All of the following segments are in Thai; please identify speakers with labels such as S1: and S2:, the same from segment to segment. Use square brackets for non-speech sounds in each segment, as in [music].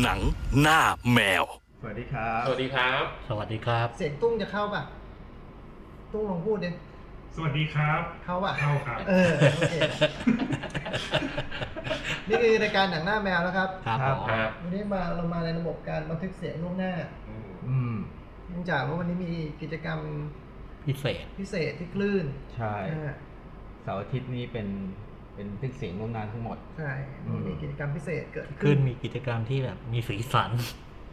S1: หนังหน้าแมว
S2: สวัสดีครับ
S3: สวัสดีครับ
S4: สวัสดี
S1: [laughs]
S4: ครับ
S5: เสียงตุ้มจะเข้าป่ะ ตุ้มลองพูดดิ
S2: สวัสดีครับ
S5: เข้าป่ะ
S2: เข้าครับ
S5: เออโอเคนี่คือรายการหนังหน้าแมวนะครับ
S4: ครับ
S2: ครับ
S4: ผม
S3: ครับ
S5: วันนี้มาเรามาในระบบการบันทึกเสียงล่วงหน้า
S2: อืม
S5: เนื่องจากว่าวันนี้มีกิจกรรม
S4: พิเศษ
S5: พิเศษที่คลื่น
S6: ใช่
S5: อ่า
S6: เสาร์อาทิตย์นี้เป็นเป็นทึกเสียงร่วมงานทั้งหมด
S5: ใช่
S6: อืม
S5: มีกิจกรรมพิเศษเกิด
S4: ขึ้
S5: ขึ้
S4: น
S5: น
S4: มีกิจกรรมที่แบบมีสีสัน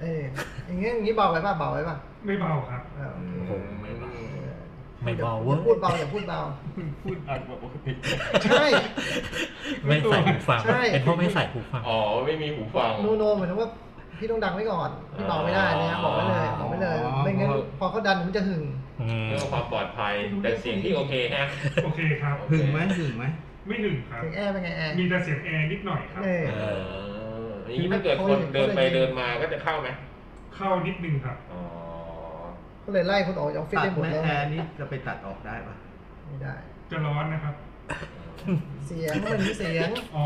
S5: เอออย่างเงี้ยอย่างงี้เบาไปป่ะเบาไปป่ะ
S2: ไม่เบาครับ
S5: อ่าโอเค
S4: โอ้โหไม่เบา
S5: เออ
S4: ไม่เบาเว้ย
S5: อย่พูดเบาอย่าพูดเบา
S6: พูดอัดแบบปกติ
S5: ใช่
S4: ไม่ใส่หูฟัง
S5: ใช่
S4: เป็นเพราะไม่ใส่หูฟัง
S3: อ๋อ ไม่มีหูฟัง
S5: โนโนเหมือนว่าพี่ต้องดังไว้ก่อนพี่เบาไม่ได้นะบอกไว้เลยบอกไว้เลยไม่งั้นพอเขาดันมันจะหึง
S4: อืม
S3: เรื่องความปลอดภัย แต่เสียงที่โอเคฮะ
S2: โอเคครับ
S6: หึงไหมหึงไหม
S2: ไม่หึงครับ
S5: เสียงแอร์เป็นไงแอร์
S2: มีแต่เสียงแอร์นิดหน่อยครับ
S5: เออ
S4: เอ
S3: เอ
S4: อ
S3: ออย่างนี้ถ้าเกิดคนเดินไปเดินมาก็จะเข้าไหม
S2: เข้านิดนึงครับ
S3: อ๋อ
S5: ก็เลยไล่คนออกจากออฟฟิศ
S6: ตัด
S5: ได้หมด
S6: ไหม
S5: แล้ว
S6: แอร์นี่จะไปตัดออกได้ปะ
S5: ไม่ได้
S2: จะร้อนนะครับ
S5: เสียงมันมีเสียง
S2: อ๋อ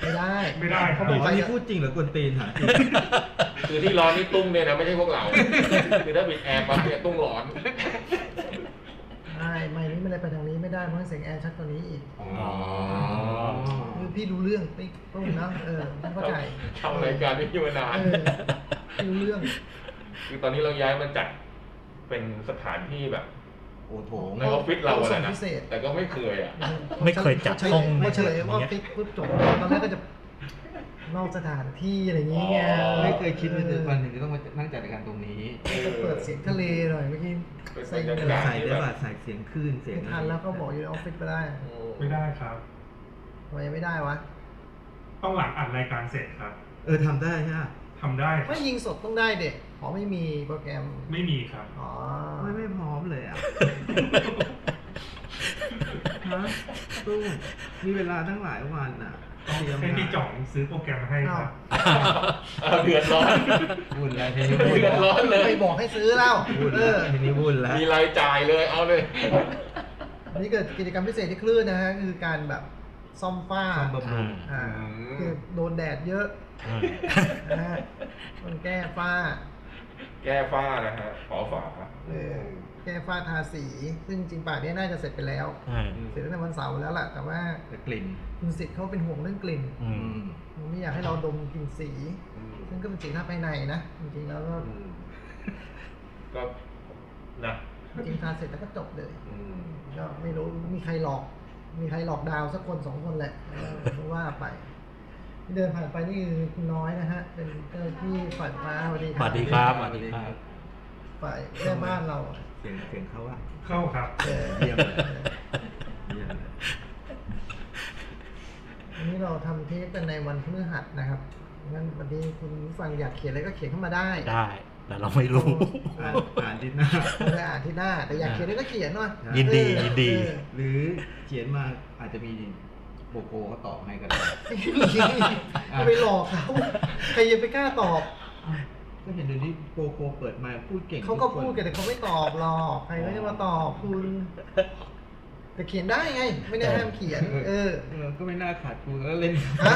S5: ไม่ได้
S2: ไม่ได้ครับ
S6: บอกว่านี่พูดจริงเหรือกวนตีนหาจริง
S3: คือที่ร้อนนี่ตุ้งเนี่ยนะ ไม่ใช่พวกเรา คือถ้าปิดแอร์ปั๊บเนี่ยตุ้งร้อน
S5: ใช่ไม่นี้มันเลยไปทางนี้ไม่ได้เพราะเสียงแอร์ชัดกว่านี้อีก
S6: อ๋อ
S5: คือพี่รู้เรื่องไปต้องนะเออพี่เข้าใจ
S3: ทำรายการวิทยุมานาน
S5: เออพี่รู้เรื่อง
S3: คือตอนนี้เราย้ายมันจัดเป็นสถานที่แบบ
S6: โอ้โถง
S3: ในออฟฟิศเราอะนะ แต่ก็ไม่เคยอ่ะ
S4: ไม่เคยจัดห้อง
S5: ไม่เฉลย
S4: อย่างเงี้ย
S5: ว่าฟิกปุ๊บจบตอนแรกก็จะนอกสถานที่อะไรอย่างเงี้
S3: อ
S5: ย
S3: ๋อ
S6: ไม่เคยคิดว่าจะวันหนึ่งจะต้องมานั่งจัดรายการตรงนี้
S5: จะเปิดเสียงทะเลหน่อยเมื่อกี้
S3: เป็น
S5: ใส่
S3: บรร
S5: เงิ
S3: ยาน กาศ
S6: ใส่ได้ปะใส่เสียงคลื่นเสียง
S5: ไม่ทันแล้วก็บอกอยู่ในออฟฟิศไปได้
S2: ไม่ได้ครับ
S5: ทำไมยังไม่ได้วะ
S2: ต้องหลังอัดรายการเสร็จครับ
S6: เออทำได้ใช่ไหม
S2: ทำได้ครับ
S5: ไม่ยิงสดต้องได้เด็กอ๋อไม่มีโปรแกรม
S2: ไม่มีครับ
S5: อ๋อ
S6: ไม่ไม่พร้อมเลยอ่ะฮะตู้มีเวลาตั้งหลายวันอ่ะ
S2: ต้อง
S6: เตรียม
S2: ให้พี่จ่องซื้อโปรแกรมให้ครับ
S3: เอาเดือดร้อน
S6: วุ่นแล้วทีนี้วุ่น
S3: เดือ
S6: แล้
S3: ด
S6: ว
S3: ร้อนเลย
S5: ไปบอกให้ซื้อแล้ว
S6: วุ่น
S5: เอ
S6: แล้ว
S5: อ
S6: ทีนี้วุ่นแล้ว
S3: มีรายจ่ายเลยเอา [laughs] เลย
S5: อันนี้เกิดกิจกรรมพิเศษที่คลื่นนะฮะคือการแบบซ่อมฝ้า
S6: ซ่อมบำรุง
S5: อ่า
S3: อืม
S5: คือโดนแดดเยอะ
S4: อืม
S5: นะฮะต้องแก้ฝ้า
S3: แก้ฝ้านะฮะขอฝา
S5: เออแก้ฝ้าทาสี ซึ่งจริงๆป่านนี้น่าจะเสร็จไปแล้ว
S4: อืม
S5: เสร็จตั้งแต่วันเสาร์แล้วล่ะ แต่ว่า
S6: แต่กลิ่น
S5: คุณสิทธิ์เขาเป็นห่วงเรื่องกลิ่น
S4: อืม
S5: ไม่อยากให้เราดมกลิ่นสี ซึ่งก็เป็นสิ่งทางภายในนะจริงๆแล้วก็
S3: ก็นะ
S5: จริงๆทาเสร็จแล้วก็จบเลย
S3: อืม
S5: ก็ไม่รู้มีใครหลอก มีใครหลอกดาวสักคนสองคนแหละเออก็ว่าไปที่เดินผ่านไปนี่คือคุณน้อยนะฮะ เป็นเจ้าหน้าที่ฝ่ายฟ้าสวัสดี
S4: ส
S5: ครับ
S4: วัสดีครับสวัสดีครับ
S5: ฝ่ายแม่บ้านเราอะ
S6: เสียงเสียงเขาอะ
S2: เข้าครับ
S5: เออ
S6: เยี่ยมเลยเยี่ยมเลย
S5: วันนี้เราทำเทปกันในวันพฤหัสนะครับงั้นวันนี้คุณผู้ฟังอยากเขียนอะไรก็เขียนเข้ามาได้
S4: ได้ แต่เราไม่รู้
S6: อ่านอ่านดิหน้า
S5: เราจะอ่านที่หน้า แต่อยากเขียนอะไรก็เขียนหน่อย
S4: ยินดี
S5: เออ
S4: ยินดี
S5: เออ
S6: หรือเขียนมาอาจจะมีโบโกก็ตอบให้กันได้
S5: [laughs] จะไปหลอกเขาใครยังไปกล้าตอบ
S6: ก็เห็นเดี๋ยวนี้โบโกเปิดไมาพูดเก่ง
S5: เขาก็
S6: ทุ
S5: พู
S6: คน
S5: ดกันแต่เขาไม่ตอบหรอกใครก็จะมาตอบคุณ แต่เขียนได้ไง ไม่ได้ห้ามเขียน เออ
S6: เออก็ไม่น่าขาดกูก็เล่น
S5: ฮะ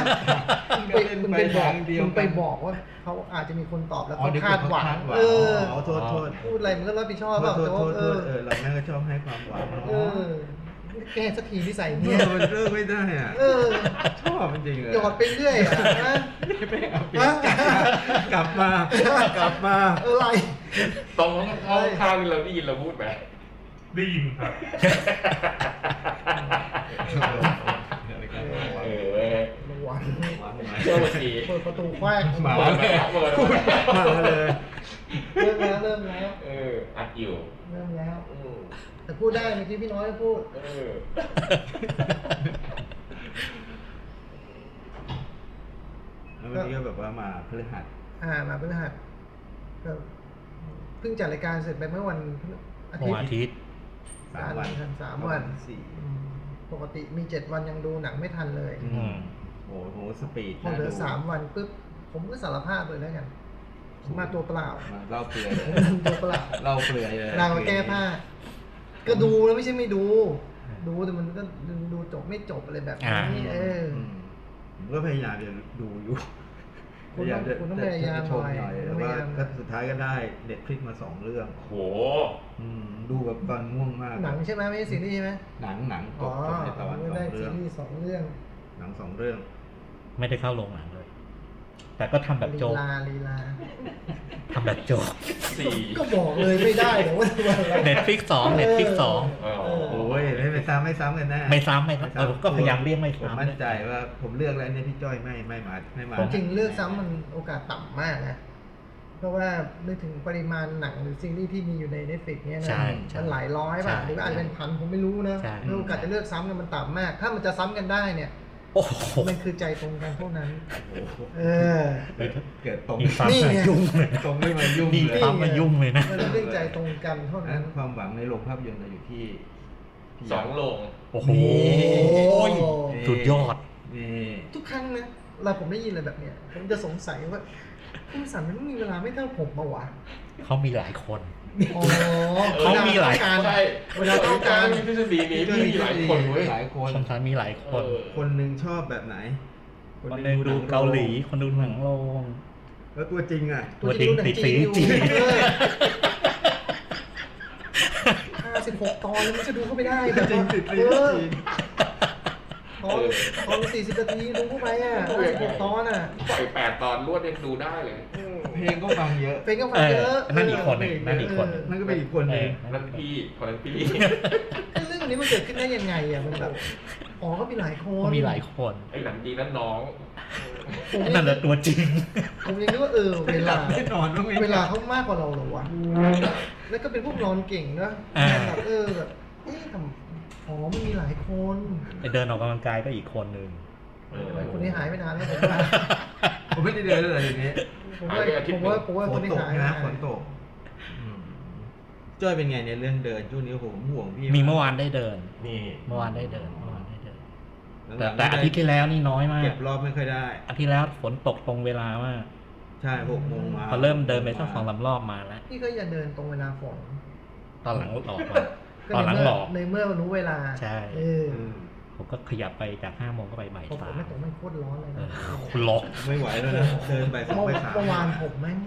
S6: ก็
S5: คุณไป
S6: เล่น
S5: คุณ
S6: ไป
S5: ไปบอก
S6: ทางเดียว
S5: คุณไปบอกว่าเขาอาจจะมีคนตอบแล้ว
S6: อ๋อ
S5: เขา
S6: เดี๋ยว
S5: คาดหวัง
S6: เขคาดหวัง
S5: เออ
S6: อ๋อโทษโทษ
S5: พูดอะไรมันก็รับผิดชอบ
S6: โท
S5: แบ
S6: ษ
S5: บ
S6: โทษ
S5: โจ๊
S6: โท
S5: ก
S6: ษโทษ
S5: เออ
S6: เออเราแม่ก็ชอบให้ความหวัง
S5: เออแกสักทีที่ใส่
S6: เนี่
S5: เนี่ย ย
S6: มันเลิกไม่ได้อ่ะ
S5: เออ
S6: ชอบจริงๆเลย
S5: หยอดไปเรื่อยอะนะ
S6: ไม่เอาเปลี่ยนกลับมากลับมา
S5: อะไร
S3: ตรงห้องข้างที่เราได้ยินเราพูดไหม
S2: ได้ยินครับ
S3: เออ
S5: ระวัง
S3: เจ้าวันดี
S5: เปิดประตูคว้าง
S6: หมา
S3: เปิดมาเปิดมา
S6: มาเลย
S5: เริ่มแล้วเริ่มแล้ว
S3: เอออัดอยู่
S5: เริ่มแล้ว
S3: อืม
S5: แต่พูดได้เมื่อกี้พี่น้อยก็พูด
S3: เออ
S6: แล้ววันนี้ก็แบบว่ามาพฤหัส
S5: อ่ามาพฤหัสก็เพิ่งจัดรายการเสร็จไปเมื่อวันอา
S4: วั
S5: ทิตย์
S4: นอาทิตย์
S6: สามวัน
S5: สามวัน
S6: สี่
S5: อืมปกติมีเจ็ดวันยังดูหนังไม่ทันเลย
S6: อืมโอ้โหสปีด
S5: พอเหลือ
S6: น่ดู
S5: สามวันปุ๊บผมก็สารภาพเลยแล้วกันผมมาตัวเปล่า
S6: มาเล่าเปลือย
S5: ผม
S6: เล
S5: มาย ตัวเปล่า
S6: เล่าเปลือยเลย
S5: นางมาแก้ผ้า ก็ดูแล้วไม่ใช่ไม่ดู ดูแต่มันก็ดูจบไม่จบอะไรแบบนี้
S4: อ่า
S5: เออ
S6: มผมก็พยายามจะดูอยู่
S5: คุณต้องคุณต้องพยายาม
S6: จะ
S5: ห
S6: ช
S5: น่
S6: ม
S5: อย
S6: หน่อย
S5: คุ
S6: แต่
S5: ณต้อง
S6: ว่าย
S5: พายาม
S6: ก็สุดท้ายก็ได้เน็ตฟลิกมาสองเรื่อง
S3: โห
S6: อืมดูแบบตอนง่วงมาก
S5: หนังใช่ไหมไม่ใช่ซีรีส์ใช่ไหม
S6: หนังหนังต
S5: อ๋อ
S6: ต
S5: ก
S6: กในตอนสอ
S5: ไม่ได้
S6: ง
S5: ซี
S6: เรื่อง
S5: รีส์สองเรื่อง
S6: หนังสองเรื่อง
S4: ไม่ได้เข้าโรงหนังเลย แต่ก็ทำแบบ
S5: ลี
S4: โจ๊ก
S5: ลาลีลา
S4: ทำแบบโจ๊ก
S3: สี่
S5: ก็บอกเลยไม่ได้แต่ว่าทำอะไร
S4: เน็ตฟิกสองเน็ตฟิกสอง
S3: เออ
S6: โอ้ยไม่ซ้ำไม่ซ้ำกันแน่
S4: ไม่ซ้ำไม่ซ้ำเราก็พยายามเลี่ยงไม่ซ้ำ
S6: ผมั่นใจว่าผมเลือกแล้วเนี่ยพี่จ้อยไม่ไม่มาไม่มา
S5: จริงๆเลือกซ้ำมันโอกาสต่ำมากนะ เพราะว่านึกถึงปริมาณหนังหรือซีรีส์ที่มีอยู่ใน Netflix เนี่ยนะ
S4: ใช่ใช่
S5: มันหลายร้อยป่ะ
S4: ใช่
S5: หรือว่าอาจจะเป็นพันผมไม่รู้นะ
S4: ใช่
S5: แล้วโอกาสจะเลือกซ้ำเนี่ยมันต่ำมาก ถ้ามันจะซ้ำกันได้เนี่ย
S4: โอ้โห
S5: มันคือใจตรงกันเท่านั้น
S6: โอ้โห
S5: เออ
S6: เกิดตรง
S4: นี่ซ้ำมายุ่งเลยนะ
S6: ตรงไม่มายุ่ง
S4: นี่
S6: เลย
S4: ซ้ำมายุ่งเลยนะ
S5: มันเรื่องใจตรงกันเท่า
S6: นั้
S5: นั้น น
S6: ความหวังในโรงภาพยนตร์เราอยู่ที่พี่
S3: สองโลง
S4: โอ้โห
S6: นี่
S4: สุดยอด
S6: นี่
S5: ทุกครั้งนะเราผมได้ยินอะไรแบบเนี้ยผมจะสงสัยว่าคุณสันมันมีเวลาไม่เท่าผมมาวะ
S4: เขามีหลายคน
S5: อ๋อ
S4: เขามีหลาย
S5: เวการ
S3: ใช่
S5: เวลาต้องการ
S3: มีทฤษฎีนี้ที่มีหลายคนเว้ย
S6: หลายคน
S4: คนทานมีหลายคน
S3: เออ
S6: คนหนึ่งชอบแบบไหน
S4: คนหนึงดูเกาหลี คนดูหนังโรง
S6: แล้วตัวจริงอ่ะ
S4: ตัวจริงติดสีจริง
S5: ห้าสิบหกตอนแล้วมันจะดูเข้าไม่ได้
S6: จริงติดสี
S5: เอ
S6: จ
S5: อ
S6: ริง
S5: ตอนตอนสี่สิบนาทีดูเข้าไปอ่ะ
S3: เออ
S5: ห้าสิบหกตอนอ่ะ
S3: ปล่อยแปดตอนรวดยังดูได้เลย
S6: เพลงก็ฟังเยอะ
S5: เป็นก็ฟั
S4: เอง อ
S5: เยอะ
S4: นั่นอีกคนหนึ่งนั่นอีกคนหนึ่ง
S6: นั่นก็เป็นอีกคนหนึ่ง
S3: นั่นพี่คนนั้นพี่
S5: เออเรื่องนี้มันเกิดขึ้นได้ยังไงอ่ะมันแบบอ๋อก็มีหลายคน
S4: เขามีหลายคน
S3: ไอ้หนังดีนั่นน้อง
S5: ผมยั
S4: นั่น
S5: ง
S4: แหละตัวจริง
S5: ผมยังนึกว่าเออเว
S4: [laughs]
S5: ลา
S6: แน่นอนต้องมี
S5: เวลาเขามากกว่าเราเหรอวะแล้วก็เป็นพวกนอนเก่งนะ
S4: อ่า
S5: แบบเออแบบเอ๊ะทำอ๋อมันมีหลายคน
S4: ไปเดินออกกำลังกายก็อีกคนหนึ่ง [laughs]
S3: เออ
S5: คนนี้หายไปนานแล้วผมว่า
S6: ผมไม่ได้เดินเลยอย่างนี้
S5: ผมว่า
S3: หายไปอาทิต
S5: ผ
S3: ย์
S5: มว่าผมว่า
S6: ฝ
S5: คน
S6: น
S5: นี้
S6: ตก
S5: หาย
S6: ใช่ไหม
S5: ไป
S6: ฝนตกจ้อยเป็นไงในเรื่องเดินช่วงนี้ผมห่วงพี่
S4: มีเมื่อวานได้เดิน
S6: นี่
S4: เมื่อวานได้เดิน เมื่อวานได้เดิน
S6: ห
S4: แต่
S6: ลังๆ
S4: แต่อาทิตย์ที่แล้วนี่น้อยมาก
S6: เก็บรอบไม่ค่อยได้
S4: อาทิตย์แล้วฝนตกตรงเวลามาก
S6: ใช่หกโมงมา
S4: พอเริ่มเดินไปสักสองสามรอบมาแล้ว
S5: พี่ก็อย่าเดินตรงเวลาฝน
S4: ตอนหลังหลอกมา
S5: ก็
S4: ตอนหลังหลอก
S5: ในเมื่อในเมื่อรู้เวลา
S4: ใช่
S5: เออ
S6: อืม
S4: ผมก็ขยับไปจากห้าโมงก็ไปบ่าย
S5: พอฝ
S4: สานม
S5: ไม่ตกไม่โคตรร้อนเลย
S4: เอ
S5: นะ
S4: อคุณล็อก
S6: ไม่ไหวแล้วนะเดินไปสอง
S5: เมื่อ
S6: ไปสาม
S5: เมื่อวานผมแม่ง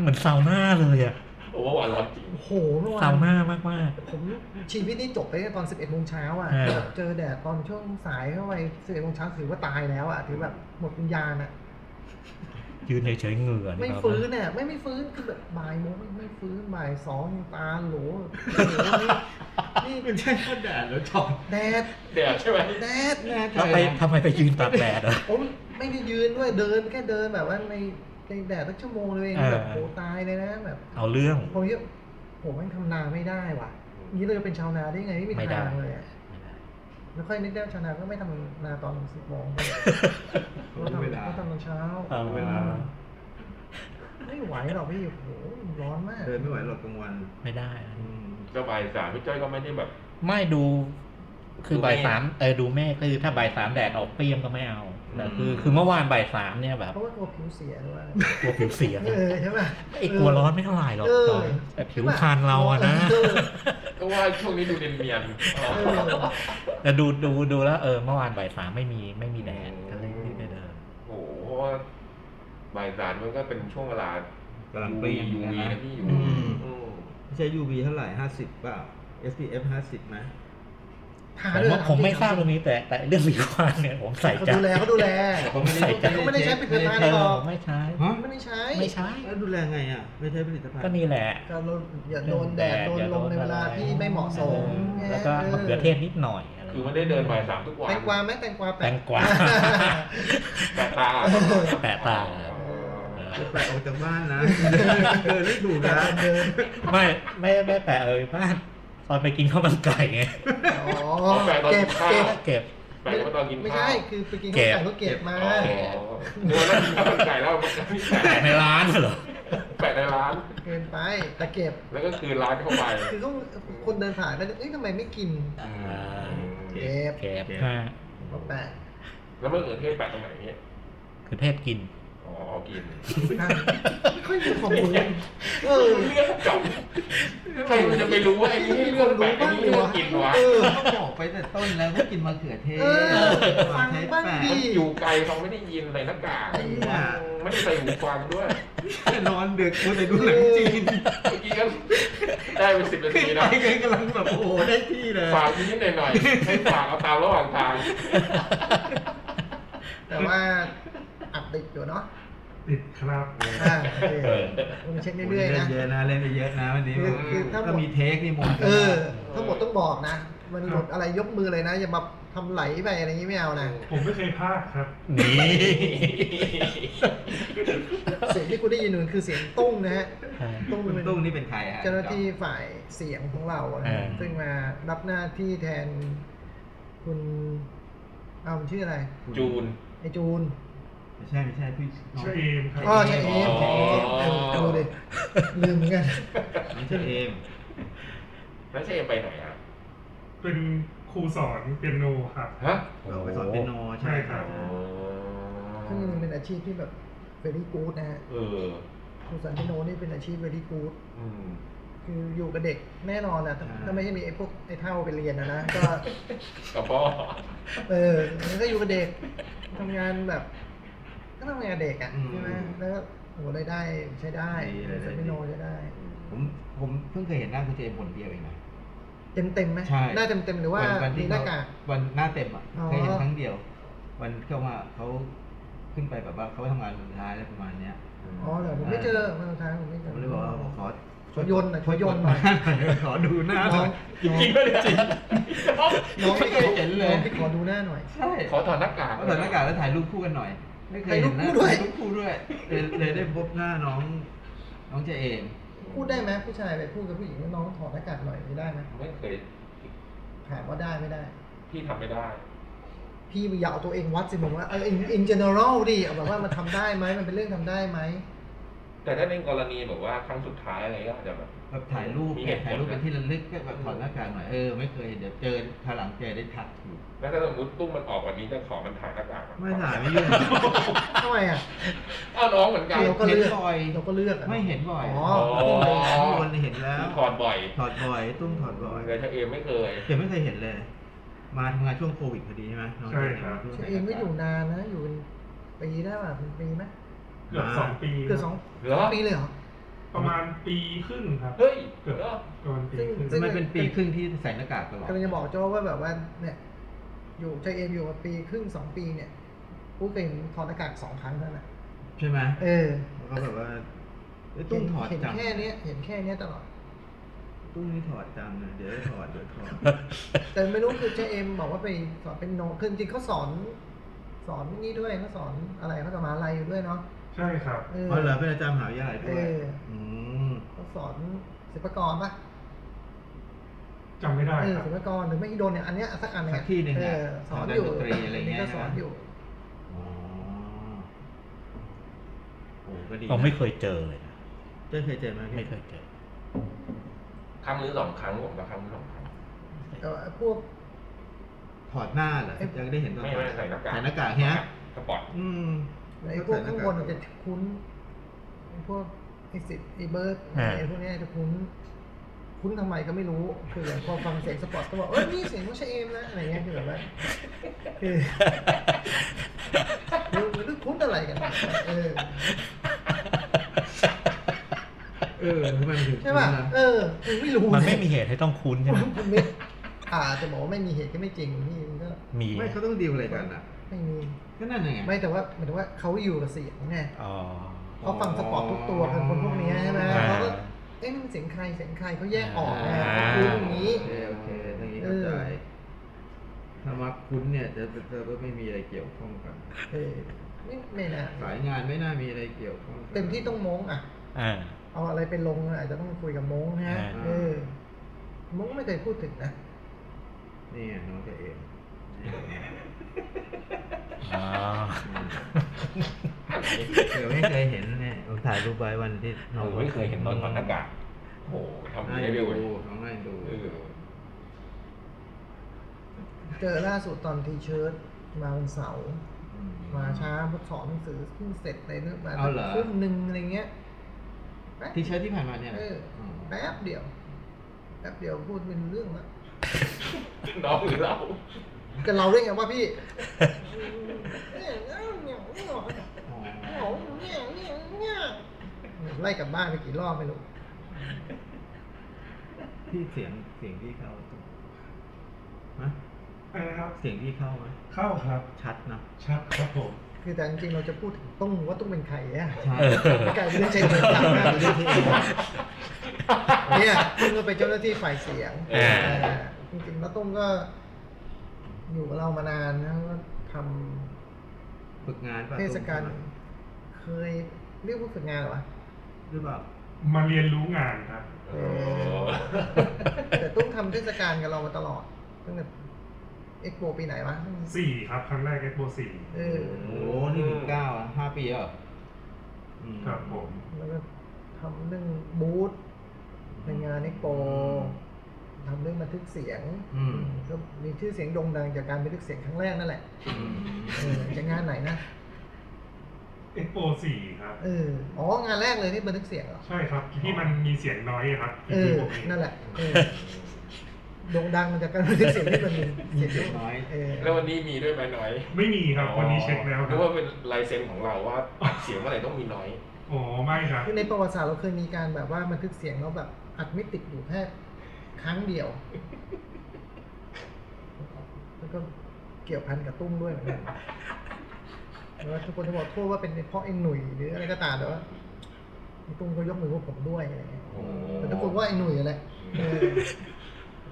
S4: เหมือนซาวน่าเลยอะ
S3: โอ้ว่าหวานร้อนจริง
S5: โอ้โหเมื่อวา
S4: ซาน วน่ามากมาก
S5: ผมชีวิตนี่จบไปตั้งแต่ตอน 11โมงเช้าอ่ะ
S4: เออ
S5: แบบเจอแดดตอนช่วงสายเข้าไป11โมงเช้าถือว่าตายแล้วอ่ะถือแบบหมดวิญญาณอ่ะ
S4: ๆยืนเฉยๆเหงื่อ
S5: ไม่
S4: ครับ
S5: ฟื้นเนี่ยไม่ไม่ฟื้นคือแบบบ่ายโมงไม่ฟื้นบ่ายสองยังตาโหลนี่
S6: มันใช่ข้าด่านแล้วจอด
S5: แดด
S3: เดี๋ยวใช่ไหม
S5: [laughs] แดด
S6: แน่ใจ
S4: แล้วไปทำไมไปยืนตากแดดอะ
S5: ผมไม่ได้ยืนด้วยเดินแค่เดินแบบว่าในในแดดตั้งชั่วโมงเลยเอง
S4: เออ
S5: แบบโหตายเลยนะแบบ
S4: เอาเรื่อง
S5: ผมคิดว่าผมมันทำนาไม่ได้ว่ะนี้เราจะเป็นชาวนาได้ไงไม่มี
S4: ไม่ได้
S5: ทางเลยอะแล้วค่อยนึกได้ว่าชาวนาก็ไม่ทำนาตอนสิบ
S6: [laughs]
S5: โมง
S6: รู้เวลา
S5: ก็ทำตอนเช้า
S4: เอา
S6: เวลา
S5: ไม่ไหวหรอกพี่โอ้โหร้อนมาก
S6: เดินไม่ไหวหรอกกลางวัน
S4: ไม่ได้นะ
S6: อืม
S3: ก็บ่ายสามพี่จ้อยก็ไม่ได้แบบ
S4: ไม่ดูคือ
S3: ดูเมฆ
S4: บ่ายสามเออดูเมฆคือถ้าบ่ายสามแดดออกเปรี้ยงก็ไม่เอาแต่คือ
S6: อืม
S4: คือเมื่อวานบ่ายสามเนี่ยแบบ
S5: เพราะว่ากลัวผิวเสียด้วย
S4: กลัวผิวเสีย
S5: เออใช่ป่ะ
S4: ไอ้กลัวร้อนไม่เท่าไหร่หรอก
S5: เออ
S4: แต่ผิวพรรณเราอะนะ
S5: เออ
S3: ก็ว่าช่วงนี้ดูเนียนๆอ๋อ
S4: แต่ดูดูดูแล้วเออเมื่อวานบ่ายสามไม่มีไม่มีแดดก็เลยไม่ได้เดิน
S3: โอ้โหเพราะว่าบ่ายสามมันก็เป็นช่วงเวลาก
S6: ำลัง
S3: ยู
S6: ปีน
S3: ยูวี
S6: นะ
S3: นะพี่ยู
S6: อื
S3: วี
S6: มไม่ใช่ UV เท่าไหร่ห้าสิบเปล่า SPF ห้าสิบไหม
S4: ผมว่าผมไม่ทราบตรงนี้แต่แต่เรื่องผิวพรรณเนี่ยผมใส่
S5: เขา
S4: ใจ
S5: ดูแลเขาดูแล
S4: ผมไม่ได้
S5: แต่เขาไม่ได้ใช้ผลิตภัณฑ์
S4: เอ
S5: หร
S4: อ
S5: อก
S4: ไม่ใช้
S6: ฮะ
S5: ไม่ได้ใช้
S4: ไม่ใช้
S6: แล้วดูแลไงอ่ะ ไม่ใช่ผลิตภัณฑ์
S4: ก็นี่แหละ
S5: ก็เราอย่าโดนแดดโดนลมในเวลาที่ไม่เหมาะสม
S4: แล้วก็มะเขือเทศนิดหน่อยอะไร
S3: คือไม่ได้เดินบ่ายสามทุกวัน
S5: แตงกวาไหมแตงกวา
S4: แต
S5: แปะ
S4: งกวา
S3: แปะตา
S4: แปะตา
S3: เออ
S6: แปะออกจากบ้านนะ เดินไม่ถูกนะ
S5: เดิน
S4: ไม่ไม่ไม่แปะเออบ้านตอนไปกินข้าวมันไก่ไง
S5: อ๋อ
S3: เอาแปะตอน
S5: เก็
S3: กิ
S5: บ
S3: นข้าว
S5: เก็บ
S4: เก็บ
S3: แปะตอนกิน
S5: ไม่
S3: ข้า
S5: ใช่
S3: ว
S5: คือไปกิน
S4: เก็บ
S5: ข้าวไก่ก็เก็บมา
S3: อ๋อเดินแล้วกินข้าวมันไก่แล้วมันไม่แปะ
S4: แปะในร้านเหรอ
S3: แปะในร้าน
S5: เกินไปแต่เก็บ
S3: แล้วก็คืนร้านเข้าไป
S5: คือก็คนเดินผ่านไปเอ๊ะทำไมไม่กิน
S3: อืม
S5: เก็บ
S4: เก็บ
S5: มาแปะ
S3: แล้วมะเขือเทศแปะตรงไหนเนี่ย
S4: คือเทศกิน
S3: อ๋อเอากิน
S5: นั่งค่อยมีความรู้เออ
S3: เรื่องจบใครมันจะไปรู้ว่าไอ้นี่เรื่องแปะไอ้นี่เรื่องกินวะ
S5: เออ
S6: เขาบอกไปแต่ต้นแล้วว่ากินมะเขือเทศ
S5: เออ
S6: มะเขือเทศ
S5: ฟังบ้างดิ
S6: แปะ
S3: อยู่ไกลเขาไม่ได้ยินเลยหน้ากาก
S5: ไอ้เนี่ย โอ้
S3: ไม่ได้ใส่หูฟังด้วย
S6: นอนดึกมัวแต่ดูหนังจีน
S3: เมื่อกี้ก็ได้ไปสิบนา
S6: ขึ้นไป
S3: ทีนะ
S6: ก็กำลังแบบโอ้โหได้ที่เลย
S3: ฝากนิดๆหน่อยๆให้ฝากเอาตามระหว่างทาง
S5: แต่ว่าอัดติดอยู่เนาะ
S2: ติดครับ
S5: อ่าโอเคผมเช็คเรื่อยๆนะ
S6: เล่นเยอะนะเล่นไปเยอะนะวันนี้
S5: คือคือถ้าหมด
S6: ถ้ามีเทคนี่หมด
S5: เออ ทั้งหมดต้องบอกนะ มันหมดอะไรยกมือเลยนะ อย่ามาทำไหลไปอะไรอย่างนี้ไม่เอานะ
S2: ผมไม่เคยพลาดครับ
S4: นี่
S5: เสียงที่กูได้ยินนั่นคือเสียงตุ้งนะฮะ ตุ้ง
S6: คุณ
S5: เป็น
S6: ตุ้งนี่เป็นใครฮะ
S5: เจ้าหน้าที่ฝ่ายเสียงของเรานะฮะซึ่งมารับหน้าที่แทนคุณเอามันชื่ออะไร
S3: จูน
S5: ไอจูน
S6: ไม่ใช่ไม่ใช่พี่น้อง
S2: ชื่อเอมครับ
S5: อ๋อใช่เอม
S3: อ๋อ
S5: เออดูดิลืมเหมือนกัน [laughs]
S6: ไม่ใช่เอม
S3: แล้วเชมไปไหนอ่ะ
S2: เป็นครูสอนเปียโนครับ
S3: ฮะ
S6: เราไปสอนเปียโนใช่ครับ
S2: ใช่
S3: อ๋อ
S5: ซึ่งมันเป็นอาชีพที่แบบเวรี่กู๊ดนะฮะ
S3: เออ
S5: ครูสันติโนนี่เป็นอาชีพเวรี่กู๊ด
S3: อืม
S5: คืออยู่กับเด็กแน่นอนแหละถ้า
S6: อ่า
S5: ถ้าไม่ใช่มีไอ้พวกไอ้เท่าไปเรียนนะนะ ก็
S3: กับพ่อ
S5: เออมันก็อยู่กับเด็กทำงานแบบ ก็ทำงานเด็กอ่ะ
S6: อืม
S5: ใช่ไหมแล้วก็โหรายได้ใช้ได้
S6: ดี
S5: ค
S6: เลย
S5: รูสันติโนใช้ได้
S6: ผมผมเพิ่งเคยเห็นหน้าคุณเจมผลเดียวเองนะ
S5: เต็มเต็มๆไหม
S6: ใช่
S5: หน้าเต็มเต็มๆหรือว่านมี
S6: ที่
S5: หน้ากาก
S6: วันหน้าเต็มอ่ะ
S5: อ๋อ
S6: เคยเห็นครั้งเดียว วันเข้ามาเขาขึ้นไปแบบว่าเขาทำงานวันสุดท้ายอะไรประมาณเนี้ย
S5: อ๋อเหรอผมไม่เจอวันสุดท้ายผมไม่เจ
S6: ผ
S5: อ
S6: มเลยบอกว่าผมขอ
S5: ขอยนต์หน่อยขอยนต์หน่อย
S6: ขอดูหน้าหน่อย
S3: จริงจริงปะเนี่ย
S5: น้อง
S6: ไม่เคยเห็นเลย
S5: องที่ขอดูหน้าหน่อย
S6: ใช่
S3: ขอถอดหน้ากาก
S6: ขอถอดหน้ากากแล้วถ่ายรูปคู่กันหน่อยไม่เคยเห็นหน้า
S5: ถ่ายรูปคู่ด้วย
S6: ถ่ายรูปคู่ด้วยเลยเลยได้พบหน้าน้อง น้องเจเอม
S5: พูดได้ไหมผู้ชายไปพูดกับผู้หญิงว่าน้องถอดหน้ากากหน่อยนี่ได้ไหม
S3: ไม่เคย
S5: ถามว่าได้ไม่ได้
S3: พี่ทำไม่ได้
S5: พี่อย่าเอาตัวเองวัดสิผมว่าเออ in in general ดิเอาแบบว่ามันทำได้ไหมมันเป็นเรื่องทำได้ไหม
S3: แต่ถ้าในกรณีแบบว่าครั้งสุดท้ายอะไรก็อาจจะแบบ
S6: แบบถ่ายรูป
S3: มีเหตุผ
S6: ถ่ายรูปเป็น
S3: นะ
S6: ที่ระลึกก็แบบถอดหน้ากากหน่อยเออไม่เคยเดี๋ยวเจอคราวหลังเจอได้ทักอยู่
S3: แล้วถ้าสมมติตุ้มมันออกวันนี้จะขอมันถ่ายหน้ากากน
S6: ไม่ถ่ายไม่ยุ่ง
S5: ทำไมอ่ะ
S3: เอาน้องเหมือนกัน
S5: เราก็
S6: เห็น
S5: เลือก
S6: บ่อย
S5: เราก็เลือกอะ
S6: ไม่เห็นบ่อย
S5: อ๋อ
S6: ตุ้มเลยทุกคนเห็นแล้ว
S3: ถอดบ่อย
S6: ถอดบ่อย ตุ้มถอดบ่อย
S3: แต่ถ้าเอมไม่เคย
S6: เดี๋ยวไม่เคยเห็นเลย มาทำงานช่วงโควิดพอดีใช่ไหมน้องเจ
S2: ใช่
S6: เอม
S2: ครับ
S6: มาช่วง
S5: เชเองก็อยู่นานนะ อยู่เป็นปีได้ป่ะเป็นปีไหม
S2: เกือบสองปี
S5: เกือบสอง
S3: เหรอ
S5: ปีเลยเหรอ
S2: ประมาณปีครึ่งครับ
S3: เฮ้ย
S2: เกือบ
S3: เหรอ
S2: ประมาณปีครึ่ง
S5: ซึ่
S6: ทำ
S5: ง
S6: ไมเป็นปีครึ่งที่ใส่หน้ากากตลอด
S5: กำลังจะบอกโจ้ว่าแบบว่าเนี่ย อยู่เชเองอยู่มาปีครึ่งสองปีเนี่ยพูดเก่งถอดหน้ากากสองครั้งเท่านั้นอะ
S6: ใช่ไหม
S5: เออ
S6: แล้วก็แบบว่าเอ้ยตุ้งถอด
S5: เห็น
S6: จัง
S5: แค่เนี้ยเห็นแค่เนี้ยตลอด
S6: ตุ้งนี่ถอดจังเลยเดี๋ยวได้ถอดเดี๋ยวถอด
S5: แต่ไม่รู้คือเจเอ็มบอกว่าไปสอนเป็นโนคือจริงๆเขาสอน สอนนี่ด้วยเขาสอนอะไรเขาสอนมหาอะไรอยู่ด้วยเนาะ
S2: ใช่ครับ
S5: เออ
S6: เพราะเราเป็นอาจารย์มหาวิทยาลัยด้วย
S5: เออ
S6: ม
S5: เขาสอนศิลปากรปะ
S2: จำไม่ได้
S5: เออ
S2: ครับ
S5: ศิลปากรหรือไม่ฮิโดนเนี่ยอันเนี้ยสักอันหนึ่ง
S6: สัก
S5: อะ
S6: ที่หนึ่ง
S5: เอ
S6: อะ
S5: อสอน
S6: ทางด้า
S5: อนยู่
S6: ดนตรีอะไรเงี้ย
S5: ก็
S6: ใช่
S5: ส
S6: ไหม
S5: อนอยู่
S6: อ๋อโอ้ก็ดีนะ
S4: เราไม่เคยเจอเลยนะ
S6: เต้ยเคยเจอไหมพี่
S4: ไม่เคยเจอ
S3: ครั้งหรือสองครั้งผมว่าครั้งหรือสองครั้ง
S5: แต่ว่าพวก
S6: ถอดหน้าเหรอยังได้เห็นตอน
S3: ไม่ไม่ใส่หน้ากาก
S6: ใส่หน้ากากเนี้ย
S3: สปอร์ต
S6: อืม
S5: ไอ้พวกข้างบนมันจะคุ้นไอ้พวกไอ้สิบไอ้เบิร์ด
S4: อ่า
S5: ไอ้พวกเนี้ยจะคุ้น คุ้นทำไมก็ไม่รู้ คืออย่างพอฟังเสียงสปอร์ตก็บอกเอ้ยนี่เสียงของเชเอมนะอะไรเงี้ยคือแบบว่าคือ [laughs] คือคือคุ้นอะไรกันวะเออ
S6: เออทำไมมันถึง
S5: ใช่ป่ะ
S6: คุ้นน
S5: เออคือไม่รู้
S4: มันไม่มีเหตุให้ต้องคุ้นใช่ไหม
S5: คุณมิตรอ่าจะบอกว่าไม่มีเหตุก็ไม่จริงพี่มันก็
S4: มี
S6: ไม่เขาต้องดีลอะไรกันอ่ะ
S5: ไม่มี
S6: ก็นั่นไง
S5: ไม่แต่ว่าหมายถึงว่าเขาอยู่กับเสียงไง
S4: อ๋อ
S5: เขาฟังสปอร์ตทุกตัวเป็นคนพวกเนี้ยใช่ไหม
S4: อ่า
S5: เขาก็เอ๊ะมันเสียงใครเสียงใครเขาแยกออกนะ
S4: อ่า
S5: คืออย่างนี้
S6: โอเคโอเคตรงนี้เข้าใจถ้ามักคุ้นเนี่ยจะจะไม่มีอะไรเกี่ยวข้องกัน
S5: เออไม่ไม่น่า
S6: สายงานไม่น่ามีอะไรเกี่ยวข้องกัน
S5: เต็มที่ต้องมงอ่ะ
S4: อ่า
S5: เอาอะไรเป็นลงอาจจะต้องคุยกับมงนะฮะ
S4: อ่า
S5: เออมงไม่เคยพูดถึงนะ
S6: นี่ไงน้องตัวเอง
S3: [laughs]
S4: อ๋อ
S6: เดี๋ยวไม่เคยเห็นเนี่ยผมถ่ายรูปไว้วันที่
S3: เออไม่เคยเห็นตอนถอดหน้ากากโอ้โหทำ
S6: น่า
S3: ได้เร็วเลย
S6: ดูน้องน่าดู
S3: เออ
S5: เจอล่าสุดตอนทีเชิร์ตมาวันเสาร์มาช้าเพราะสอนหนังสือเพิ่งเสร็จเลยเนึกมา
S6: เอาเหรอ
S5: ครึ่งหนึ่งอะไรเงี้ยแป๊บ
S6: ที่เชิญที่ผ่านมาเนี่ย
S5: เออแป๊บเดียวแป๊บเดียวพูดเป็นเรื่องละ
S3: น้องหรือเรา
S5: กันเราได้ไงวะพี่
S6: อ๋อ
S5: Oh, yeah. ไล่กลับบ้านไปกี่รอบไม่รู้
S6: พี่เสียงเสียงพี่เข้าฮะ
S2: อะไรนะครับ
S6: เสียงพี่เข้าไหม
S2: เข้าครับ
S6: ชัดนะ
S2: ชัดครับผม
S5: คือแต่จริงๆเราจะพูดถึงตุ้งว่าตุ้งเป็นใครอะ
S6: ใช่
S4: เออ
S5: กลายเป็นเรื่องใจเย็นจังมากเลยทีเดียวเนี่ยตุ้งก็เป็นเจ้าหน้าที่ฝ่ายเสียง
S4: เออ
S5: เออจริงๆแล้วตุ้งก็อยู่กับเรามานานนะก็ท
S6: ฝึกงาน
S5: ำ
S6: ป่ะ
S5: เทศกาลเคยเรียกว่าฝึกงานเหรอวะ
S6: หรือเปล่า
S2: มาเรียนรู้งานครับ
S3: โอ้โห
S5: แต่ตุ้งทำเทศกาลกับเรามาตลอดตั้งแต่เอ็กโปปีไหนวะ
S2: สี่ครับครั้งแรกเอ็กโปสี่
S5: เออ
S6: โอ้โหนี่ถึงเก้าอ่ะห้าปีแล้วเหรออืม
S2: ครับผม
S5: แล้วก็ทำเรื่องบูธในงานเอ็กโปทำเรื่องบันทึกเสียง
S6: อืม
S5: ก็มีชื่อเสียงโด่งดังจากการบันทึกเสียงครั้งแรกนั่นแหละ
S6: อืม
S5: เออจากงานไหนนะ
S2: เอ็กโปสี่ครับ
S5: เอออ๋องานแรกเลยที่บันทึกเสียงเหรอ
S2: ใช่ครับ ที่มันมีเสียงน้อยครับ
S5: เอ
S2: ที่
S5: อ
S2: ผมมี
S5: นั่นแหละเออโด่งดังมาจากการบันทึกเสียงที่มันมีเสียงน้
S6: น้
S5: อย
S6: อย
S5: เออ
S3: แล้ววันนี้มีด้วยไหมน้อย
S2: ไม่มีครับ วันนี้เช็คแล้วค
S3: นึ
S2: รั
S3: ก
S2: บ
S3: ว่าเป็นลายเซ็นของเราว่าอัดเสียงเมื่อไหร่ต้องมีน้อย
S2: อ๋อไม่ครับ
S5: คือในประวัติศาสตร์เราเคยมีการแบบว่าบันทึกเสียงแล้วแบบอัดไม่ติดอยู่แค่ครั้งเดียว แล้วก็เกี่ยวพันกับตุ้มด้วยเหมือนกัน แล้วาทุกคนจะบอกโทษว่าเป็นเพราะไอ้หนุ่ยหรืออะไรก็ตามแต่ว่าไอ้ตุ้มก็ยกมือว่าผมด้วยอะไรเงี้ย
S3: โอ้โห
S5: แต่ทุกคนว่าไอ้หนุ่ยแหละเออ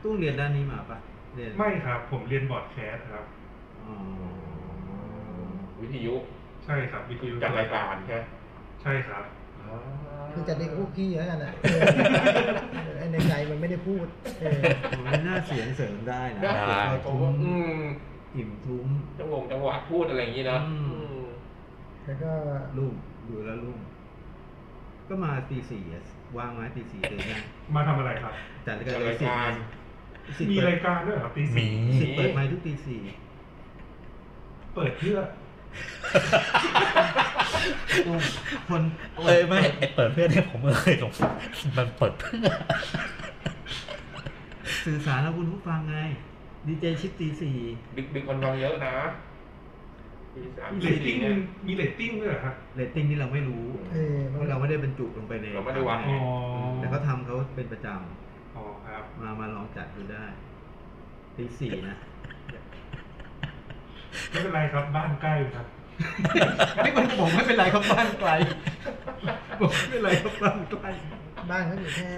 S6: ตู้เรียนด้านนี้มาป่ะเรียน
S2: ไม่ครับ ผมเรียนบอร์ดแคสต์ครับ
S6: อ๋อ
S3: วิทยุ
S2: ใช่ครับวิทยุ
S3: จากรายการใช่ไหม
S2: ใช่ครับ
S5: คือจะเรียกพวกพี่แล้วกันนะเออไอ้ในใจมันไม่ได้พูดเออ
S6: ผมไม่น่าเสียงเสริมได้นะ
S3: ได้
S6: เสียงเรา
S3: ผม
S6: ทุ้
S3: ว่าม อืม
S6: อิ่มทุ้ม
S3: จังหวงจังหวะพูดอะไรอย่างนี้นะ
S6: อืม
S3: อืม
S5: แล้วก็
S6: รุ่มดูแล้วรุ่ม ก็มาตีสี่อะว่างไหมตีสี่เดินนะ
S2: มาทำอะไรครับ
S6: จัดรายการเลยสิบไงสิบ
S2: มี
S6: เปิ
S2: รา
S6: ด
S2: ยการด้วยเหรอครับตี
S4: มี
S2: สี่
S6: สิบเปิดไมค์ทุกตีสี่
S2: เปิดเพื่อ
S6: ตุ้มคน
S4: เอ้ยไม่ไอ้เปิดเพื่อนเนี่ยผมเอ้ยผมมันเปิดเพื่อ
S6: สื่อสารแล้วคุณผู้ฟังไง ดีเจชิปตีสี่
S3: ดึกดึกคนฟังเยอะนะตีสาม
S2: มีเร
S3: ตี
S2: ตติ้
S3: สี่
S2: ง
S3: เนี่ย
S2: มีเรตติ้งด้วยเหรอครับ
S6: เรตติ้งนี่เราไม่รู้
S5: เออ
S6: เพ
S5: มัน
S6: ราะเราไม่ได้บรรจุลงไปใน
S3: เราไม่ได้วัด
S6: ข่าว
S2: อ๋อ
S6: แต่เขาทำเขาเป็นประจ
S2: อ๋อครับ
S6: ำมามาลองจัดดูได้ตีสี่นะ
S2: ไม่เป็นไรครับบ้านใกล้ครับ
S6: ไม่คนจะบอกไม่เป็นไรครับบ้านไกลบอกไม่เป็นไรครับบ้านไกล
S5: บ้านเขาอยู่แค่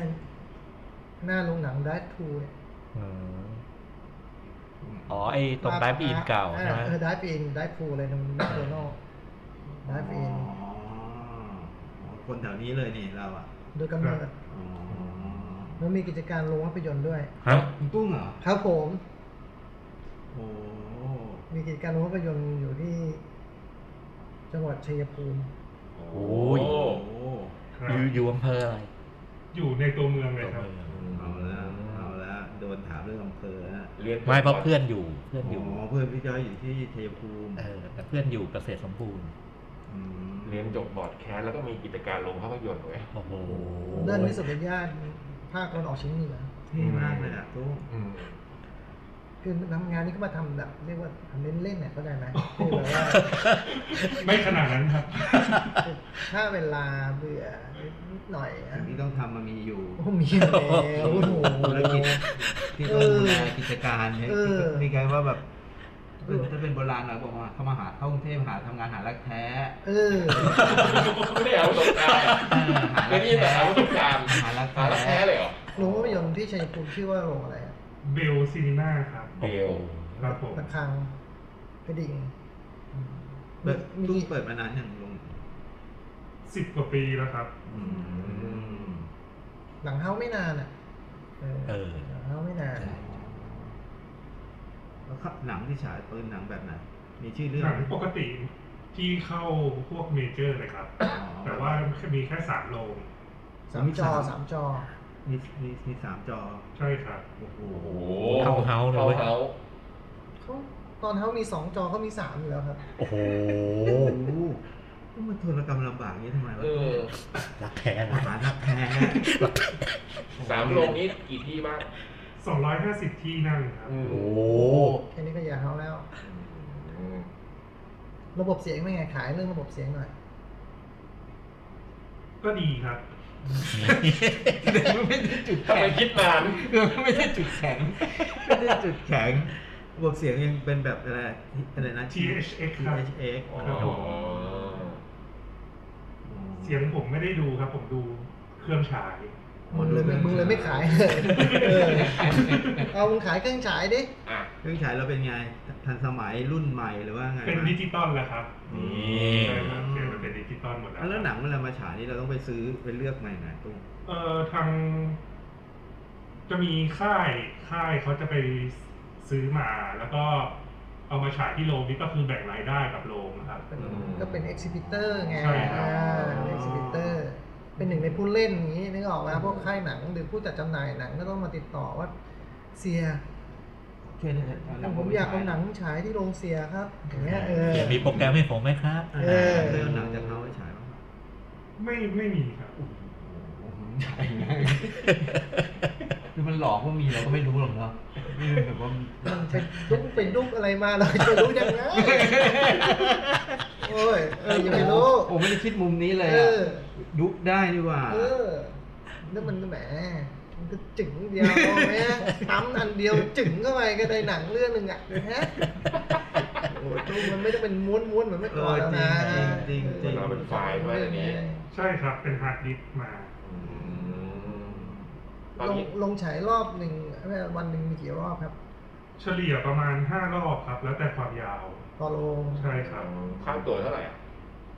S5: หน้าโรงหนังดัตทูเนี่ย
S4: อืมอ๋อ ไอ้ตรงไดฟ์อินเก่าใช่ไหม
S5: เออไดฟ์อินไดฟ์ฟูลเลยตรงแมคโดนัลไดฟ์อิน
S6: อ๋ออ๋อคนแถวนี้เลยนี่เราอ่ะ
S5: โดยกำเนิด
S6: อ๋อ
S5: แล้วมีกิจการโรงภาพยนตร์ด้วย
S4: ฮะ
S6: คุณตุ้งเหรอ
S5: ครับผม
S6: โอ้
S5: มีกิจการโรงภาพยนตร์อยู่ที่ จังหวัดชัยภูมิ
S4: โอ้ย
S6: โอ้
S2: ครับ
S4: อยู่อยู่อำเภออะไร
S2: อยู่ในตัวเมืองเลยครับ
S6: เอาละเอาละโดนถามเรื่องอำเภอฮะ
S3: เรียน
S4: ไม่เพราะเพื่อนอยู่ เพื่อนอยู่
S6: อ๋อเพื่อนพี่จ้อยอยู่ที่เทยภูมิ
S4: เออ แต่เพื่อนอยู่เกษตรสมบูรณ์
S6: ม
S3: เรียนจบบอร์ดแคสต์แล้วก็มีกิจการลงภาพยนตร์ไว้ย
S4: โอ้โห
S5: เดินที่สุดในย่านภาคตะวันออกเฉียงเหนือ
S6: เท่มากเลยอ่ะตุ้ม
S3: อืม
S5: คือทำงานนี้ก็มาทำแบบ เรียกว่าทำเล่นๆเนี่ยก็ได้ไหมคือแบบว่า
S2: ไม่ขนาดนั้นครับ
S5: ถ้าเวลาเบื่อนิดหน่อยอะ
S6: สิ่งที่ต้องทำมันมีอยู่
S5: โอ้มีแล้วโอ้โห
S6: ธุรกิจที่ต้องดูแลกิจการเนี่ย
S5: เออ
S6: นี่ไงว่าแบบเป็นถ้าเป็นโบราณหน่อยบอกว่าเขามาหาเข้ากรุงเทพหาทำงานหารักแท้
S5: เอ
S4: [laughs]
S5: อ
S3: ไม่ได้เอาประสบการณ์
S6: เออหา
S3: ไม่
S6: รัก
S3: ได้
S6: แท้
S3: แต่เอาประสบการณ์
S6: หารัก
S3: หารัก
S6: แท้
S3: แท้เลยเหรอ
S5: โรงภาพยนตร์ที่ชัยภูมิชื่อว่าโรงอะไรอะ
S2: เบลซีนีมาครับ
S3: เดียว
S2: ครับผม
S5: ระฆังกระดิ่ง
S6: เปิด
S5: มี
S6: ตู้เปิดมานานอย่างลง
S2: สิบกว่าปีแล้วครับ
S5: หลังเฮ้าไม่นานอ่ะ
S4: เออ
S5: หลังเฮ้าไม่นาน
S6: แล้วครับหนังที่ฉายปืนหนังแบบไหนมีชื่อเรื่อง
S2: หนัง
S6: ไหม
S2: ปกติที่เข้าพวกเมเจอร์เลยครับ
S6: อ๋อ
S2: แต่ว่ามีแค่สามโรง
S5: สามจอสามจอ
S6: มีมีมีสามจอ
S2: ใช่ครับ
S6: โอ้โห
S3: โอ้โห
S4: เข้าเฮ้าเลย
S3: เข้า
S4: เว้ย
S3: เฮา
S5: เขาตอนเฮ้ามีสองจอเขามีสามอยู่แล้วครับ
S4: โอ้โห
S6: ต้องมาทรกรรมลำบากอย่างนี้ทำไมวะ
S3: เออ
S4: รักแท้
S6: มา
S4: นะ
S6: หารักแท้ [laughs]
S3: สามโรงนี้กี่ที่บ้าง
S2: สองร้อยห้าสิบที่นั่งครับ
S3: อืม
S4: โอ้โห
S5: แค่นี้ก็อย่าเฮ้าแล้ว ระบบเสียงเป็นไงขายเรื่องระบบเสียงหน่อย
S2: ก็ดีครับ
S6: มันไม่ใช่จุด
S3: ทำ
S6: แข็
S3: ไม
S6: ง
S3: คิดนาน
S6: มันไม่ใช่จุดแข็งไม่ใช่จุดแข็งบวกเสียงยังเป็นแบบอะไรอะไรนะ
S2: THX ครับ
S6: THX
S3: อ๋อ
S2: เสียงผมไม่ได้ดูครับ ผมดูเครื่องฉาย
S5: มึงเลยมึงเลยไม่ขายเออเอามึงขายเครื่องฉายดิ
S3: อ่ะ
S6: เครื่องฉายเราเป็นไง ทันสมัยรุ่นใหม่หรือว่าไง
S2: เป็นดิจิตอลแล้วครับ
S4: นี่
S2: ใช่ครับเสียงมันเป็นดิจิตอลหมดแล้ว
S6: อ่ะแล้วหนังเวลามาฉายนี่เราต้องไปซื้อไปเลือกใหม่ไหนตุ้ม
S2: เอ่อทาง จะมีค่ายค่ายเขาจะไปซื้อมาแล้วก็เอามาฉายที่โรงนี่ก็คือแบ่งรายได้กับโรงนะครับ
S5: ก็เป็นเอ็กซิบิเตอร์ไง
S2: ใช่ครับ
S5: เอ็กซิบิเตอร์ เป็นหนึ่งในผู้เล่นอย่างนี้นึกออกไหมพวกค่ายหนังหรือผู้จัดจำหน่ายหนังก็ต้องมาติดต่อว่าเสีย
S6: ช่วยหน่อยเาหนัง
S5: ผมอยากเอาหนังฉายที่โรงเสียครับอย่างเงี้ยเออ
S4: เดี๋ยวมีโปรแกรมให้ผมไหมครับ
S6: เอ
S5: เออ
S6: อเรื่องหนังจากเขาไปฉายบ้างไหม
S2: ไม่ไม่มีครับ
S6: โอ้โหฉายไง [laughs] คือมันหลอกว่ามีเราก็ไม่รู้หรอกเนาะนี่มันแบบว่ามัน
S5: มันเป็นดุ๊กเป็นดุ๊กอะไรมาเราจะรู้ยังไงโอ้ยเอออย่าไปรู้
S6: ผมไม่ได้คิดมุมนี้เลย
S5: เอ
S6: อะ
S5: อ
S6: ยุบได้นี่หว่า
S5: เออแล้วมันแหมมันก็จึ๋งเดียวแม่ปั๊มอันเดียวจึ๋งเข้าไปก็ได้หนังเรื่องหนึ่งอ่ะนะฮะโอ้จูมันไม่ได้เป็นม้วนม้วนๆเหมือนเมื่อก่อนแล้วนะ
S6: เออจริงๆจริงๆ
S3: เราเป็นฝ่ายด้วยอันนี้
S2: ใช่ครับ เป็นฮาร์ดดิสก์มา
S3: ตอน
S5: ลง
S3: นี้
S5: ลงฉายรอบหนึ่งวันหนึ่งมีกี่รอบครับ
S2: เฉลี่ยประมาณ 5 รอบครับ แล้วแต่ความยาว
S5: ต่อโลง
S2: ใช่ครับ
S3: ค่าตั๋วเท่าไหร่อ่ะ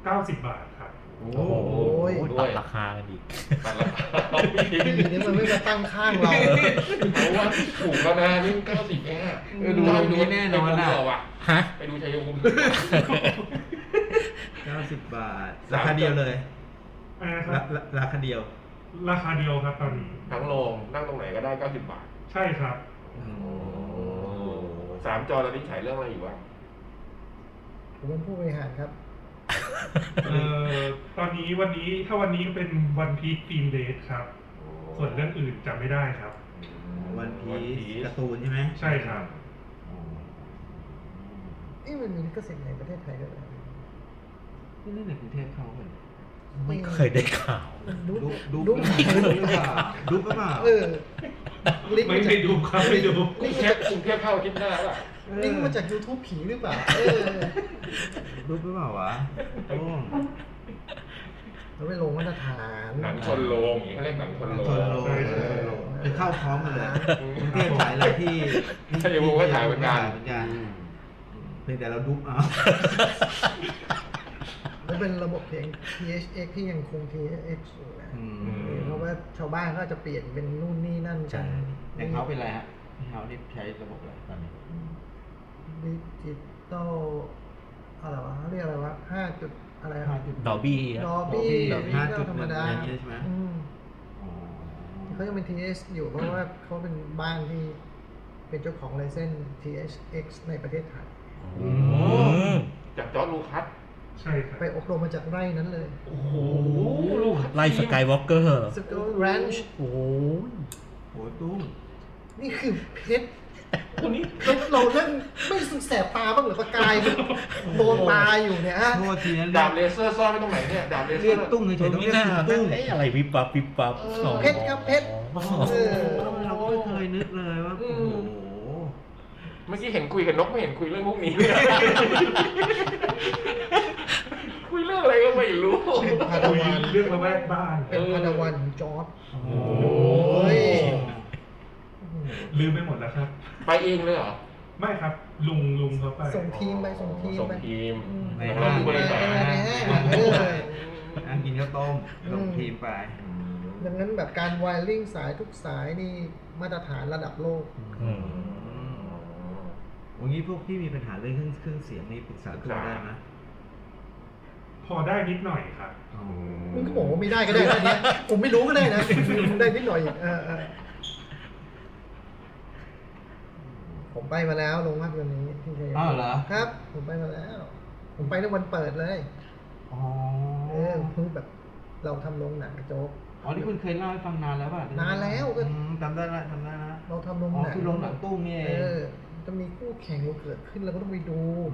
S2: 90 บาทครับ
S6: โอ้
S4: โอ้โห
S6: โห
S5: ย
S4: ตัดราคากัน [laughs] อีก
S3: ตัดราคา
S5: ที่อยู่เนี่ยมันไม่มาตั้งข้างเรา
S3: เพราะว่าถูกแล้วนะนี่เก้าสิบเองอะ
S6: เออดู
S3: เรา
S6: ตรงนี้แน่นอน
S3: ไปดู
S6: อ่ะ
S3: เราอ่ะ
S4: ฮะ
S3: ไปดูชัยภูมิ
S6: 90 บาท
S3: สาร
S6: าม คาเดียวเลย
S2: อะไรนะค
S6: รา
S2: รับ
S6: ราราคาเดียว
S2: ราคาเดียวครับตอนนี้
S3: ทั้งโรงนั่งตรงไหนก็ได้เก้าสิบบาท
S2: ใช่ครับ
S3: สามจอตอนนี้ฉายเรื่องอะไรอยู่วะ
S5: ผมเป็นผู้บริหารครับ
S2: เอ่อ ตอนนี้วันนี้ถ้าวันนี้เป็นวันพีซฟิล์มเดทครับ ส่วนเรื่องอื่นจำไม่ได้ครับ
S6: วันพี
S3: วัน
S6: ซ
S3: พี
S6: กา
S3: ซ
S6: ร์ตูนใช่ไหม
S2: ใช่ครับ
S6: อ๋อ
S5: นี่มันมีลิขสิทธิ์ในประเทศไทยด้วยเหรอ
S6: นี่เล่นในกรุงเทพเข้ากัน
S4: ไม่เคยได้ข่าว
S5: ดุ๊ก
S6: ดุ๊บดุ๊บ
S5: ดุ๊ก
S6: ดุ๊บหรือเปล่าดุ๊บหรือเปล่า
S5: เออลิงก์
S2: ไม่
S5: มาจาก
S2: ไม่ดูครับไม่ดู
S3: กรุงเทพกรุงเทพเข้าอาทิตย์หน้าป่ะ
S5: ลิงก์มาจาก YouTube ผีหรือเปล่า เออ
S6: ดุ๊บหรือเปล่าวะโอ้
S5: มันไม่ลงมาตรฐาน
S3: หนังชนโรงอย่างเงี้ยเขาเรียกหนังชนโรง
S6: ชนโล
S2: ใช่ใช่
S6: ไปเข้าพร้อมกันเลยกรุงเทพถ่ายอะไรที่ที่
S3: ชัยภูมิก็ถ่ายเหมือนกัน
S6: ถ่ายเหมือนกัน เพียงแต่เราดุ๊บเอา
S5: มันเป็นระบบเพลง THX ที่ยังคง THX อยู่นะ
S6: อืม
S5: เออเพราะว่าชาวบ้านก็จะเปลี่ยนเป็นนู่นนี่นั่น
S6: ใช่
S5: กัน
S6: อย่างเขาเป็นอะไรฮะเขานี่ใช้ระบบอะไรตอนนี้
S5: ดิจิตอลอะไรวะเขาเรียกอะไรวะห้าจุดอะไร
S6: ห้าจุด
S4: ดอบี้
S5: ดอบี้ดอบี้
S6: ห้า
S5: ก็
S6: จุด
S5: ธร
S6: ห
S5: รม
S6: นึ่ง
S5: ดา
S6: อย่างนี้ใช่ไหม
S5: อืม
S6: อ๋อ
S5: เขายังเป็น TH อยู่เพราะว่าเขาเป็นบ้านที่เป็นเจ้าของไลเซนส์ THX ในประเทศไทย
S3: จากจอร์จลูคัส
S2: ใช่ครับ
S5: ไปอบรมมาจากไร่นั้นเลย
S3: โอ้โหลูคัส
S4: ไล่สกายวอล์กเกอร์
S5: สกูแรนช์
S4: โอ้ย
S6: โอ้ยตุ้ม
S5: นี่คือเพชร
S3: คนนี้
S5: แล้วเราเล่นไม่รู้สึกแสบตาบ้างเหรือประกายมันโดนตาอยู่เนี่ยฮะ
S6: โทษทีนะ
S3: ดาบเลเซอร์ซ่อนไว้ตรงไหนเนี่ย ดาบเลเซ
S6: เรี
S3: อย
S6: ก
S3: ร์
S6: ตุ้งเฉยๆต้อง
S4: ไม่
S6: เรียก
S4: น่า
S6: ตุ้ง
S4: ไอ้อะไรวิบวับวิบวับสอง
S5: เพชรครับเพชร
S4: อ๋อ
S5: เออ
S6: เราไม่เคยนึกเลยว่าโอ้โห
S3: เมื่อกี้เห็นคุยกับนกไม่เห็นคุยเรื่องพวกนี้ คุยเรื่องอะไรก็ไม่รู้
S5: เป็นพาดา
S2: คุย
S5: วัน
S2: เรื่องละแวกบ้าน
S5: เป็นพาดาวันของจอร์ด
S6: โอ้โห
S5: โอ้ย
S2: ลืมไปหมดแล้วครับ
S3: ไปเองเลยเหรอ
S2: ไม่ครับ ลุงลุงเขาไป
S5: ส่งทีมไปส่งทีม
S3: ส่ง
S5: ไป
S3: ทีม
S5: อืม
S6: ใน
S5: เออ
S6: ห้าง
S5: เออเออในห้างเออ
S6: นั่งกินข้าวต้มลงทีมไป
S5: ดังนั้นแบบการไวริงสายทุกสายนี่มาตรฐานระดับโลก
S4: อืม
S6: วันนี้พวกพี่มีปัญหาเรื่องเครื่องเครื่องเสียงนี่ปรึกษาตัวได้ไหม
S2: พอได้นิดหน่อยครับ
S5: มึงก็บอกว่าไม่ได้ก็ได้นะ [laughs] เนี่ยผมไม่รู้ก็ได้นะ [laughs] ผมได้นิดหน่อยเออเออผมไปมาแล้วลงภาพยนตร์นี้ที่ชัยภูมิ
S6: อ้าวเหรอ
S5: ครับ ผมไปมาแล้ว ผมไปในวันเปิดเลย
S6: อ๋อ
S5: เออคือแบบ เราทำโรงหนังกระโจก
S6: อ๋อที่คุณเคยเล่าให้ฟังนานแล้วป่ะ
S5: นานแล้วก็
S6: อืมจำได้ละจำได้ละ
S5: เราทำโร
S6: อ๋
S5: ง
S6: อ
S5: หนัง
S6: ที่โรงหนังตุ้งนี่เอง
S5: เออจะมีคู่แข่งเราเกิดขึ้นเราก็ต้องไปดู
S6: ม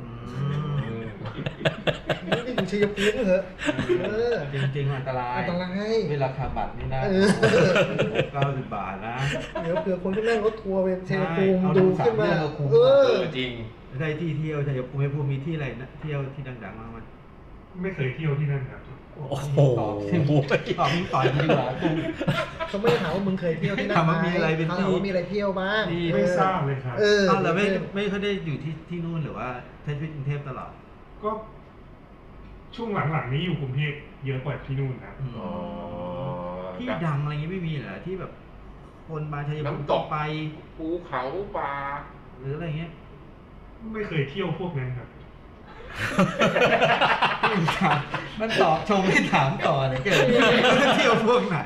S5: ไม่ได้ดู ชัยภูมิเหอะเออ
S6: จริงๆอันตราย
S5: อันตราย
S6: เวลาขับบัตรนี่นะ
S5: เออ
S6: เก้าสิบบาทนะ
S5: เดี๋ยวเผื่อคนที่นั่งรถทัวร์ไปชัย
S6: ใช่
S5: ภูมิ
S6: เอาดู
S5: ดู
S6: สา
S5: ขึ้
S6: ม
S5: น
S6: เรื่อง
S5: มา
S6: เราคุ้ม
S5: เอ
S3: เอ
S5: อ
S3: อจริง
S6: ได้ที่เที่ยวชัยภูมิภูมิมีที่อะไรนะเที่ยวที่ดังๆมากมั้ย
S2: ไม่เคยเที่ยวที่นั่นครับ
S4: โอ้โห
S6: ตอบสิตอบมึงต่อยมึงดีกว่า
S5: เขาไม่ได้ถามว่ามึงเคยเที่ยวที่นั่น
S6: ถามว่ามีอะไรเป็น
S5: เขา
S6: ที่
S5: ถามว่ามีอะไรเที่ยวบ้าง
S6: ที่
S2: ไม่ทราบเลยครับ
S5: เออ
S6: ตอนเราไม่ไม่ค่อยได้อยู่ที่ที่นู่นหรือว่าใช้ชีวิตกรุงเทพตลอด
S2: ก็ช่วงหลังๆนี้อยู่กรุงเทพเยอะกว่าที่นู่นครับ
S3: อ๋อ
S6: ที่ดังอะไรเงงี้ยไม่มีเหรอที่แบบ คนมาชัยภูมิ
S3: น้ำตก
S6: ไป
S3: ภูเขาป่า
S6: หรืออะไรเงี้ย
S2: ไม่เคยเที่ยวพวกนั้นครับ
S6: มันตอบชงให้ถามต่อเหล [laughs] ยเกินเที่ยวพวกไหน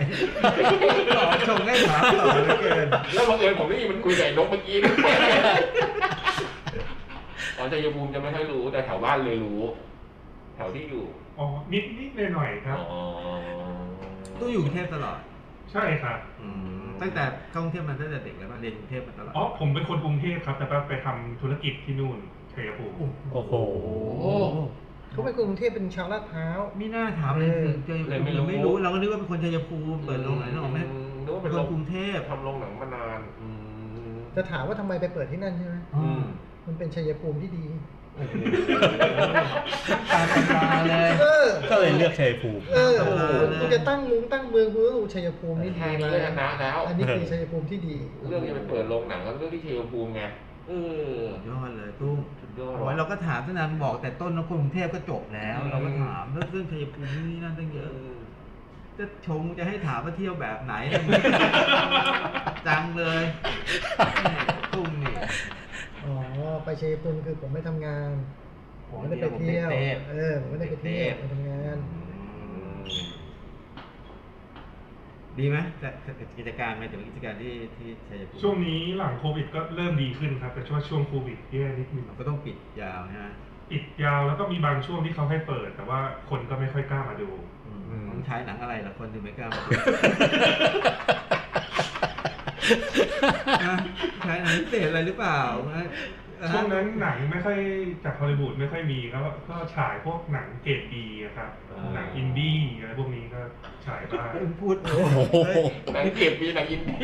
S6: ตอบชงให้ถามต่อเหลยเกิน
S3: แล้วบังเอิญผมได้ยินมันคุยกับไอ้นกเมื่อ [laughs] กี้ด้วยอ๋อชัยภูมิจะไม่ค่อยรู้แต่แถวบ้านเลยรู้ แถวที่อยู่
S2: อ๋อ นิดนิดหน่อยๆครับ
S3: อ๋อ
S6: ต้องอยู่กรุงเทพตลอด
S2: ใช่ครับ
S6: ตั้งแต่เข้ากรุงเทพมาตั้งแต่เด็กแล้วมาเรียนกรุงเทพมาตลอด
S2: อ๋อ ผมเป็นคนกรุงเทพครับ แต่ว่าไปทำธุรกิจที่นู่นชัยภูมิ
S4: โอ้โห
S5: เขาไปกรุงเทพเป็นชาวลาดพร้าว
S6: ไม่น่าถามเลยคือเจอ
S3: เลย
S6: ไม่
S3: ไม่
S6: รู้ไม่
S3: รู้
S6: รู้ เราก็นึกว่าเป็นคนชัยภูมิเปิดโรงไหนนึกออกไหม
S3: นึกว่า
S6: เป็ค
S3: เป็น นโร
S6: น
S3: ง
S6: กรุงเทพ
S3: ทำโรงหนังมานานอืม
S5: จะถามว่าทำไมไปเปิดที่นั่นใช่ไหม
S3: อืม
S5: มันเป็นชัยภูมิที่ดี
S6: โอ้โหตามตาเลย
S5: เออ
S4: ก็เลยเลือกชัยภูมิ
S5: เออ
S6: เออ
S5: คุณจะตั้งมุงตั้งเมืองคุณก็ดูชัยภูมิที่ดี
S3: ทางนี้ก็ชนะแล้ว
S5: อันนี้คือชัยภูมิที่ดี
S3: เรื่องจะไปเปิดโรงหนังก็เรื่องที่ชัยภูมิไงเออ
S6: สุดยอดเลยตุ้ม
S3: สุดยอด
S6: โอ้ยเราก็ถามตั้งนานบอกแต่ต้นนะคนกรุงเทพก็จบแล้ว เราก็ถามเรื่องเรื่องชัยภูมินี่นั่นตั้งเยอะ จะชงจะให้ถามว่าเที่ยวแบบไหน จังเลยตุ้มนี่
S5: อ๋อไปชัยภูมิคือผมไม่ทำงาน ผมไม่ได้ไป
S6: ผมเที่
S5: เที่
S6: ย
S5: ยวว
S6: ผมเด็กเทพ
S5: เออผมไม่ได้ไปเที่ยวไปทำงาน
S6: ดีไหมแต่แต่กิจการไหมเดี๋ยวกิจการที่ที่ชัยภูมิ
S2: ช่วงนี้หลังโควิดก็เริ่มดีขึ้นครับ แต่ช่วงช่วงโควิดแย่นิดนึง
S6: เราก็ต้องปิดยาวนะฮะ
S2: ปิดยาวแล้วก็มีบางช่วงที่เขาให้เปิด แต่ว่าคนก็ไม่ค่อยกล้ามาดู
S6: อืมต้องใช้หนังอะไรล่ะคนถึงไม่กล้ามาดู นะ [laughs] ใช้หนังพิเศษอะไรหรือเปล่านะนะ
S2: ช่วงนั้นหนังไม่ค่อยจากฮอลลีวูดไม่ค่อยมีครับก็ฉายพวกหนังเกรดดีอะครับ
S3: อ่า
S2: หนังอินดี้อะไรพวกนี้ก็ฉายบ้าง
S6: พูด
S4: โอ้โห
S6: เฮ้ย
S3: หนังเก็บมีหนังอินดี้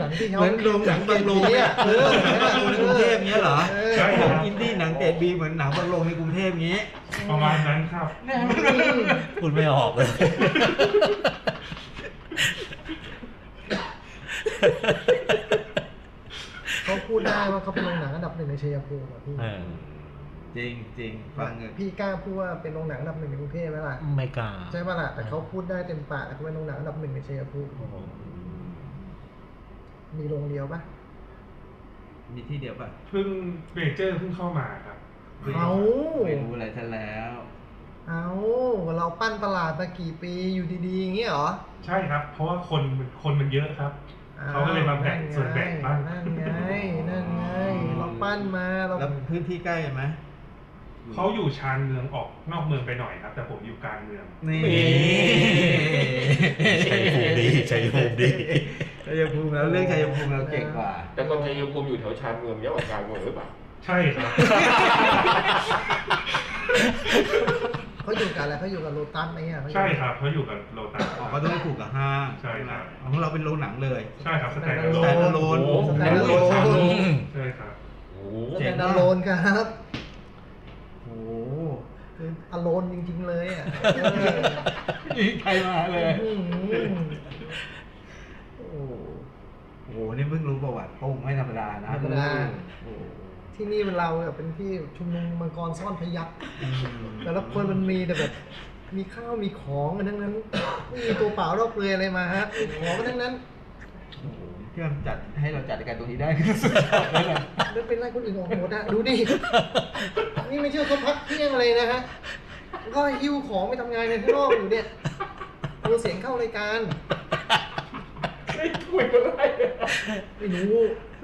S5: หลังที่เขา
S6: เหมือนโรงหนังบางโรงเนี่ย
S5: เอ
S6: เอ
S5: อ
S6: อหนังบางโรงในกรุงเทพเนี้ยเหรอ
S5: เออ
S2: ใช่
S6: ห
S2: ค
S6: นั
S2: รั
S6: ง
S2: บ
S6: อินดี้หนังเกรดบีเหมือนหนังบางโรงในกรุงเทพเงี้ย
S2: ประมาณนั้นครับ
S4: พูดไม่ออกเลย
S5: เขาพูดได้ว่าเขาเป็นโรงหนังอันดับหนึ่งในชัยภูมิอะพี่
S4: เออ
S6: จริงจริงๆฟังเงิน
S5: พี่กล้าพูดว่าเป็นโรงหนังอันดับหนึ่งในกรุงเทพไหมล่ะ
S4: ไม่กล้า
S5: ใช่ป่ะล่ะ แต่เขาพูดได้เต็มปากเขาเป็นโรงหนังอันดับหนึ่งในชัยภูมิ
S4: โอ้โห
S5: มีโรงเดียวปะ
S6: มีที่เดียวป่ะ
S2: เพิ่งเมเจอร์เพิ่งเข้ามาครับ
S5: เอา
S6: ไม่รู้อะไรซะแล้ว
S5: เอาเราปั้นตลาดมากี่ปีอยู่ดีๆอย่างเงี้ยเหรอ
S2: ใช่ครับ เพราะว่าคนมันคนมันเยอะครับ
S5: อ้
S2: เขาก็เลยมาแบ่งส่วนแบ่งบ้าง
S5: นั่นไงนั่นไง เราปั้นมาเรา
S6: แล้วพื้นที่ใกล้ไหม
S2: เขาอยู่ชานเมืองออกนอกเมืองไปหน่อยครับ แต่ผมอยู่กลางเมือง
S6: นี่
S4: ชัยภูมิดีชัย
S2: [laughs]
S4: ภูมิดี
S6: ชัยภูมิแล้วเรื่องชัยภูมิเราเก่งกว่า
S3: แต่คนชัยภูมิอยู่แถวชานเมืองเยอะกว่ากลางเมืองหรือเปล่า
S2: ใช่ครับ
S5: เขาอยู่กันอะไรเขาอยู่กับโลตัสอะไรเงี้ยเขาอยู่
S2: ใช่ครับเขาอยู่กับโลตัส
S6: ออกก็ต้องถูกกับห้าง
S2: ใช่ครับ
S6: ของเราเป็นโรงหนังเลย
S2: ใช่ครับสแตนด์อะ
S6: ส
S2: โล
S6: แตนด์อะ
S2: น
S6: โลน
S3: โอ้โห
S5: สแตนดาโลนสแตนดาโลน
S2: ใช่ค
S3: โอ้โห
S5: สแตนดาโลนค
S2: รับ
S5: รับ
S6: โอ้โห
S5: คืออโลนจริงๆเลย
S2: [laughs]
S5: อ่ะเออ
S6: นี่ใครมาเลย
S5: อื้อหือ
S6: โอ้โห นี่เพิ่งรู้ประวัติโป้งไม่ธรรมดานะ
S5: ธรรมดา
S6: โอ้โห
S5: ที่นี่เป็นเราแบบเป็นที่ชุมนุมมังกรซ่อนพยักษ์
S6: อืม
S5: แต่ละคนมันมีแต่แบบ มีข้าวมีของกันทั้งนั้นไม่มีตัวเปล่าเราเปลือยอะไรมาฮะมีของกันทั้งนั้น
S6: โอ้โหที่มันจัดให้เราจัดรายการตรงนี้ได้คือสุดยอดแล้วแหละ
S5: แล้วเป็นไรคนอื่นออกหมดอะดูดินี่ไม่เชื่อเขาพักเที่ยงอะไรนะฮะก็หิ้วของไปทำงานในข้างนอกอยู่เนี่ยตัวเสียงเข้ารายการ
S3: ไม่คุยกันเลย
S5: ไม่รู้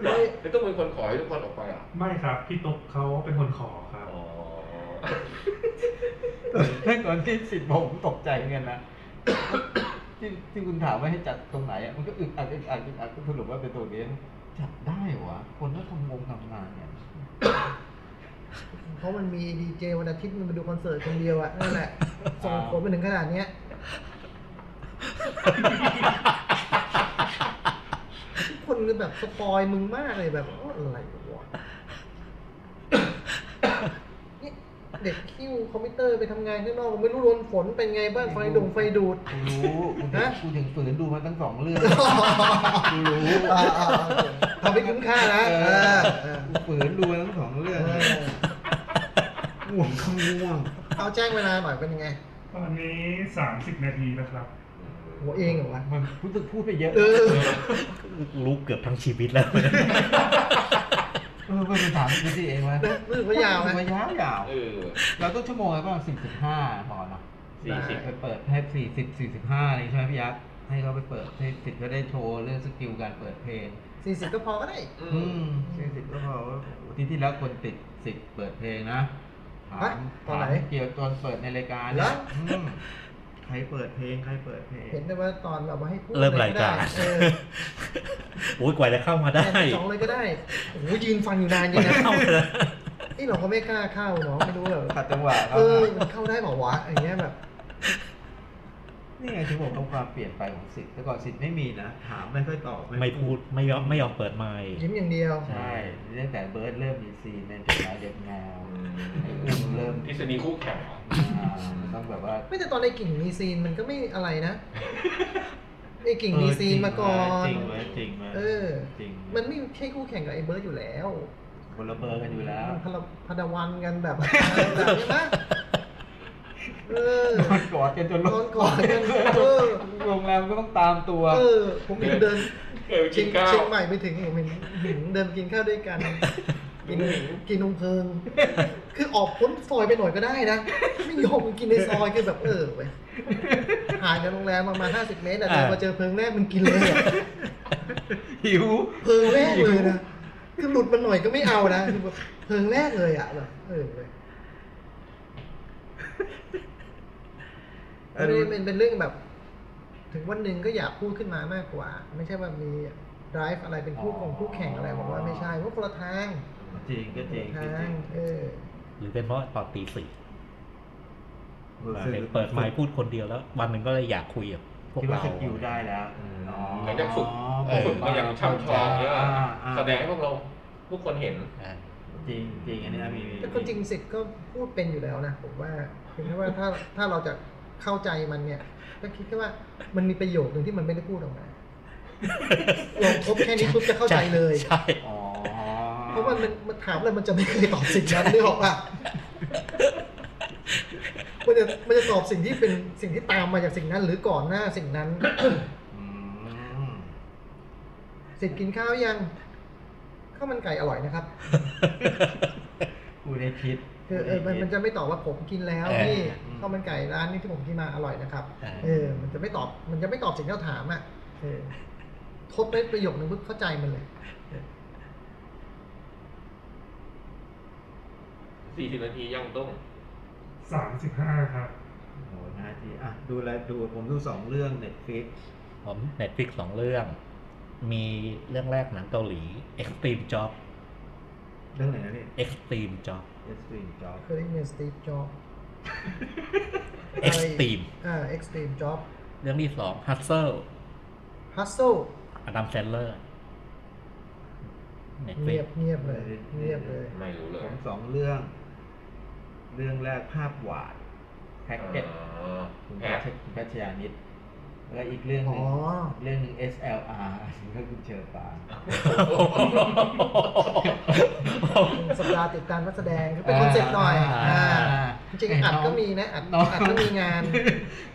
S5: ไม่
S3: ไม่ต้องเป็นคนขอให้ทุกคนออกไปอ่ะ
S2: ไม่ครับพี่ตุ๊กเขาเป็นคนขอครับ
S3: อ๋อ
S6: แต่ก่อนที่สิทธิ์บอกผมตกใจเหมือนกันนะที่ที่คุณถามว่าให้จัดตรงไหนอ่ะมันก็อึดอัดอึดอัดอึดอัดก็สรุปว่าเป็นตัวนี้จัดได้วะคนก็ทำวงทำงานเนี่ย
S5: เพราะมันมีดีเจวันอาทิตย์มันมาดูคอนเสิร์ตคนเดียวอะนั่น
S4: [laughs]
S5: แหละส่งผลมาถึงขนาดเนี้ย คนคือแบบสปอยมึงมากเลยแบบโอ้อะไรวะนี่เด็กคิวคอมพิวเตอร์ไปทำงานข้างนอกไม่รู้โดนฝนเป็นไงบ้างไฟดงไฟดูด
S6: กูรู้กูถึง
S5: ฮะ
S6: กูถึงฝืนดูมันตั้งสองเรื่องกูรู้
S5: อ่าอ่าอ่าทำให้คุ้มค่านะ
S6: เอ
S5: เอ
S6: อ
S5: อ
S6: เอ
S5: เอ
S6: อ
S5: อ
S6: กูฝืนดูมันทั้งสองเรื่อง
S5: เออ
S6: ง่วงก็ง่วง
S5: เอาแจ้งเวลาหน่อยเป็นยังไง
S2: ตอนนี้สามสิบนาทีนะครับ
S5: หัวเองเหรอวะ
S6: มันรู้สึกพูดไปเยอะ
S5: เออ
S4: รู้เกือบทั้งชีวิตแล้ว
S6: เออมันเป็นถามกูสิเองวะ
S5: รู้สึกว่ายาวไหม
S6: รู้สึกยาวยาว
S3: เออ
S6: เราต้องชั่วโมงอะไรบ้างสิบสิบห้าพอเนาะ
S3: สี่สิบ
S6: ไปเปิดให้สี่สิบสี่สิบห้าอะไรใช่ไหมพี่ยักษ์ให้เขาไปเปิดให้สิทธิ์ก็ได้โชว์เรื่องสกิลการเปิดเพลง
S5: สี่สิบก็พอก็ได้
S3: อื
S6: อื
S3: ม
S6: มสี่สิบก็พอว่าโอ้โหที่ที่แล้วคนติดสิบเปิดเพลงนะถา
S5: ฮะ
S6: ม
S5: ตอนไหน
S6: ถามเกี่ยวตอนเปิดในรายการ
S5: เหร
S6: นะ
S5: อ
S6: อืมใครเปิดเพลงใครเปิดเพลง
S5: เห็นได้ว่าตอนแบบว่าให้พูด
S4: เริ่มรายการ
S5: เลยก็ได้เออ
S4: โอ้ยกว่าจะเข้ามาได้
S5: แทนที่สองเลยก็ได้โอ้โหยืนฟังอยู่นานจ
S4: ก
S5: ริ
S4: ว่าง
S5: นะ
S4: จะเข้ามาได้
S5: นี่เราก็ไม่กล้าเข้าเนาะไม่รู้แบบ
S6: ขัดจังหวะครั
S5: เอบ อมันเข้าได้เปล่าวะอย่างเงี้ยแบบ
S6: นี่ไงที่ผมต้องความเปลี่ยนไปของสิทธิ์แต่ก่อนสิทธิ์ไม่มีนะถามไม่ค่อยตอบ
S4: ไม่พูดไม่ยอมไม่ยอมเปิดไมค์
S5: ยิ้มอย่างเดียว
S6: ใช่ตั้งแต่เบิร์ดเริ่มมีซีนเป็นจดหมายเด็กแนวไอ้อุ้มเริ่ม
S3: ทฤษฎีคู่แข่งเหรอ
S6: อ่าต้องแบบว่า
S5: ไม่แต่ตอนในกิ่งมีซีนมันก็ไม่อะไรนะไอ้กิ่งมีซีนมาก่อน
S6: จริงเว้ยจริงเว้ย
S5: เออ
S6: จริง
S5: มันไม่ใช่คู่แข่งกับไอ้เบิร์ดอยู่แล้ว
S6: คนละเบอร์กันอยู่แล้ว
S5: มันพลพดวันกันแบบ [laughs] แบบนี้ปะเออ
S6: นอนกอดกันจน
S5: นอนกอดกันเออ
S6: โรงแรมก็ต้องตามตัว
S5: เออ ผมเห็นเดิน
S3: เคยไป
S5: เชี
S3: กิ
S5: ย
S3: น
S5: ง
S3: ข้าว
S5: เชียงใหม่ไปถึงผมเห็นหิงเดินกินข้าวด้วยกัน กินกินนมเพลิง คือออกพ้นซอยไปหน่อยก็ได้นะ ไม่ยอมกินในซอยคือแบบเออเว้ยห่างจากโรงแรมประมาณ50 เมตรอะเดินมาเจอเพลิงแรกมันกินเลยอะ
S6: หิว
S5: เพลิงแรกเลยนะคือหลุดมาหน่อยก็ไม่เอานะคือแบบเพลิงแรกเลยอะแบบเออเว้ย
S6: เออ
S5: มันเป็นเป็นเรื่องแบบ ถึงวันหนึ่งก็อยากพูดขึ้นมามากกว่า ไม่ใช่ว่ามี drive อะไรเป็นคู่ของคู่แข่งอะไรผมว่าไม่ใช่เพราะคนละทาง
S6: จริงก็จริงก็จ
S5: ทา
S6: ริ
S5: ง
S6: ง
S5: เออ
S4: หรือเป็นเพราะตอนตีสี่เปิดไมค์พูดคนเดียวแล้ว วันหนึ่งก็เลยอยากคุยกับพวก
S6: คิดว่า
S4: เรา
S6: สกิลได้แล้วอ๋อ
S3: หลังจากฝึก
S4: เออ
S3: ฝึกมาอย่างช่ำชองเยอะ
S6: าอ่า
S3: แสดงให้พวกเราทุกคนเห็น
S4: อ่า
S6: จริงจริงอันนี้นะมีมี
S5: แต่คนจริงสิทธิ์ก็พูดเป็นอยู่แล้วนะผมว่าเพียงแค่ว่าถ้าถ้าเราจะเข้าใจมันเนี่ยก็คิดแค่ว่ามันมีประโยคหนึ่งที่มันไม่ได้พูดออกมาลองทบแค่นี้ปุ๊บจะเข้าใจเลย
S4: ใช่
S6: อ๋อ
S5: เพราะว่ามันมันถามอะไรมันจะไม่เคยตอบสิ่งนั้นได้หรอกอ่ะมันจะมันจะตอบสิ่งที่เป็นสิ่งที่ตามมาจากสิ่งนั้น หรือก่อนหน้าสิ่งนั้น
S6: อืม
S5: สิทธิ์กินข้าวยังข้าวมันไก่อร่อยนะครับ
S6: กูได้คิด
S5: คือเออมันมันจะไม่ตอบว่าผมกินแล้วพี่ข้าวมันไก่ร้านนี้ที่ผมกินมาอร่อยนะครับ
S4: อ่า
S5: เออ มันจะไม่ตอบ มันจะไม่ตอบสิ่งที่เราถามอ่ะ เออ ทบไปประโยคนึงปุ๊บเข้าใจมันเลย
S3: 40 นาทียังต้อง
S2: สามสิบห้าครับ
S6: โอ้โหนะทีอ่ะดูแลดูผมดูสองเรื่องเน็ตฟิก
S4: ผมเน็ตฟิกสองเรื่อง มีเรื่องแรกหนังเกาหลี Extreme Job
S6: เรื่องไหนนะพี่
S4: Extreme Job
S6: Extreme Job
S5: เคยได้ยินสตีฟจ็อบ [laughs]
S4: Extreme
S5: อ่าเอ็กซ์ตรีมจ็อบ
S4: เรื่องที่สอง Hustle
S5: ฮัสโซ
S4: อดัมแซนเลอร์เน็ตฟิ
S5: เงีย
S4: ก
S5: บเงียบเลย เงียบเลย
S3: ไม่รู้เลย
S6: ผมสองเรื่อง เรื่องแรกภาพหวาดแพ็กเก็ต
S3: อ๋อ
S6: คุณ
S3: แอ
S6: พัช
S3: บ
S6: คุณพัชยานิดแล้วอีกเรื่องหนึง
S5: อ๋อ
S6: เรื่องหนึง SLR ก็คุณเชอปาง
S5: [laughs] สัปดาห์ติดตามนักแสดงก็เป็นคอนเซ็ปต์หน่อย อ่า จริงๆอัดก็มีนะ อัด
S6: น้ง
S5: อัดก็มีงาน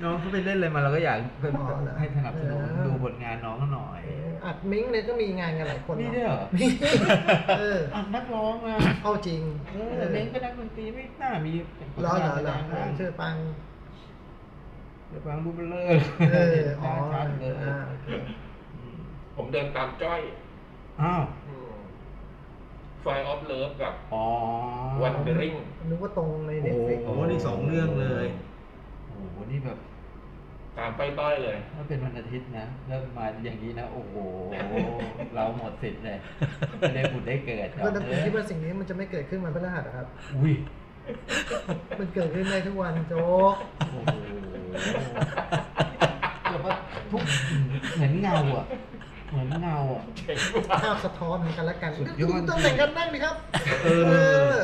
S6: น้องเขา [laughs] ไปเล่นอะไรมาเราก็อยาก
S5: อ๋อเหรอ
S6: ให้สนับสนุน
S5: เออ
S6: ดูผลงานน้องเขาหน่อย
S5: เอออัดมิ้งเนี่ยก็มีงานกันหลายคน
S6: นี่
S5: เนาะ
S6: ด้วยเหรอ
S5: มี [laughs] เออ
S6: อ่ะนักร้องอ่ะ
S5: เอาจริง
S6: เออแต่เล้งก็นักดนตรีไม่น่ามี
S5: เหรอเหรอเหรอ
S6: นะ
S5: ชื่อปัง
S6: เดี๋ยวฟังรูปเบลอ
S5: เออ อ๋อ
S6: ชัดเลย
S5: อ่าโอเค
S3: ผมเดินตามจ้อย
S6: อ้าว
S3: ไฟออฟเลิฟกับ
S6: อ๋อ
S3: วันเดริง
S5: นึกว่าตรงใน
S6: โอ้
S5: เน็ตฟลิก
S6: โหนี่สองเรื่องเลย โอ้โห นี่แบบ
S3: ตามไปต้อยเลย
S6: ถ้าเป็นวันอาทิตย์นะแล้วมาอย่างนี้นะโอ้โห
S3: [laughs]
S6: เราหมดสิทธิ์เลยไม่ได้บุญได้เกิดหรอก
S5: [laughs] ก็แต่ผม
S6: เอ้ย
S5: คิดว่าสิ่งนี้มันจะไม่เกิดขึ้นวันพฤหัสอะครับ
S4: อุ้ย
S5: มันเกิดขึ้นได้ทุกวันโจ๊ก
S6: โอ้โหแต่ว่าทุกเหมือนเงาอ่ะ เหมือนเงาอ่ะ
S5: ภาพสะท้อนของกันและกัน
S6: สุดยอด
S5: ต้องแบ่งกันนั่งดิครับ
S6: เออ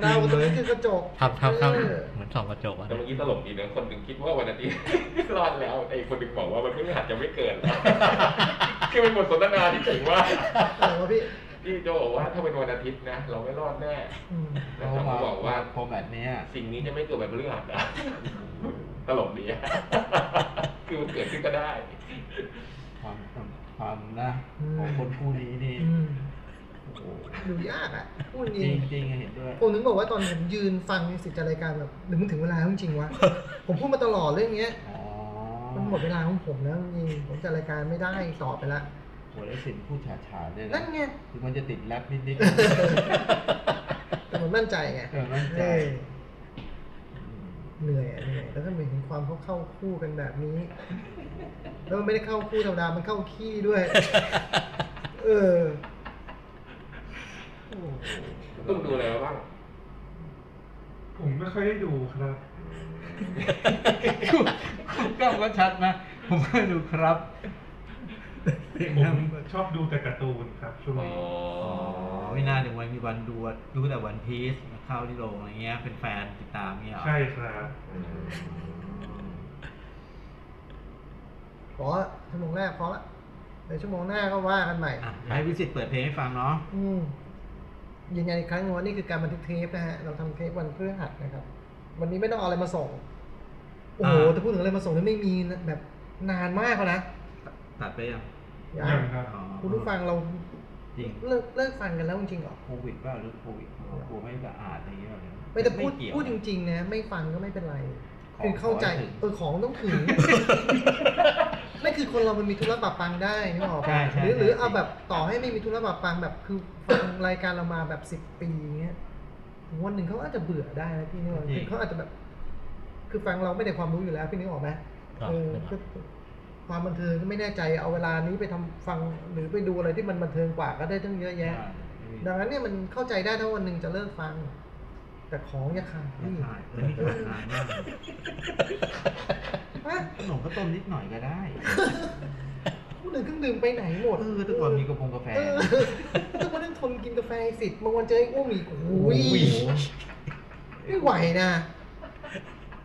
S5: เราตรงนี้คือกระจก
S4: ทำทำท
S5: เออ
S4: ำเหมือนส่องกระจกอะ
S3: แต่เมื่อกี้ตลกดีนะคนหนึ่งคิดว่าวันอาทิตย์ [laughs] รอดแล้วไอ้คนหนึ่งบอกว่ามันพฤ [laughs] หัสจะไม่เกิดแล้ว คือเป็นบทสนทนาที่ถึงว่า
S5: แต่ว่าพี่
S3: พี่โจบอกว่าถ้าเป็นวันอาทิตย์นะ เราไม่รอดแน่
S5: อืม
S3: แต่ผมก็บอกว่า
S6: พอแบบเนี้ย
S3: สิ่งนี้จะไม่เกิดวันพฤหัสนะ [laughs] ตลกดีอะ [laughs] คือมันเกิดขึ้นก็ได้
S6: ความความนะของคนคู่นี้นี่
S5: อืม
S6: โอ้โห
S5: ดูยากอ่ะพูดจ
S6: จริ
S5: ริ
S6: ง
S5: ง
S6: จริงๆเห็นด้วย
S5: ผมถึงบอกว่าตอนผมยืนฟังในสิทธิ์จัดรายการแบบหรือมันถึงเวลาแล้วจริงๆวะ ผมพูดมาตลอดเรื่องเนี้ย
S6: อ๋อ
S5: มันหมดเวลาของผมแล้วจริงผมจัดรายการไม่ได้ต่อไปละ
S6: โหแล้วเสินพูดฉาฉาๆด้วยะ
S5: นั่นไง
S6: คือมันจะติดแรปนิด [laughs]
S5: แต่ผมมั่นใจไง
S6: ๆเออมั่นใจ
S5: เออเหนื่อยอะเหนื่อยแล้วก็เหมือนถึงความเขาเข้าคู่กันแบบนี้ แล้วมันไม่ได้เข้าคู่ธรรมดา มันเข้าขี้
S6: [laughs]
S5: ด้วย เออ
S3: ต้องดูอะไรมาบ้าง
S2: ผมไม่ค่อยได้ดูครับ
S6: ก็ก็ชัดนะ ผมก็ดูครับ
S2: ผมชอบดูแต่การ์ตูนครับช่วงนี้
S6: อ๋อไม่น่าเดี๋ยววันมีวันดูอะดูแต่วันพีซเข้าที่โรงอะไรเงี้ย เป็นแฟนติดตามเงี้ยเหรอ
S2: ใช่ครับ
S5: ขอชั่วโมงแรกพอละเดี๋ยวชั่วโมงหน้าก็ว่ากันใหม่
S6: อ่ะให้วิสิตเปิดเพลงให้ฟังเนาะ
S5: อืมยืนยันอีกครั้งหนึงว่านี่คือการบันทึกเทปนะฮะ เราทำเทปวันพฤหัสนะครับ วันนี้ไม่ต้องเอาอะไรมาส่ง โอ้โห
S6: อ่า
S5: จะพูดถึงอะไรมาส่งนี่ไม่มีนะแบบนานมากแล้วนะ
S6: ตัดไปยัง
S5: อย่า
S2: ยังครับ
S6: อ๋อ
S5: คุณผู้ฟังเรา
S6: จริง
S5: เลิกเลิกฟังกันแล้วจริงๆเหรอ
S6: โควิดเปล่าหรือโควิดกลัวไม่สะอาดอะไรเงี้ยเหรอ
S5: ไม่แต่พูด
S6: เกี่ยว
S5: พูดจริงๆนะไม่ฟังก็ไม่เป็นไร
S6: ของ
S5: คือเข้าใจ
S6: ขอให้ถึง
S5: เออของต้อง
S6: [laughs]
S5: ถึงนั่นคือคนเรามันมีธุระปะปังได้นึกออกปะ
S6: ใช่ใช่
S5: หรือหรือ
S6: ใช่
S5: เอาแบบต่อให้ไม่มีธุระปะปังแบบคือฟังรายการเรามาแบบสิบปีเงี้ยถึงวันหนึ่งเขาอาจจะเบื่อได้นะพี่นึกออกปะคือเขาอาจจะแบบ คือฟังเราไม่ได้ความรู้อยู่แล้วพี่นึกออกไหม
S4: ก็
S5: เออ
S4: ไม่หรอก
S5: ก็ความบันเทิงก็ไม่แน่ใจเอาเวลานี้ไปทำฟังหรือไปดูอะไรที่มันบันเทิงกว่าก็ได้ตั้งเยอะ
S6: ใช่
S5: แยะ ดังนั้นเนี่ยมันเข้าใจได้ถ้าวันหนึ่งจะเลิกฟัง แต่ของอย่าขาด
S6: ไม่
S5: พี่
S6: ถ่ายเออไม่ถ่ายนานมาก
S5: ฮะ
S6: ขนมก็ต้มนิดหน่อยก็ได้
S5: พูดถึงเครื่องดื่มไปไหนหมด
S6: เออแต่ก่อนมีกระพงกาแฟ
S5: เออทุกวันนั้นทนกินกาแฟสิบบางวันเจอไอ้อ้วมอีกโอ้ยไม่ไหวนะ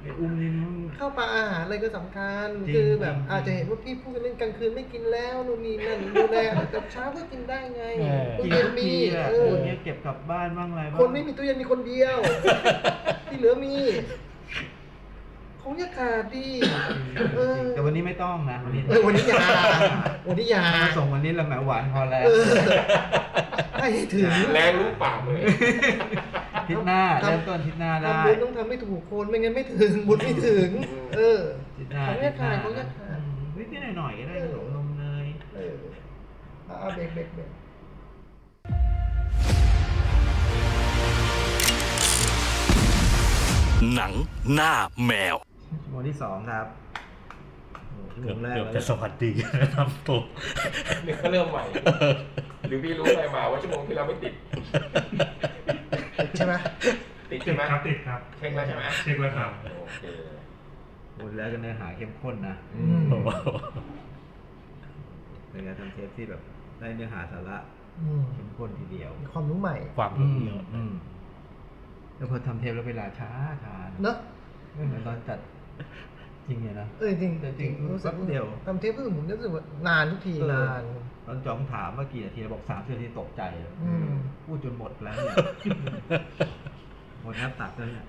S6: ไอ้อุ้มนี่มัน
S5: ข้าวปลาอาหารอะไรก็สำคัญ
S6: จริง
S5: คือแบบ
S6: จริง
S5: อาจจะเห็นว่าพี่พูดกันเล่นกลางคืนไม่กินแล้วนู่นนี่นั่
S6: [laughs]
S5: นดูแลแต่เช้าก็กินได้ไงตู้
S6: เกีย
S5: เย็น
S6: ร์มี
S5: มี
S6: อ่ะ
S5: เออ
S6: คนเนี้ยเก็บกลับบ้านบ้างอะไรบ้าง
S5: คนไม่มีตู้เย็นมีคนเดียว ที่เหลือ
S6: [laughs]
S5: มีของอย่าขาดดิเออ
S6: แต่วันนี้ไม่ต้องนะวันนี้
S5: เออวันนี้ยา วันนี้ยา
S6: มาส่งวันนี้ละแหมหวานพอแล้ว
S5: เออให้ถึง
S3: แรงรู้ปากเลย
S6: ทิศหน้าเริ่มต้นทิศหน้าได้
S5: ทำบุญต้องทำให้ถูกคนไม่งั้นไม่ถึง บุญไม่ถึง เออ
S6: ทิศหน้า
S5: ของเรียก
S6: ทิศหน้า
S5: ขายของเรียกขาย
S6: อืมนิดๆหน่อยๆก็ได้ขนมนมเนย
S5: เออเอาเบรกเบรกเบรก
S1: หนังหน้าแมว
S6: ชั่วโมงที่สองครับโอ้โหชั่วโม
S4: เกือบ
S6: งแรก
S4: เกือบ
S6: แล้ว
S4: จะสวัสดีทำตัว
S3: หรือก็เริ่ม
S2: [laughs]
S3: ใหม่ หรือพี่รู้อะไรมาว่าชั่วโมงที่เราไม่ติด
S5: ใช่ไหม
S3: ติด
S2: ติ
S3: ใช่
S2: ด
S3: ไหม
S2: ครับติดครับ
S3: เช็คแล้วใช่ไหม
S2: เช็คแล้วครับ
S3: โอเค
S6: โอ้โหแล้วก็เนื้อหาเข้มข้นนะ
S5: อืม
S6: เป็นการทำเทปที่แบบได้เนื้อหาสาระ
S5: อืม
S6: เข้มข้นทีเดียว
S5: มีความรู้ใหม่
S4: ความรู้เยอะ
S6: อืมแล้วพอทำเทปแล้วเวลาช้าช้า
S5: เนอะ
S6: ไม่เหมือนตอนจัดจริงเลยนะ
S5: เออจริง
S6: แต่จริง
S5: รู้สึก
S6: แป๊บเดียว
S5: ทำเทปเพื่อนผมรู้สึกว่านานทุกทีนาน
S6: ตอนจองถามว่ากี่นาทีเราบอกสามสิบนาทีตกใจเลย
S5: อืม
S6: พูดจนหมดแล้ว
S5: [laughs]
S6: เนี่ยหมดหน้าตักแล้วเนี่ย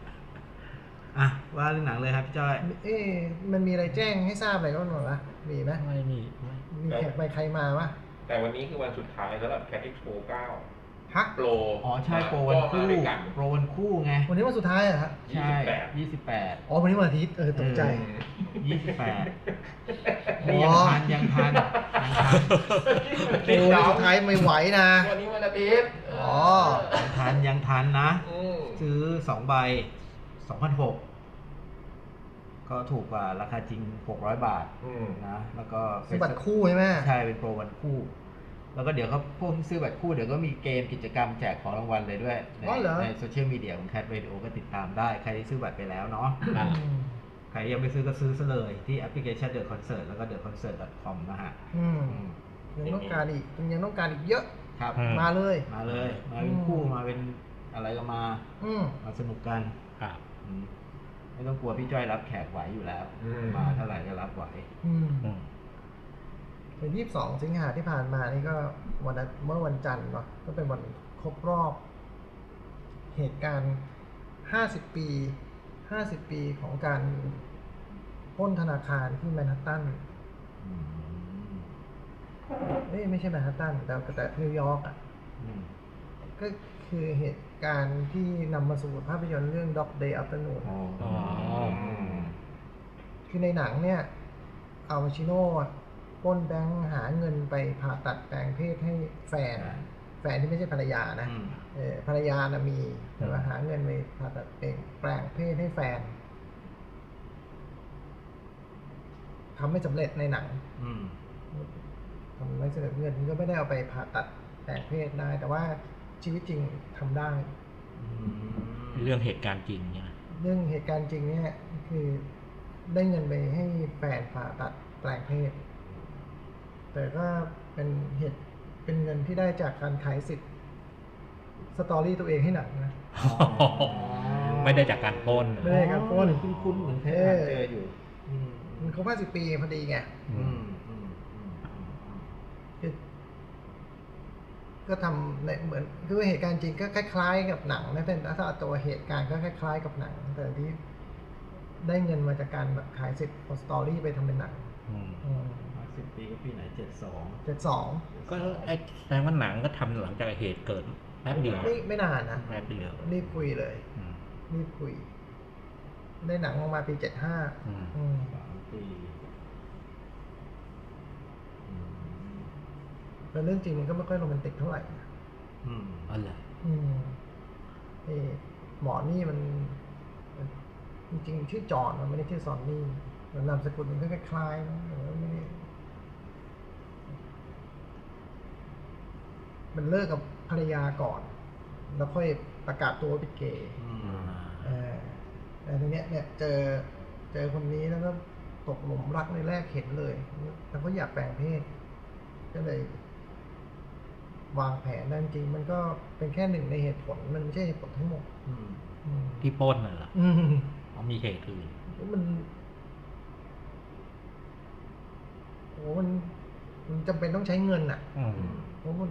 S6: อ่ะว่าเรื่องหนังเลยครับพี่จ้อย
S5: เอ๊ะมันมีอะไรแจ้งให้ทราบอะไรก็หน่อยวะมีไหม
S4: ไม่มีไม่
S5: มีแขกไปใครมาวะ
S3: แต่วันนี้คือวันสุดท้ายสำหรับแคท e อ็กซ์โปเก้า
S5: ฮะ
S3: โปร
S6: อ๋อใช่โปรวันคู่โปรวันคู่ไง
S5: วันนี้วันสุดท้ายเหรอฮะ
S6: ใช่ยี่สิบแปด
S5: อ๋อวันนี้วันอาทิตย์เออตกใจ
S6: ยี่สิบแปด
S5: โอ้
S6: ยังทันยังทัน
S5: โอ้ยสุดท้ายไม่ไหวนะ
S3: วันนี้วันอาทิตย์
S5: อ๋อ
S6: ยังทันยังทันนะ
S3: อืม
S6: ซื้อสองใบสองพันหก ก็ถูกกว่าราคาจริง 600 บาท
S3: อืม
S6: นะแล้วก็เป็
S5: ซื้อน บัตรคู่ใช่ไหม
S6: ใช่เป็นโปรวันคู่ แล้วก็เดี๋ยวเขาพวกที่ซื้อบัตรคู่เดี๋ยวก็มีเกมกิจกรรมแจกของรางวัลเลยด้วย ใน
S5: อ๋อเหรอ
S6: ในโซเชียลมีเดียของแคทเรดิโอก็ติดตามได้ใครที่ซื้อบัตรไปแล้วเนาะ
S4: อ่ะ
S6: ใครยังไม่ซื้อก็ซื้อซะเลยที่แอปพลิเคชันเดอะคอนเสิร์ตแล้วก็เดอะคอนเสิร์ต .com นะฮะ
S5: อืม
S6: อืม
S5: ยังต้องการอีกยังต้องการอีกเยอะ
S6: ครับ
S4: อื
S5: มาเลย
S6: มาเลย มาเป็นคู่มาเป็นอะไรก็มา
S5: อืม
S6: มาสนุกกัน
S4: ครับ
S6: อืมไม่ต้องกลัวพี่จ้อยรับแขกไหวอยู่แล้ว
S3: อืม
S6: มาเท่าไหร่ก็รับไหว
S5: อืม
S4: อืม
S5: วันที่สองสิงหาที่ผ่านมานี่ก็วันนั้นเมื่อวันจันทร์เนาะก็เป็นวันครบรอบ เหตุการณ์ห้าสิบปีห้าสิบปีของการปล้นธนาคารที่แมนฮัตตัน
S6: อืม
S5: เอ้ยไม่ใช่แมนฮัตตันแต่แต่นิวยอร์กอ่ะ
S6: อืม
S5: ก็คือเหตุการณ์ที่นำมาสู่ภาพยนตร์เรื่อง Dog Day Afternoon
S6: อ๋อ
S4: อ๋อ
S5: คือในหนังเนี่ยอัลปาชิโน่ปล้นแบงค์หาเงินไปผ่าตัดแปลงเพศให้แฟน แฟนที่ไม่ใช่ภรรยานะ
S6: อืม
S5: เออภรรยานะมีแต่ว่าหาเงินไปผ่าตัดเปลงแปลงเพศให้แฟนทำไม่สำเร็จในหนัง
S6: อืม
S5: ทำไม่สำเร็จเงินก็ไม่ได้เอาไปผ่าตัดแปลงเพศได้ แต่ว่าชีวิตจริงทำได้
S6: อืม
S4: เรื่องเหตุการณ์จริงใช่ไหม
S5: เรื่องเหตุการณ์จริงเนี่ยคือได้เงินไปให้แฟนผ่าตัดแปลงเพศ แต่ก็เป็นเหตุเป็นเงินที่ได้จากการขายสิทธิ์สตอรี่ตัวเองให้หนังนะ
S4: ไม่ได้จากการปล้น
S5: ไม่ได้การปล้น
S6: คุ้นคุ้นๆเหมือนเคยผ่านเจออยู่อืม
S5: มันครบห้าสิบปีพอดีไง
S4: อื
S6: อื
S4: ม
S6: มอืมอืมอืมอืม
S5: คือก็ทำในเหมือนคือเหตุการณ์จริงก็คล้าย ๆ กับหนังนะแต่ถ้าเอาตัวเหตุการณ์ก็คล้าย ๆ กับหนัง แต่ที่ได้เงินมาจากการแบบขายสิทธิ์ของสตอรี่ไปทำเป็นหนัง
S4: อืม
S6: มาสิบปีก็ปีไหนเจ็ดสอง
S5: เจ็ดสอง
S4: ก็ไอ้แสดงว่าหนังก็ทำหลังจากเหตุเกิดแป๊บเดียว
S5: ไม่ไม่นานนะ
S4: แป๊บเดียว
S5: รีบคุยเลย
S4: อืม
S5: รีบคุย ได้หนังออกมาปีเจ็ดห้า
S4: อืม
S6: สามปีอืม
S5: แล้วเรื่องจริงมันก็ไม่ค่อยโรแมนติกเท่าไหร่นะ
S6: อืม
S4: อ๋อเหรอ
S5: อืมไอ้หมอนี่มัน จริงๆชื่อจอห์นมันไม่ได้ชื่อซอนนี่แล้วนามสกุลมันก็คล้ายๆนะแต่ว่าไม่ได้มันเลิกกับภรรยาก่อน แล้วค่อยประกาศตัวว่าเป็นเกย์
S6: อื
S4: อ่
S6: มา
S5: เออแต่ทีเนี้ยเนี่ยเจอเจอคนนี้แล้วก็ตกหลุมรักในแรกเห็นเลย แล้วก็อยากแปลงเพศ ก็เลย วางแผนนั่นจริงๆมันก็เป็นแค่หนึ่งในเหตุผล มันไม่ใช่เหตุผลทั้งหมด
S6: อืม
S5: อืม
S4: ที่ปล้นน่ะเหรอ
S5: อืม
S4: อ๋อมีเหตุอื่น
S5: มันโอ้มันมันจำเป็นต้องใช้เงินอ่ะ
S4: อืม
S5: เพราะมัน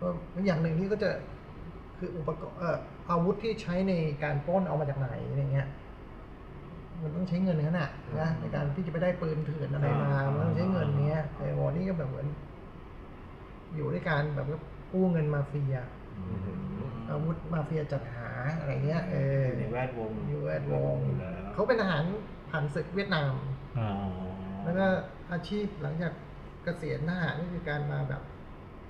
S5: ก็อย่างหนึ่งที่ก็จะคืออุปกรณ์เอ่ออาวุธที่ใช้ในการปล้นเอามาจากไหนอะไรเงี้ย มันต้องใช้เงินทั้งนั้นน่ะนะในการที่จะไปได้ปืนเถื่อนอะไรมามันต้องใช้เงินเนี้ยแต่วอนี่ก็แบบเหมือน อยู่ด้วยการแบบว่ากู้เงินมาเฟีย อาวุธมาเฟียจัดหาอะไรเงี้ย เออ
S6: ในแวดวง
S5: อยู่แวดวง
S6: อยู่แล้ว
S5: เขาเป็นทหารผ่านศึกเวียดนาม
S4: อ๋อ
S6: อ๋อ
S5: แล้วก็อาชีพหลังจากเกษียณทหารนี่คือการมาแบบ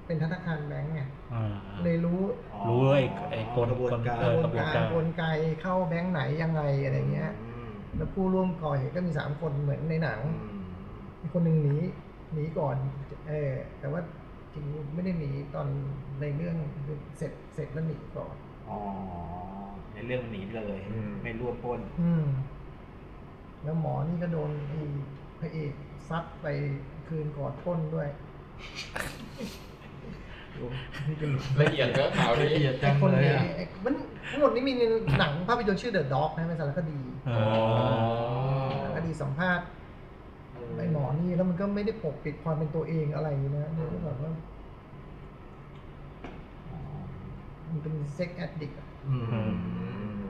S5: เป็นธนาคารแบงก์ไง
S4: อ่า
S5: เลยรู้
S4: รู้ไอ้ไอ้กล
S6: กระบวนการ
S4: กล เอ
S5: กระบวนการ
S4: ลกระบวน
S5: ก
S4: การ
S5: ระบวนไกเข้าแบงค์ไหนยังไงอะไรเงี้ย
S6: ม
S5: แล้วผู้ร่วมก่อเหตุก็มีสามคนเหมือนในหนัง
S6: อืม
S5: อีกคนหนึ่งหนีหนีก่อน เออแต่ว่าจริงๆไม่ได้หนีตอนในเรื่องเสร็จเสร็จแล้วหนีก่อน
S6: อ๋อในเรื่องมันหนีเลย
S3: อืม
S6: ไม่ร่วมปล้น
S5: อืม แล้วหมอนี่ก็โดนไอ้พระเอกซัดไปคืนก่อนพ้นด้วย
S3: ละเอียดเนอะข่าวนี้
S6: ละเอียดจัง
S5: ไอ้คน
S6: เลย
S5: นี้
S6: อ่ะ
S5: ไอ้มันทั้งหมดนี้มีในหนังภาพยนตร์ชื่อ The Dog นะเป็นสารคดี
S4: อ๋อ
S5: สารคดีสัมภาษณ์ไอ้หมอนี่แล้วมันก็ไม่ได้ปกปิดความเป็นตัวเองอะไรนะมันก็แบบว่ามันเป็นเซ็กแอดดิก
S6: อื
S4: อื
S6: ม
S4: ม
S3: อืม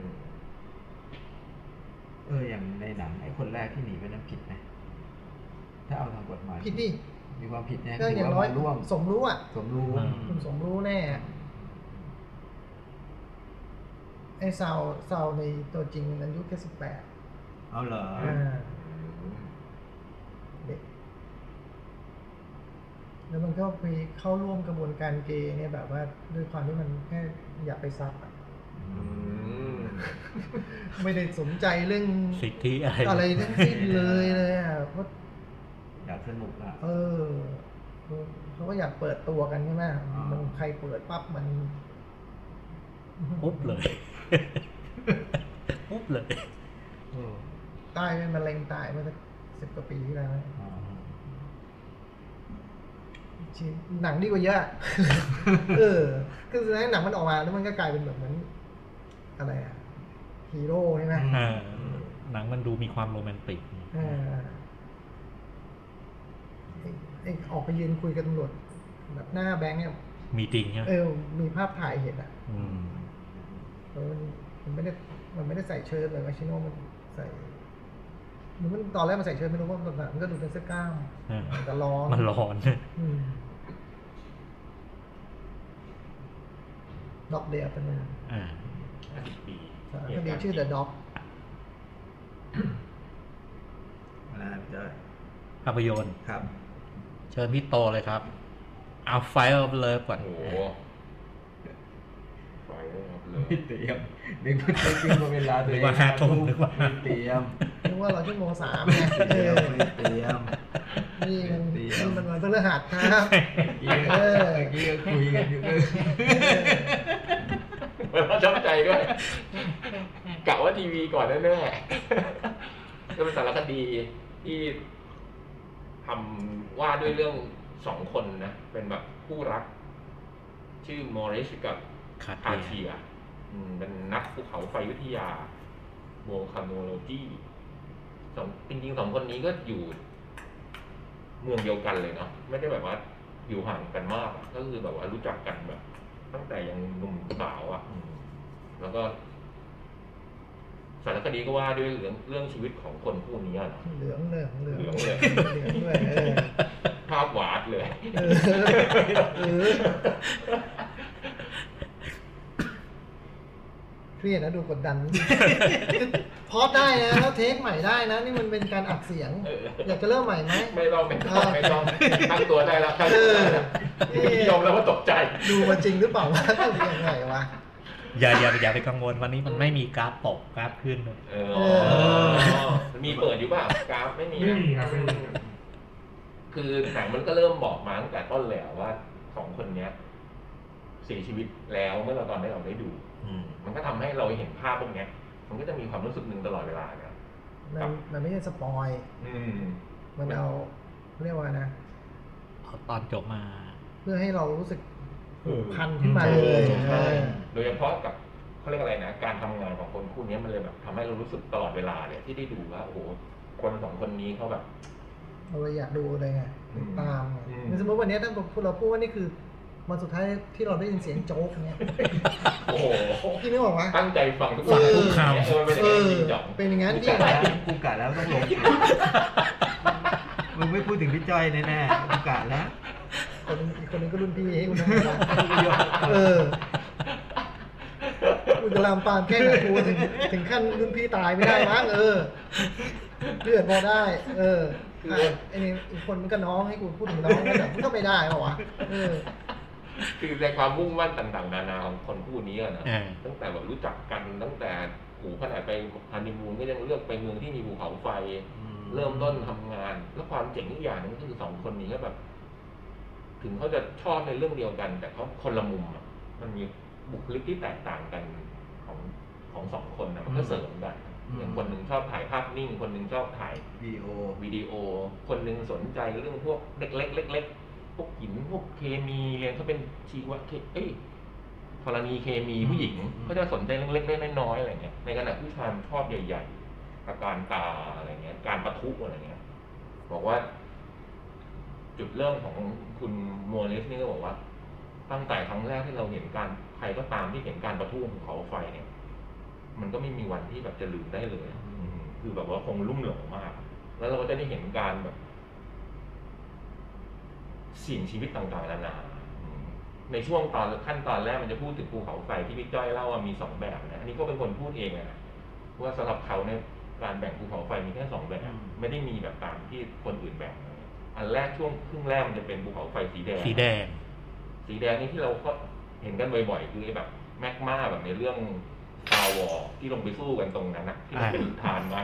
S6: เอออย่างในหนังไอ้คนแรกที่หนีไปนั้นผิดไหมถ้าเอาทางกฎหมาย
S5: ผิดดิ
S6: มีความผิดแน่ถื
S5: ก็อ
S6: อย่างว่า
S5: น้อย
S6: มาร่วม
S5: สมรู้อ่ะ
S6: สมรู้
S4: อืม
S5: คุณสมรู้แน่ ไอ้ซาวซาวในตัวจริงอายุแค่สิบแปด
S6: เอาเหรอ
S5: เด็ก แล้วมันก็ไปเข้าร่วมกระบวนการเกย์เนี่ยแบบว่าด้วยความที่มันแค่อยากไปซับอะ
S3: อืม
S5: ไม่ได้สนใจเรื่อง
S4: สิทธิอะไร
S5: อะไรทั้งสิ้นเลยเลยอ่ะเพราะ
S6: อยากสนุกอ่ะ
S5: เออเขาก็อยากเปิดตัวกันใช่ไหม
S6: อ่ามั
S5: มันใครเปิดปั๊บมัน
S4: ปุ๊บเลย ปุ๊บเลย
S6: เออ
S5: ตายเป็นมะเร็งตายเมื่อสักสิบกว่าปีที่แล้ว
S6: อ๋อ
S5: จริงหนังดีกว่าเยอะ [laughs] เออ คือสุดท้ายหนังมันออกมาแล้วมันก็กลายเป็นแบบเหมือนอะไรอะฮีโร่ใช่ไหม
S4: อ่า หนังมันดูมีความโรแมนติก
S5: เออไอ้ไอ้ออกไปยืนคุยกับตำรวจแบบหน้าแบงค์เนี่ย
S4: มีจริงใช่ไหม
S5: เออ มีภาพถ่ายเห็นอ่ะ
S4: อืม
S5: เออมันไม่ได้มันไม่ได้ใส่เชิ้ตเลยมาชิโน่มันใส่หรือมันตอนแรกมันใส่เชิ้ตไม่รู้ว่ามันแบบมันก็ดูเป็นเสื้อกล้าม
S4: เออ
S5: แต่ร้อน
S4: มันร้อน
S5: อืมด็อกเดียเป็นไง
S4: อ่า
S3: ปี
S5: คดีชื่อ The Dog
S6: อะไรนะพี่เจ้ย
S4: ภาพยนตร์
S6: ครับ
S4: เชิญพี่โตเลยครับ เอาไฟล์เลิฟก่อน
S3: โอ้โหไฟเลยครับเลย
S6: ไม่เตรียมนึกว่าจะกินเวลาตัวเอง
S4: นึกว่าห้าทุ่มนึกว่า
S6: ไม่เตรียม
S5: นึกว่าเราชั่วโมงสามไง
S6: ไม่
S5: เอ
S6: เตรีย
S5: อ
S6: มไม่เตรียม
S5: นี่มัน
S6: เดี๋ยว
S5: นี่มันวันพฤหัสครับ
S6: เมื่อกี้
S5: เออ
S6: เมื่อกี้ก็คุยกันอยู่เลย
S3: เราชอบ [laughs] ใจด้วยกะว่าทีวีก่อนแน่ๆก็เป็นสารคดีที่ทำว่าด้วยเรื่องสองคนนะ เป็นแบบคู่รัก ชื่อมอริสกับ
S4: ขาด
S3: อา
S4: เที
S3: เที
S4: ย
S3: ยอืมเป็นนักภูเขาไฟวิทยาโวคาโนโลจีสองจริงๆสองคนนี้ก็อยู่ เมืองเดียวกันเลยเนาะไม่ได้แบบว่าอยู่ห่างกันมากอะก็คือแบบว่ารู้จักกันแบบ ตั้งแต่ยังหนุ่มสาวอะ่ะอืมแล้วก็สารคดีก็ว่าด้วยเรื่องเรื่องชีวิตของคนผู้นี้อะเนาะ
S5: เหลืองเหลืองเหลือง
S3: เหลือง
S5: เห
S3: เหลื
S5: ลือ
S3: อง ง
S5: ด้วยเออ
S3: ภาพหวาดเลย
S5: เออเออเครียดนะดูกดดันพอได้นะแล้วเทคใหม่ได้นะ นี่มันเป็นการอัดเสียง
S3: เออ
S5: อยากจะเริ่มใหม่ไหม
S3: ไม่ต้องไม่ต้องไม่ต้องตั้งตัวได้แล้วตั้งตัวได้แล้ว
S5: เออ
S3: ยอมแล้วว่าตกใจ
S5: ดูมาจริงหรือเปล่าวะดูยังไงวะ
S4: อย่าอย่าอย่าไปกังวลวันนี้มันไม่มีกราฟตกกราฟขึ้น
S3: เอออ๋อมีเปิดอยู่ป่ะกราฟไม่มี
S2: ไม่
S3: นะ
S2: มีครับไม่มีครับ
S3: คือหนังมันก็เริ่มบอกมาตั้งแต่ต้นแล้วว่าสองคนเนี้ยเสียชีวิตแล้วเมื่อเราตอนที่เราได้ดู
S4: อืม
S3: มันก็ทำให้เราเห็นภาพพวกเนี้ย มันก็จะมีความรู้สึกหนึ่งตลอดเวลานะ
S5: มันมันไม่ใช่สปอย
S3: อืม
S5: มันเอาเรียกว่านะ
S4: เอาตอนจบมา
S5: เพื่อให้เรารู้สึกผูกพันขึ้นมาเลย
S3: เออ โดยเฉพาะกับเขาเรียกอะไรนะการทำงานของคนคู่เนี้ยมันเลยแบบทำให้เรารู้สึกตลอดเวลาเลยที่ได้ดูว่าโอ้โหคนสองคนนี้เขาแบบ
S5: เราเลยอยากดูเลยไง
S3: อืม
S5: ตามไง
S3: อืม
S5: สมมติวันนี้ถ้าเราพูดว่านี่คือวันสุดท้ายที่เราได้ยินเสียงโจ๊กเนี่ย
S3: โอ้โห
S5: พี่นึกออกปะ
S3: ตั้งใจฟังทุกวัน
S4: เออ
S3: ทุกคำเออไม่ได้
S5: เออ
S3: จริงจัง
S5: เป็นอย่างนั้น
S3: ไม่
S5: ดิ
S3: ใช่
S6: กูกะแล้วต้องลงมึงไม่พูดถึงพี่จ้อยแน่ๆกูกะแล้ว
S5: คนอีกคนนึงก็รุ่นพี่ให้คุณนะเออคุณจะลามปามแค่ไหนกูถึงถึงขั้นรุ่นพี่ตายไม่ได้มั้งเออเลือดพอได้ เอออ่ะไอ้นี่อีกคนมันก็น้องให้กูพูดถึงน้องแต่กูก็ไม่ได้ป่าวะเออ
S3: คือในความมุ่งมั่นต่างๆ นานาของคนคู่นี้อะนะ
S4: อ่า
S3: ตั้งแต่แบบรู้จักกันตั้งแต่โอ้โหูขนาดไปฮันนีมูนก็ยังเลือกไปเมืองที่มีภูเขาไฟ เริ่มต้นทำงาน แล้วความเจ๋งอีกอย่างหนึงก็คือสองคนนี้ก็แบบ ถึงเขาจะชอบในเรื่องเดียวกัน แต่เขาคนละมุมอะมันมีบุคลิกที่แตกต่างกันของของสองคนนะมันก็เสริมกัน
S6: อืม
S3: อย่างคนหนึ่งชอบถ่ายภาพนิ่ง คนหนึ่งชอบถ่าย
S6: วีโอ
S3: วิดีโอ คนหนึ่งสนใจเรื่องพวกเล็กๆเล็กๆพวกหินพวกเคมีเรียนเขาเป็นชีวะเคเอ้ยธรณีเคมีผู้หญิง
S6: อืม
S3: เขาจะสนใจเรื่องเล็กๆน้อยๆอะไรเงี้ยในขณะผู้ชายมันชอบใหญ่ๆอาการตาอะไรเงี้ย การประทุอะไรเงี้ย บอกว่า จุดเริ่มของคุณมัวลิสนี่ก็บอกว่า ตั้งแต่ครั้งแรกที่เราเห็นการใครก็ตามที่เห็นการประทุของเขาไฟเนี่ย มันก็ไม่มีวันที่แบบจะลืมได้เลยอะอืมคือแบบว่าคงลุ่มหลงมาก แล้วเราก็จะได้เห็นการแบบ สิ่งชีวิตต่างๆนานาอืมในช่วงตอนขั้นตอนแรกมันจะพูดถึงภูเขาไฟที่พี่จ้อยเล่าว่ามีสองแบบนะ อันนี้ก็เป็นคนพูดเองอะนะว่าสำหรับเขาเนี่ยการแบ่งภูเขาไฟมีแค่สองแบบ
S6: อืม
S3: ไม่ได้มีแบบตามที่คนอื่นแบ่งนะอันแรกช่วงครึ่งแรกมันจะเป็นภูเขาไฟสีแดง
S4: สีแดง
S3: สีแดงนี่ที่เราก็เห็นกันบ่อยๆ คือไอ้แบบแมกมาแบบในเรื่อง ตาวอที่ลงไปสู้กันตรงนั้นนะที่
S4: อ่า
S3: ถือทาน [laughs] มา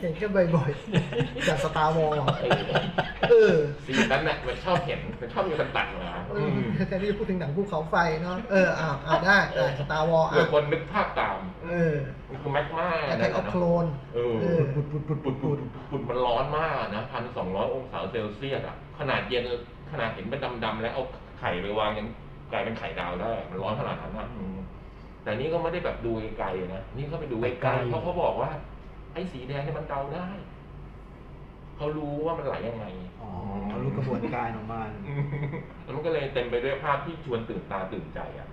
S5: เห็นกันบ่อยๆจากสตาร์วอล
S3: เออ
S5: เออ
S3: ซีนนั้นน่ะมันชอบเห็นมันชอบมีคนตัดมาอืม
S5: แทนที่จะพูดถึงหนังภูเขาไฟเนาะเอออ่าอ่าได้ได้สตาร์วอล
S3: เผื่
S5: อ่ะ
S3: อคนนึกภาพตาม
S5: เออ
S3: มันคือแม็กมา
S5: แอทแทกออฟโคลน
S3: เออ
S5: เออ
S6: ปุดปุดปุดปุ
S3: ปุ่
S6: ด
S3: น
S6: ปุ
S3: ปุ่
S6: ด
S3: นปุ่นมันร้อนมากอะนะพันสองร้อยองศาเซลเซียสอ่ะ ขนาดเย็นขนาดเห็นเป็นดำๆแล้วเอาไข่ไปวางยังกลายเป็นไข่ดาวได้อะมันร้อนขนาดนั้นอ่ะอืมแต่นี่ก็ไม่ได้แบบดูไกลๆนะนี่ก็ไปดู
S4: ไป
S3: ไก
S4: ไกล
S3: ลๆเพราะเขาบอกว่า ไอ้สีแดงเนี่ยมันเดาได้เขารู้ว่ามันไหลยังไง
S6: อ๋อเขารู้กระบวนการของมัน
S3: อืม [laughs] แล้วมันก็เลยเต็มไปด้วยภาพที่ชวนตื่นตาตื่นใจอ่ะ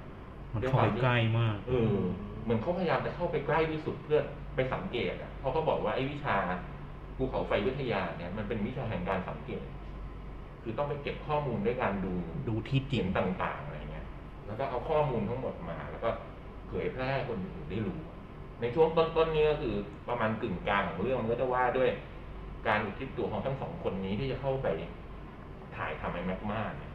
S4: มันเข้าไปใกล้มาก
S3: เออเหมือนเขาพยายามจะเข้าไปใกล้ที่สุดเพื่อไปสังเกตอ่ะเพราะเขาบอกว่าไอ้วิชาภูเขาไฟวิทยาเนี่ยมันเป็นวิชาแห่งการสังเกต คือต้องไปเก็บข้อมูลด้วยการดู
S4: ดูที่จริ
S3: เห็
S4: ง
S3: นต่างๆอะไรเงี้ย แล้วก็เอาข้อมูลทั้งหมดมา แล้วก็เผยแพร่ให้คนอื่นได้รู้ ในช่วงต้นๆเนี้ก็คือประมาณกึ่งกลางของเรื่องมันก็จะว่าด้วย การอุทิศตัวของทั้งสองคนนี้ที่จะเข้าไปถ่ายทำไอ้แมกมาเนี่ย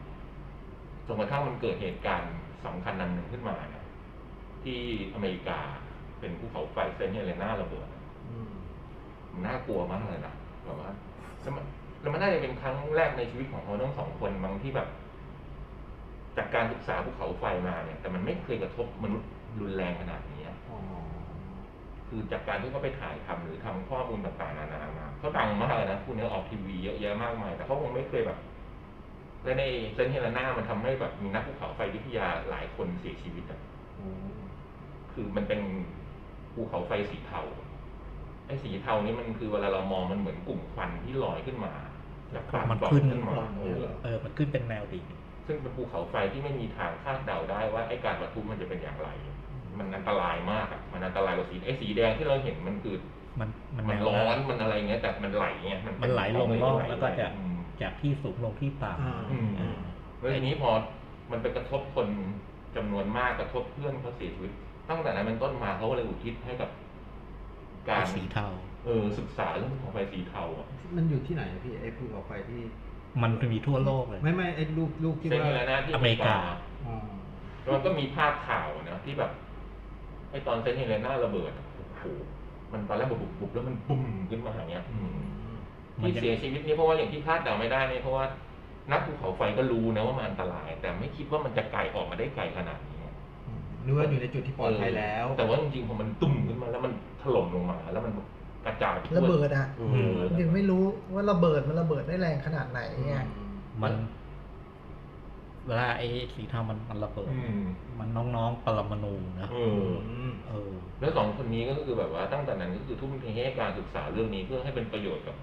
S3: จนกระทั่งมันเกิดเหตุการณ์สำคัญนันหนึ่งขึ้นมานะที่อเมริกาเป็นภูเขาไฟเซนต์เฮเลนาระเบิด มันน่ากลัวมากเลยนะแบบว่าแล้วมันแล้วมันน่าจะเป็นครั้งแรกในชีวิตของเขาทั้งสองคนมั้งที่แบบ จากการศึกษาภูเขาไฟมาเนี่ย แต่มันไม่เคยกระทบมนุษย์รุนแรงขนาดนี้อะ คือจากการที่เขาไปถ่ายทำหรือทำข้อมูลต่างๆนานามาเขาดังมากเลยนะคู่นี้ออกทีวีเยอะแยะมากมาย แต่เขาคงไม่เคยแบบและในเซนเฮเลนามันทำให้แบบมีนักภูเขาไฟวิทยาหลายคนเสียชีวิตอ่ะคือมันเป็นภูเขาไฟสีเทาไอ้สีเทานี่มันคือเวลาเรามองมันเหมือนกลุ่มควันที่ลอยขึ้นมาจากปาก
S4: มัน
S3: ปล่อง
S4: ขึ้น
S3: ขึ้นมาเออ
S4: เออ มันขึ้นเป็นแนวดิ่ง
S3: ซึ่งเป็นภูเขาไฟที่ไม่มีทางคาดเดาได้ว่าไอ้การประทุมันจะเป็นอย่างไร มันอันตรายมากอ่ะมันอันตรายกว่าสีไอ้สีแดงที่เราเห็นมันคือ
S4: มันมัน
S3: มัน
S4: แว
S3: ร้อนมันอะไรเงี้ยแต่มันไหลเงี้ยเป็
S4: มันไหลลงล่อง
S3: ไห
S4: แล้วก็จะ
S3: อืม
S4: จากที่สูงลงที่ต่
S6: อ่า
S4: ำ
S3: อืม
S4: อ่า
S3: แล้วทีนี้พอมันไปกระทบคนจำนวนมากกระทบเพื่อนเขาเสียชีวิต ตั้งแต่นั้นเป็นต้นมาเขาก็เลยอุทิศให้กับ การ
S4: สีเทา
S3: เออศึกษาเรื่องของไฟสีเทาอ่ะ
S6: มันอยู่ที่ไหนอะพี่ไอ้ภูเขาไฟที่
S4: มันมีทั่วโลกเลย
S6: ไม่ไม่ไอ้ลูกลูกที่
S3: เซน
S6: ว่า
S3: เนลนาที่
S4: อเมริกา
S6: อ๋อ
S3: แล้วมันก็มีภาพข่าวนะที่แบบไอตอนเซนเฮเลนาระเบิดอะโอ้โหมันตอนแรกแบบบุบๆแล้วมันบุ้มขึ้นมาอย่างเงี้ยอืม
S4: มัน
S3: ที่
S4: จะ
S3: เสียชีวิตนี่เพราะว่าอย่างที่คาดเดาไม่ได้เนี่ยเพราะว่านักภูเขาไฟก็รู้นะว่ามันอันตราย แต่ไม่คิดว่ามันจะไกลออกมาได้ไกลขนาดนี้
S6: หรือว่าอยู่ในจุดที่ปลอดภัยแล้ว
S3: แต่ว่าจริงๆพอมันตุ่มขึ้นมาแล้วมันถล่มลงมา แล้วมันกระจายไปทั่ว
S5: ระเบิดอ่ะ
S3: เออ
S5: ยังไม่รู้ว่าระเบิดมันระเบิดได้แรงขนาดไหนไง
S4: มัน เวลาไอ้สีเทามันมันระเบิด
S3: อืม
S4: มันน้องๆ ปรมาณูนะ
S3: เอ
S6: อื
S3: อ
S6: ม
S4: เออ
S3: แล้วสองคนนี้ก็คือแบบว่าตั้งแต่นั้นก็คือทุ่มเทให้การศึกษาเรื่องนี้เพื่อให้เป็นประโยชน์กับ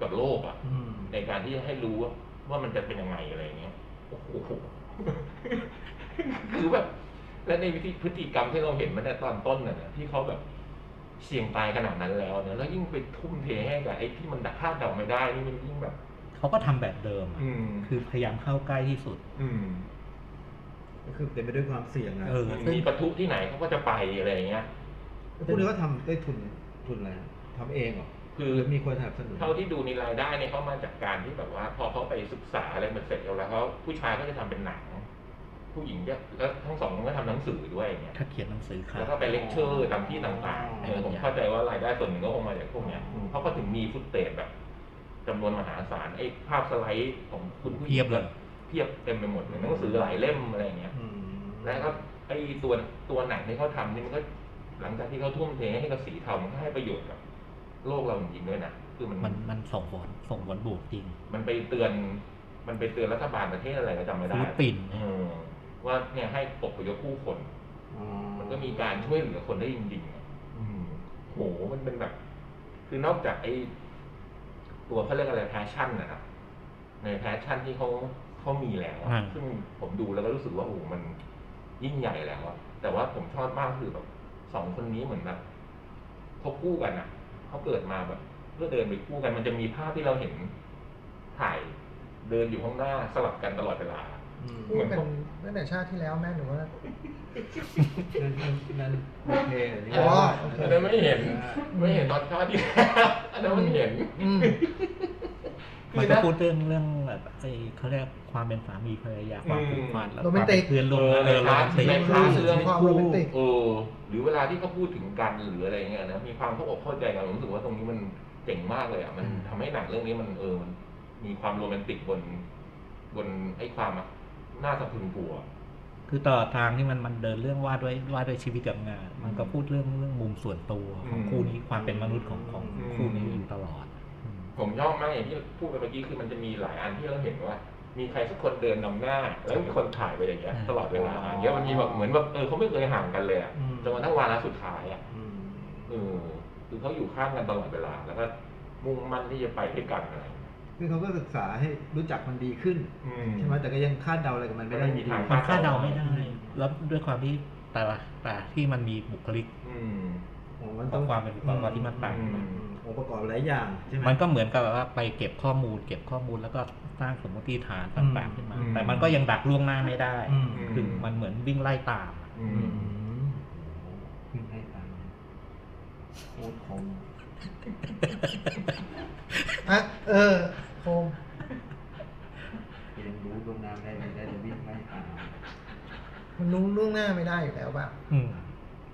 S3: กับโลกอ่ะ
S6: อืม
S3: ในการที่จะให้รู้ว่าว่ามันจะเป็นยังไงอะไรอย่างเงี้ย โอ้โห คือแบบ และในวิธีพฤติกรรมที่เราเห็นมันในตอนต้นน่ะนะที่เขาแบบเสี่ยงตายขนาดนั้นแล้วเนี่ยแล้วยิ่งไปทุ่มเทให้กับไอ้ที่มันคาดเดาไม่ได้นี่มันยิ่งแบบ
S4: เขาก็ทำแบบเดิมอะ
S3: อืม
S4: คือพยายามเข้าใกล้ที่สุด
S3: อืม
S6: ก็คือเต็มไปด้วยความเสี่ยงนะ
S4: เออ
S3: มีปะทุที่ไหนเขาก็จะไปอะไรอย่างเงี้ย
S6: พวกนี้ก็ทำได้ทุนทุนอะไรอะทำเองเหรอ
S3: คือ
S6: หรืมีคนสนับสนุน
S3: เท่าที่ดูในรายได้เนี่ยเขามาจากการที่แบบว่า พอเขาไปศึกษาอะไรมันเสร็จแล้วเขาผู้ชายก็จะทำเป็นหนัง ผู้หญิงก็แล้วทั้งสองคนก็ทำหนังสือด้วยอย่างเงี้ย
S4: ถ้าเขียนหนังสือครั
S3: แล้ว
S4: บ
S3: ก็ไปเลคเชอร์ตามที่ต่างๆเออผมเข้าใจว่ารายได้ส่วนหนึ่งก็คงมาจากพวกเนี้ยอืมเขาก็ถึงมีฟุตเตจแบบจำนวนมหาศาลไอ้ภาพสไลด์ของคุณผู้หญิง
S4: เพียบเลย
S3: เพียบเต็มไปหมดเลยหนังสือหลายเล่มอะไรอย่างเงี้ย
S6: อืม
S3: แล้วก็ไอ้ตัวตัวหนังที่เขาทำนี่มันก็ หลังจากที่เขาทุ่มเทให้กับสีเทามันก็ให้ประโยชน์กับโลกเราจริงๆด้วยนะคือมัน
S4: มันมันส่งผลส่งผลบวกจริง
S3: มันไปเตือน มันไปเตือนรัฐบาลประเทศอะไรก็จำไม่ได้
S4: ฟิลิปปินส์
S3: เออว่าเนี่ยให้ปกประโยชน์ผู้คน
S6: อ๋อ
S3: มันก็มีการช่วยเหลือคนได้จริงๆอะโห มันเป็นแบบ คือนอกจากไอ้ตัวเขาเรียกอะไรแพชชั่นนะครับ ในแพชชั่นที่เขาเขามีแล้วอะ
S4: อ่า
S3: ซึ่งผมดูแล้วก็รู้สึกว่าโอ้โหมันยิ่งใหญ่แล้วอะแต่ว่าผมชอบมากคือแบบสองคนนี้เหมือนแบบเขาคู่กันอะเขาเกิดมาแบบเพื่อเดินไปคู่กัน มันจะมีภาพที่เราเห็นถ่ายเดินอยู่ข้างหน้าสลับกันตลอดเวลา
S5: พูดกันตั้งแต่ชาติที่แล้วแม่หนูว่า
S6: นั่นนั่นนั่นโอเคอันนี้
S5: อ๋อ
S3: อัน [laughs] นั้นไม่เห็น ไม่เห็นตอนชาติที่แล้วอันนั้นมันเห็น
S5: อืม
S4: มันก็พูดเรื่องเรื่องแบบไอ้เขาเรียกความเป็นสามีภรรยาความผูกพันแล้วความเป็น
S5: Romantic
S4: เพื่อนร่วมงาน
S3: เออ
S4: โรแมนติก
S3: ในคลาสเรื่อง
S5: ความโรแมนติก
S3: เออหรือเวลาที่เขาพูดถึงกันหรืออะไรเงี้ยนะมีความเข้าอกเข้าใจกันผมรู้สึกว่าตรงนี้มันเจ๋งมากเลยอ่ะมัน
S4: อืม
S3: ทำให้หนังเรื่องนี้มันเออมันมีความโรแมนติกบน บนไอ้ความอะน่าสะพรึงกลัว
S4: คือต่อทางที่มันมันเดินเรื่องว่าด้วยว่าด้วยชีวิตกับงาน มันก็พูดเรื่องเรื่องมุมส่วนตัวของ
S3: อืม
S4: คู่นี้ความเป็นมนุษย์ของของ
S3: อืม
S4: คู่นี้อยู่ตลอดอืม
S3: ผมชอบมากอย่างที่พูดไปเมื่อกี้คือมันจะมีหลายอันที่เราเห็นว่า มีใครสักคนเดินนำหน้า แล้วมีคนถ่ายไปอย่างเงี้ย
S4: อ่า
S3: ตลอดเวลาอย่างเงี้ยมันมีแบบเหมือนแบบเออเขาไม่เคยห่างกันเลยอะ
S6: อืม
S3: จนกระทั่งวาระสุดท้ายอ่ะ
S6: อืม
S3: เออคือเขาอยู่ข้างกันตลอดเวลา แล้วก็มุ่งมั่นที่จะไปด้วยกันอะไรอย่างเงี้ย
S6: คือเขาก็ศึกษาให้รู้จักมันดีขึ้น
S3: อืม
S6: ใช่ไหมแต่ก็ยังคาดเดาอะไรกับมันไม่ได้
S3: ไม่มีทาง
S4: มันคาดเดาไม่ได้ แล้วด้วยความที่แต่ละแต่ที่มันมีบุคลิก
S3: อืม
S6: โอ้มันต้อง
S4: ความเป็นความความที่มันต่าง
S6: อืองค์ประกอบหลายอย่างใช่ไหม
S4: มันก็เหมือนกับแบบว่าไปเก็บข้อมูล เก็บข้อมูลแล้วก็สร้างสมมติฐานต่างๆขึ้นมา
S3: อืม
S4: แต่มันก็ยังดักล่วงหน้าไม่ได้
S6: อืม
S4: คือมันเหมือนวิ่งไล่ตาม
S3: อื
S6: อื
S3: ม
S6: มขึ้นให้ตังค์โคตรคม
S5: อ่ะเออโคม
S6: เรียนรู้ลงน้ำได้ไม่ได้จะวิ่งไม่ตาม
S5: มันรู้ล่วงหน้าไม่ได้อยู่แล้วป่ะ
S4: อืม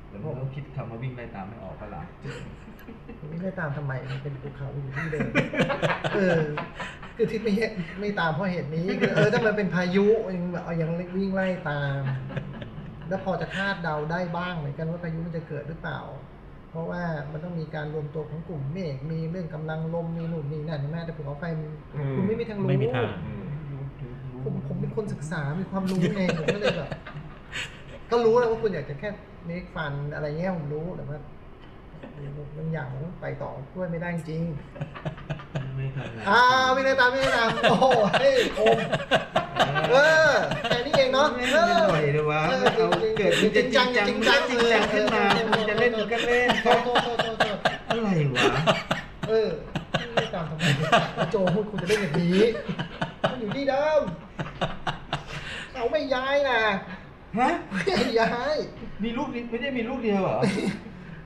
S6: แต่ผมต้องคิดคำว่าวิ่งไล่ตามไม่ออกก็หลัง
S5: มันไม่ได้ตามทำไมมันเป็นภูเขาอยู่ที่เดิมเออ คือทิศไม่เห็นไม่ตามเพราะเหตุนี้คือเออถ้ามันเป็นพายุยังแบบเอายังวิ่งไล่ตาม แล้วพอจะคาดเดาได้บ้างเหมือนกันว่าพายุมันจะเกิดหรือเปล่า เพราะว่ามันต้องมีการรวมตัวของกลุ่มเมฆมีเรื่องกำลังลมมีหนุนนี่นั่นใช่ไหมแต่ภูเขาไฟมัน
S3: อืม
S5: คุณไม่มีทางรู้
S4: ไม่มีทาง
S3: อืม
S5: ผมผมเป็นคนศึกษา มีความรู้ไง ผมก็เลยแบบ ก็รู้แล้วว่าคุณอยากจะแค่เมคฟันอะไรเงี้ยผมรู้แต่ว่าบางอย่างผมไปต่อด้วยไม่ได้จริง
S6: ไม่ทำงาน
S5: อ่าวิ่งไล่ตามวิ่งไล่ตามโอ้โหเฮ้ยคมเออแค่นี้เองเนาะ
S6: เล่นกันหน่อยเลยวะไม่เอาเกิดมันจะจริงจังจริงจังจริงจังขึ้นมามันจะเล่นมันก็เล่น
S5: โทษโทษโทษโทษโทษ
S6: อะไรวะ
S5: เออวิ่งไล่ตามทำไมโจพูดคุณจะเล่นอย่างนี้มันอยู่ที่เดิมเราไม่ย้ายนะ
S6: ฮะ
S5: ไม่ย้าย
S6: มีลูกนี้ไม่ได้มีลูกเดียวเหรอ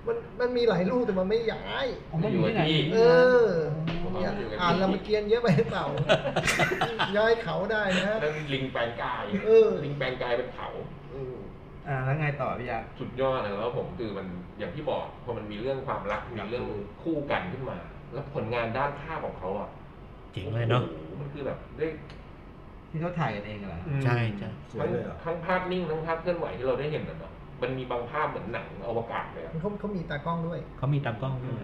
S5: มันมันมีหลายลูกแต่มันไม่ย้าย
S6: ผมไม่อยู่ที่ไหน
S5: เออเนี่ยอ่านรามเกียรติเยอะไปหรือเปล่า ย้ายเขาได้นะ
S3: นั่นลิงแปลงกาย
S5: เออ
S3: ลิงแปลงกายเป็นเขาเออ
S6: อ่าแล้วไงต่อพี่ยา
S3: สุดยอดนะแล้วผมคือมันอย่างที่บอกพอมันมีเรื่องความรักมีเรื่องคู่กันขึ้นมา แล้วผลงานด้านภาพของเขาอ่ะ
S4: เจ๋งเลยเนาะ
S3: โอ้โหมันคือแบบได้
S6: ที่เขาถ่ายกันเองเหรอ
S4: ใช่ใช่
S7: สว
S3: ทั้
S7: ย
S3: ง
S7: เลยเหรอ
S3: ทั้งภาพนิ่งทั้งภาพเคลื่อนไหวที่เราได้เห็นน่ะเนาะมันมีบางภาพเหมือนหนังอวกาศเลยอะ
S5: เขาเขามีตากล้องด้วย
S4: เขามีตามกล้องด้วย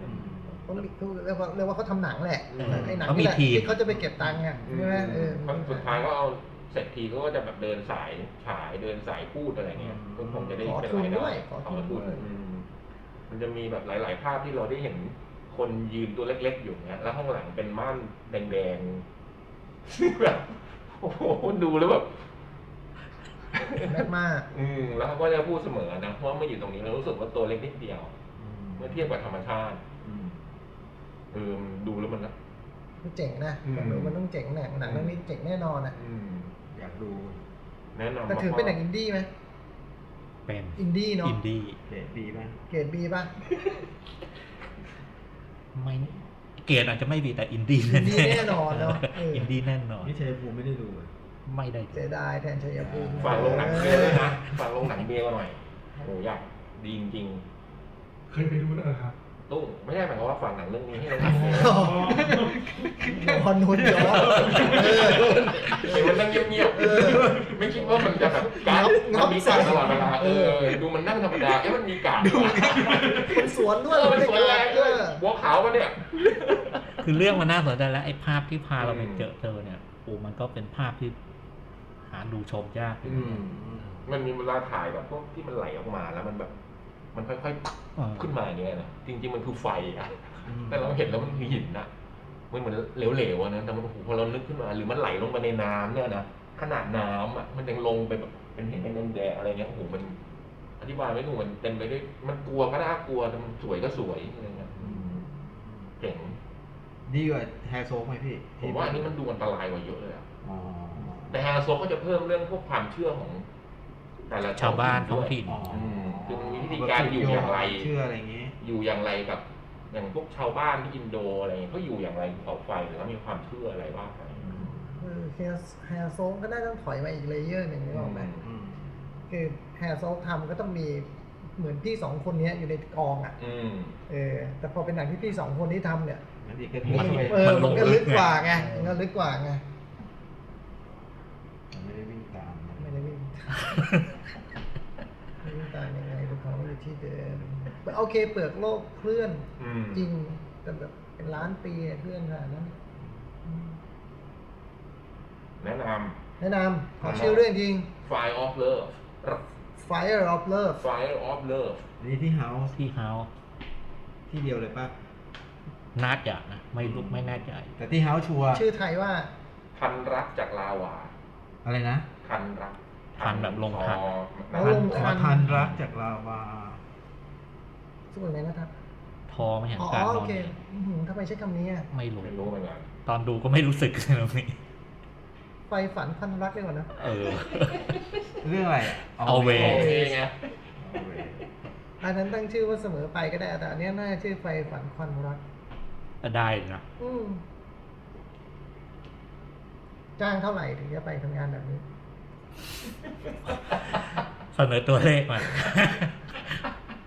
S5: เขามีเขาเรียกว่าเรียกว่าเขาทำหนังแหละ
S3: เออ
S5: ไอ้หนัง
S4: เขา
S5: นี่
S4: มี
S5: แหละ
S4: ทีม
S5: ที่เขาจะไปเก็บตังค์อ่ะใช่ไหมเออ
S3: ครั้งสุดท้ายก็เอาเสร็จทีเขาก็จะแบบเดินสายฉายเดินสายพูดอะไรเงี้ยซึ่งผมจะได้
S5: ขอ
S3: เป็น
S5: ทุน
S3: ราย
S5: ด้
S3: ได้วย
S5: ขอ
S3: ขอ
S5: ทุน
S3: ทุน
S5: ด้วย
S3: อืมมันจะมีแบบหลาย ๆ ภาพที่เราได้เห็นคนยืนตัวเล็ก ๆ อยู่เนี้ยแล้วข้างหลังเป็นม่านแดงๆ [laughs] ซึ่งแบบโอ้โหดูแล้วแบบ
S5: แม่นมาก
S3: อืมแล้วเขาก็จะพูดเสมอนะว่าเมื่ออยู่ตรงนี้เรารู้สึกว่าตัวเล็กนิดเดียว เมื่อเทียบกับธรรมชาติเออมันดูแล้วมันนะ
S5: มันเจ๋งนะ
S3: อืม
S5: ผมรู้มันต้องเจ๋งหนังหนังเรื่องนี้เจ๋งแน่นอนอ่ะ
S3: อืม
S6: อยากดู
S3: แนะนำ
S5: แต่ถือเป็นหนังอินดี้ไหม
S4: เป็น
S5: อินดี้เนาะ
S4: อินดี้
S6: เกรดดีไหม
S5: เกรดบีป่ะ
S4: ไม่เกรดอาจจะไม่ดีแต่อินดี้
S5: อินดี้แน่นอนเนาะเออ
S4: อินดี้แน่นอน
S6: นี่ชัยภูมิไม่ได้ดูเลย
S4: ไม่ได้ดู
S5: เสียดายแทนชัยภูมิ
S3: ฝากโรงหนังเบียร์ด้วยนะ [laughs] ฝากโรงหนังเบียร์หน่อยโอ้อยากดีจริงๆ
S2: เคยไปดูแล้วเหรอครับ
S3: ตู้ไม่ใช่หมายความว่าฝั่งหนังเรื่องนี้ให้เราดู
S5: อ๋อย้อนหุ่นย้อนเออ
S3: เห็นมันนั่งเงียบๆไม่คิดว่ามันจะแบบการด
S5: งั
S3: มั
S5: บงับ
S3: นมีการดตลอดเวลาเออ ดูมันนั่งธรรมดาเอ๊ะมันมีการด
S5: เป็นสวนด้
S3: เอ
S5: วย
S3: อมันสวยแรงด้วย
S5: เออ
S3: บัวขาวปะเนี่ย
S4: คือเรื่องมันน่าสนใจแล้วไอ้ภาพที่พาเราไป
S3: อืม
S4: เจอเจอเนี่ยโอ้มันก็เป็นภาพที่หาดูชมยากอยู่
S3: อืมมันมีเวลาถ่ายแบบพวกที่มันไหลออกมาแล้วมันแบบ มันค่อยๆปัก
S4: เออ
S3: ขึ้นมาอย่างเงี้ยนะจริง ๆมันคือไฟอะแต่เราเห็นแล้วมันคือหินนะมันเหมือนเหลวๆอะนะแต่มันโอ้โหพอเรานึกขึ้นมา หรือมันไหลลงไปในน้ำเนี่ยนะขนาดน้ำอะมันยังลงไปแบบเป็นเห็นเป็นแดงๆอะไรเงี้ยโอ้โหมัน อธิบายไม่ถูกมันเต็มไปด้วยมันกลัวก็น่ากลัวแต่มันสวยก็สวยอะไรเงี้ยเจ๋ง
S6: ดีกว่าแฮร์โซกไหมพี่
S3: ผมว่าอันนี้มันดูอันตรายกว่าเยอะเลยอะ
S6: อ๋อ
S3: แต่ฮาโซก็จะเพิ่มเรื่องพวกความเชื่อของแต่ละ
S4: ชาวบ้านท้อง
S3: ด้วย
S4: ถิ่น
S6: อ๋อ
S3: มคือมันมีวิธีการอยู่อย่างไร
S6: เชื่ออะไรอย่างงี้
S3: อยู่อย่างไรกับ อย่างพวกชาวบ้านที่อินโดอะไรเงี้ยเขาอยู่อย่างไรภูเขาไฟหรือว่ามีความเชื่ออะไรบ้างไหม
S5: เออแฮร์แฮร์โซงก็น่าต้องถอยมาอีกเลเยอร์หนึ่งนึกออกไหม
S6: อืม
S5: คือแฮร์โซงทำก็ต้องมีเหมือนพี่สองคนเนี้ยอยู่ในกองอ่ะ
S3: อืม
S5: เออ แต่พอเป็นหนังที่พี่สองคนที่ทำเนี่ย
S6: มันอีกก็
S4: มัน
S6: ไม่
S5: เออ
S4: มันล
S5: มัน
S4: ง
S5: ก็ลึก
S4: ลึกไง
S5: กว่าไงมันก็ลึกกว่าไง
S6: ได้วิ่งตาม
S5: ไม่ได้วิ่งไม่วิ่งตามยังไงพวกเขาอยู่ที่เดิมโอเคเปลือกโลกเคลื่อน
S3: อืม
S5: จริงแต่แบบเป็นล้านปีอะเพื่อนค่ะนั้น
S3: แนะน
S5: แนะนำขอชื่อเรื่องจริง
S3: ำ Fire of Love
S5: Fire of Love
S3: Fire of Love
S6: นี่ที่เฮาส์
S4: ที่เฮา
S6: ที่เดียวเลยปะ
S4: น่าจะนะไม่รู้ไม่แน่ใจ
S6: แต่ที่เฮาส์ชัวร์
S5: ชื่อไทยว่า
S3: พันรักจากลาวา
S6: อะไรนะ
S3: พันรัก
S4: พันแบบลงพั
S3: ค
S4: น
S3: อ
S5: อ๋อลง
S6: ขอทานรักจากลาวา
S5: ชื่ออะไรนะครับ
S4: ทอไม่เห็น
S5: อ๋อ
S4: การน
S5: โอ
S4: อน
S5: เคอื้อหือทำไมใช้คำนี้อะ
S4: ไม่รู้
S3: ไม่รู้เหมือนกัน
S4: ตอนดูก็ไม่รู้สึกเลยนะพี่
S5: ไฟฝันพันรักเลยก่อนนะ
S4: เออ [laughs]
S6: เรื่องอะไระ
S4: All Way
S3: โอเคไง
S6: All Way
S5: อันนั้นตั้งชื่อว่าเสมอไปก็ได้ แต่อันเนี้ยน่าจะชื่อไฟฝันพันรัก
S4: ได้นะ
S5: อืมจ้างเท่าไหร่ถึงจะไปทำงานแบบนี้
S4: เสนอตัวเลขมา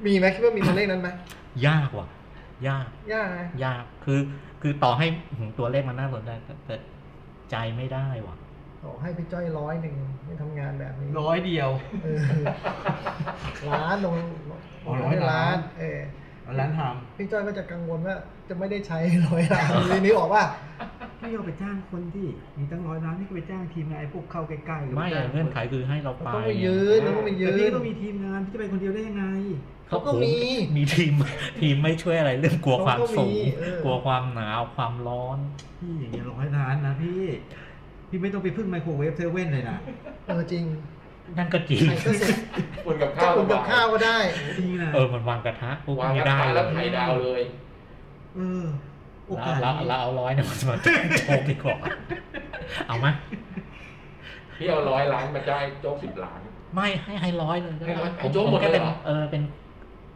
S5: มีไหมคิดว่ามีตัวเลขนั้นไหม
S4: [laughs] ยากว่ะ ยาก
S5: ยากนะ
S4: ยากคือคือต่อให้หืมตัวเลขมันน่าสนใจแต่แต่ใจไม่ได้ว่ะ
S5: ขอให้พี่จ้อยร้อยหนึ่งไม่ทำงานแบบนี้
S6: ร้อยเดียว
S5: เอ
S6: [laughs]
S5: อล้านลง
S6: อ๋อร้อยล้าน
S5: เออ
S6: เอาร้านท
S5: พี่จ้อยก็จะกังวลว่าจะไม่ได้ใช้ร้อยล้าน [laughs] ทีนี้บอกว่า
S6: ำไม่เอาไปจ้างคนที่ มีตั้งร้อยล้านนี่ก็ไปจ้างทีมงานไอ้พวกเข้าใกล้ๆหรือ
S4: ไม่
S6: ปจ้าง
S4: เงื่อนไขคือให้เราไป
S5: ต้องไปยืนต้องไปยื
S6: แต่พี่
S5: น
S6: ก็มีทีมงานพี่จะไปคนเดียวได้ยังไง
S4: เขา
S5: เขาก็มี
S4: มีทีม [laughs] ทีมไม่ช่วยอะไรเรื่องกลัวความสูง
S5: เขาก็มีเออ
S4: กลัวความหนาวความร้อน
S6: พี่อย่างเงี้ยร้อยล้านนะพี่ พี่ไม่ต้องไปพึ่งไมโครเวฟเซเว่นเลยนะ
S5: เออจริง
S4: นั่นก็จริง
S5: ใครก็เสร็จ
S3: คุณกับ
S5: ถ้า
S3: ข้าว
S5: ผมกับข้าวก็ได้
S6: จริงนะ
S4: เออมันวางกระทะปุ๊บ
S3: วางก
S4: ไม่
S3: ระ
S4: ได้
S3: ทะ
S4: เล
S3: แล้วไข่
S4: ย
S3: ดาวเลย
S6: เออ โอ
S4: เรา
S6: กาส
S4: เราเราเอาร้อยเนี่ยมันมาแจ้งโชคดีกว่าเอาไหมย
S3: พี่เอาร้อยล้านมาจ่ายโจ๊กสิบล้าน
S4: ไม่ให้ให้ร้อยเลยก็
S3: ให้ร้อย
S4: ได้
S3: ให้โจ๊กหมดเลย
S4: แค่เป็น
S3: เหรอ
S4: เออเป็น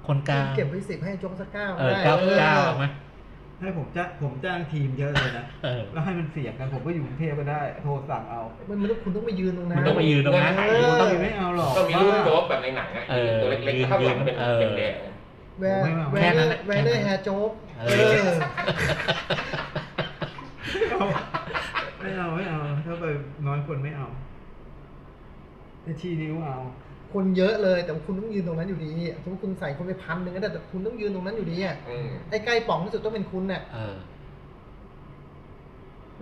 S4: คนกลาง
S5: เก็บไว้สิบให้โจงสักเก้า
S4: เออ
S5: ได้
S4: เก้าเก้า
S5: ออ
S4: เอาไหมย
S6: ให้ผมจ้างผมจ้างทีมเยอะเลยนะ
S4: เออ
S6: แล้วให้มันเสียงกันผมก็อยู่กรุงเทพก็ได้ โทรสั่งเอา
S5: มันมันต้องคุณต้องไปยืนตรงนั้
S4: มัน
S5: น
S4: ต้องไปยืนตรงนั้น
S3: เอ
S6: โอ้
S3: อ
S6: ยไม่เอาหรอก
S3: ก็มีรูป
S6: บ้า
S3: โจ๊กแบบในหนังอะ
S4: เออ
S3: ตัวเล็กๆข้างหลังเป็น
S4: เออ
S3: เป็นแดง
S5: แวร์
S6: ไม่เอา
S5: แว
S4: แค่
S5: ร์เน
S4: นั้
S5: อน ร์
S4: แหละ
S5: แวร์เนอร์
S4: แค่นั้น
S5: แฮร์โจ๊ก
S4: เอ
S5: เอ
S4: อ
S5: อ
S6: ไม่เอาไม่เอาถ้าไปน้อยคนไม่เอาแต่ชี้นิ้วเอา
S5: คนเยอะเลย แต่คุณต้องยืนตรงนั้นอยู่ดีสมมติคุณใส่คนไปพันหนึ่งก็ได้แต่คุณต้องยืนตรงนั้นอยู่ดีอ่ะ
S3: ๆอืม
S5: ไอ้ใกล้ป่องที่สุดต้องเป็นคุณน่ะ
S4: เออ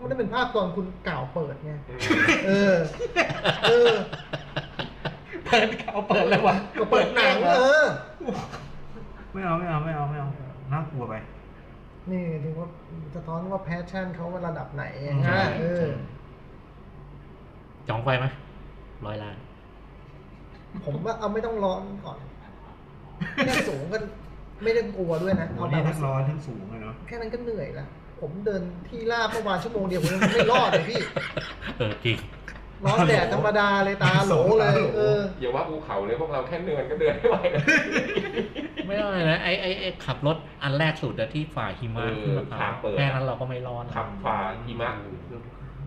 S5: มันต้องเป็นภาพตอนคุณกล่าวเปิดไง
S3: อืม
S5: เออ เออ
S6: เปิดเขาเปิดเลยวะ
S5: ก็เปิดหนังเออ
S6: ไม่เอาไม่เอาไม่เอาไม่เอาน่ากลัวไป
S5: นี่ถึงว่าสะท้อนว่าแพชชั่นเขาว่าระดับไหน
S6: อืม
S5: นะเออ
S4: จองไฟไหมร้อยล้าน
S5: ผมว่าเอาไม่ต้องร้อนก่อนแค่สูงก็ไม่ได้กลัวด้วยนะ
S6: วั
S5: เอา
S6: น
S5: แบ
S6: นี้
S5: บ
S6: ทั้งร้อนทั้งสูงเลยเนาะ
S5: แค่นั้นก็เหนื่อยละผมเดินที่ลาบเมื่อวานชั่วโมงเดียวผมยังไม่รอดเลยพี่
S4: เออจริง
S5: ร้อนแดดธรรมดาเลยตาโหลเลย เออ
S3: อย่าว่าภูเขาเลยพวกเราแค่เนินก็เดินไม่ไหวแล้ว
S4: ไม่ต้องเลยนะไอ้ไอ้ไอ้ขับรถอันแรกสุดอะที่ฝ่าหิมะ
S3: เออ
S4: ขึ้นมาผ่า
S3: ทางเปิด
S4: แค่นั้นเราก็ไม่ร้อน
S3: ขับฝ่าหิมะ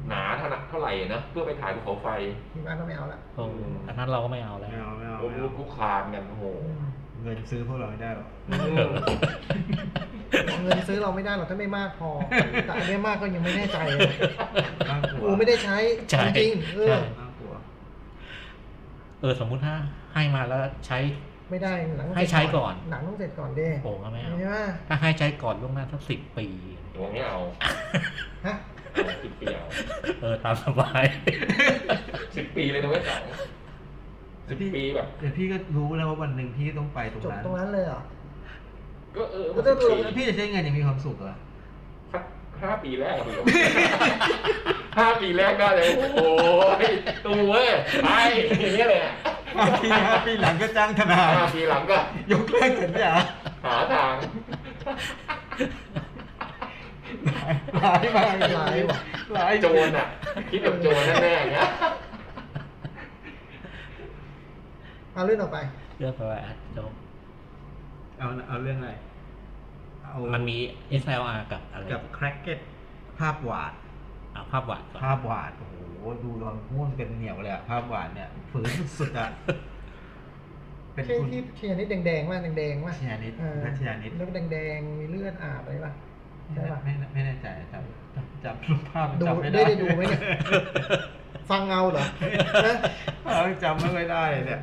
S3: หนาเท่านั้นเท่าไหร่นะเพื่อไปถ่ายภูเขาไฟ
S5: พี่มาก็ไม่เอาละ
S4: เอออันนั้นเราก็ไม่เอาแล้ว
S6: ไม่เอาไม่เอา
S3: ล้ม
S6: ไม่
S3: ลุ
S6: เอา
S3: กคลุกคลานกันโอ้โห
S6: เงินซื้อพวกเราไม่ได้หรอก
S5: เอาเงินซื้อเราไม่ได้หรอกถ้าไม่มากพอ แต่อันเนี้ยมากก็ยังไม่แน่ใจเลย
S6: น่ากลัว
S5: กูไม่ได้ใช้
S4: ใช่
S5: จริงๆเอ
S4: ใช่
S5: อ
S6: น่ากลัว
S4: เออสมมุติถ้าให้มาแล้วใช้
S5: ไม่ได้หนังต้อง
S4: ให้ใช้ก่อน
S5: หนังต้องเสร็จก่อนเด้
S4: โอ้ก็ไม่เอา
S5: ใช่ไหม
S4: ถ้าให้ใช้ก่อนล่วงหน้าสักสิบปี
S3: อย่างนี้เอา
S5: ฮะ
S3: เอาสิบปีเอา
S4: เออตามสบ [laughs] าย
S3: สิบปีเลยนะเว้ยสองสิบปีแบบ
S6: แต่พี่ก็รู้แล้วว่าวันหนึ่งพี่ต้องไปตรง
S5: จบ
S6: นั้น
S5: ตรงนั้นเลยเหรอ
S3: ก็เออ
S5: แล้วถ้าเรา
S3: สิบปี
S6: พี่จะใช้เงินอย่างมีความสุขเหรอ
S3: สักห้าปีแรกเลยห้าปีแรกได้เลยโอ้โหตูเว้ยไปอย่างเงี้ยเลยอะ
S6: ห้าปีห้าปีหลังก็จ้างทนาย
S3: ห้าปีหลังก็
S6: ยกเลิกสัญญา
S3: หาทาง
S6: หลายมาก
S5: หลายว่ะ
S6: หลาย
S3: ไอ้โจรอ่ะ คิดแบบโจรแน่ๆอย่างเงี้ย
S5: เอาเรื่องต่อไป
S4: เรื่องอะไรอะจบ
S6: เอาเอาเรื่องอะไร เอา
S4: มันมี SLR กับอะไร
S6: กับแครกเก็ตภาพวาด
S4: เอาภาพวาดก่อน
S6: ภาพวาด โอ้โห ดูตอนง่วงเต็มเหนียวเลยอะภาพวาดเนี่ยฝืนสุดๆอะเป็น
S5: ที่
S6: คุณ
S5: ที่เทียนิดแดงๆว่าแดงๆว่า
S6: ชยานิดพัชยานิด
S5: แล้วก็แดงๆมีเลือดอาบอะไรป่ะ
S6: ไม่
S5: ใช่ป่ะ
S6: ไม่ไม่แน่ใจจำจำจำรูปภาพ
S5: ดู
S6: จำไม่
S5: ได้
S6: ได้
S5: ได้ดูไหม
S6: [laughs]
S5: เนี่ย ฟังเอาเหรอนะ
S6: เออจำไม่ค่อยได้เลยเนี่ย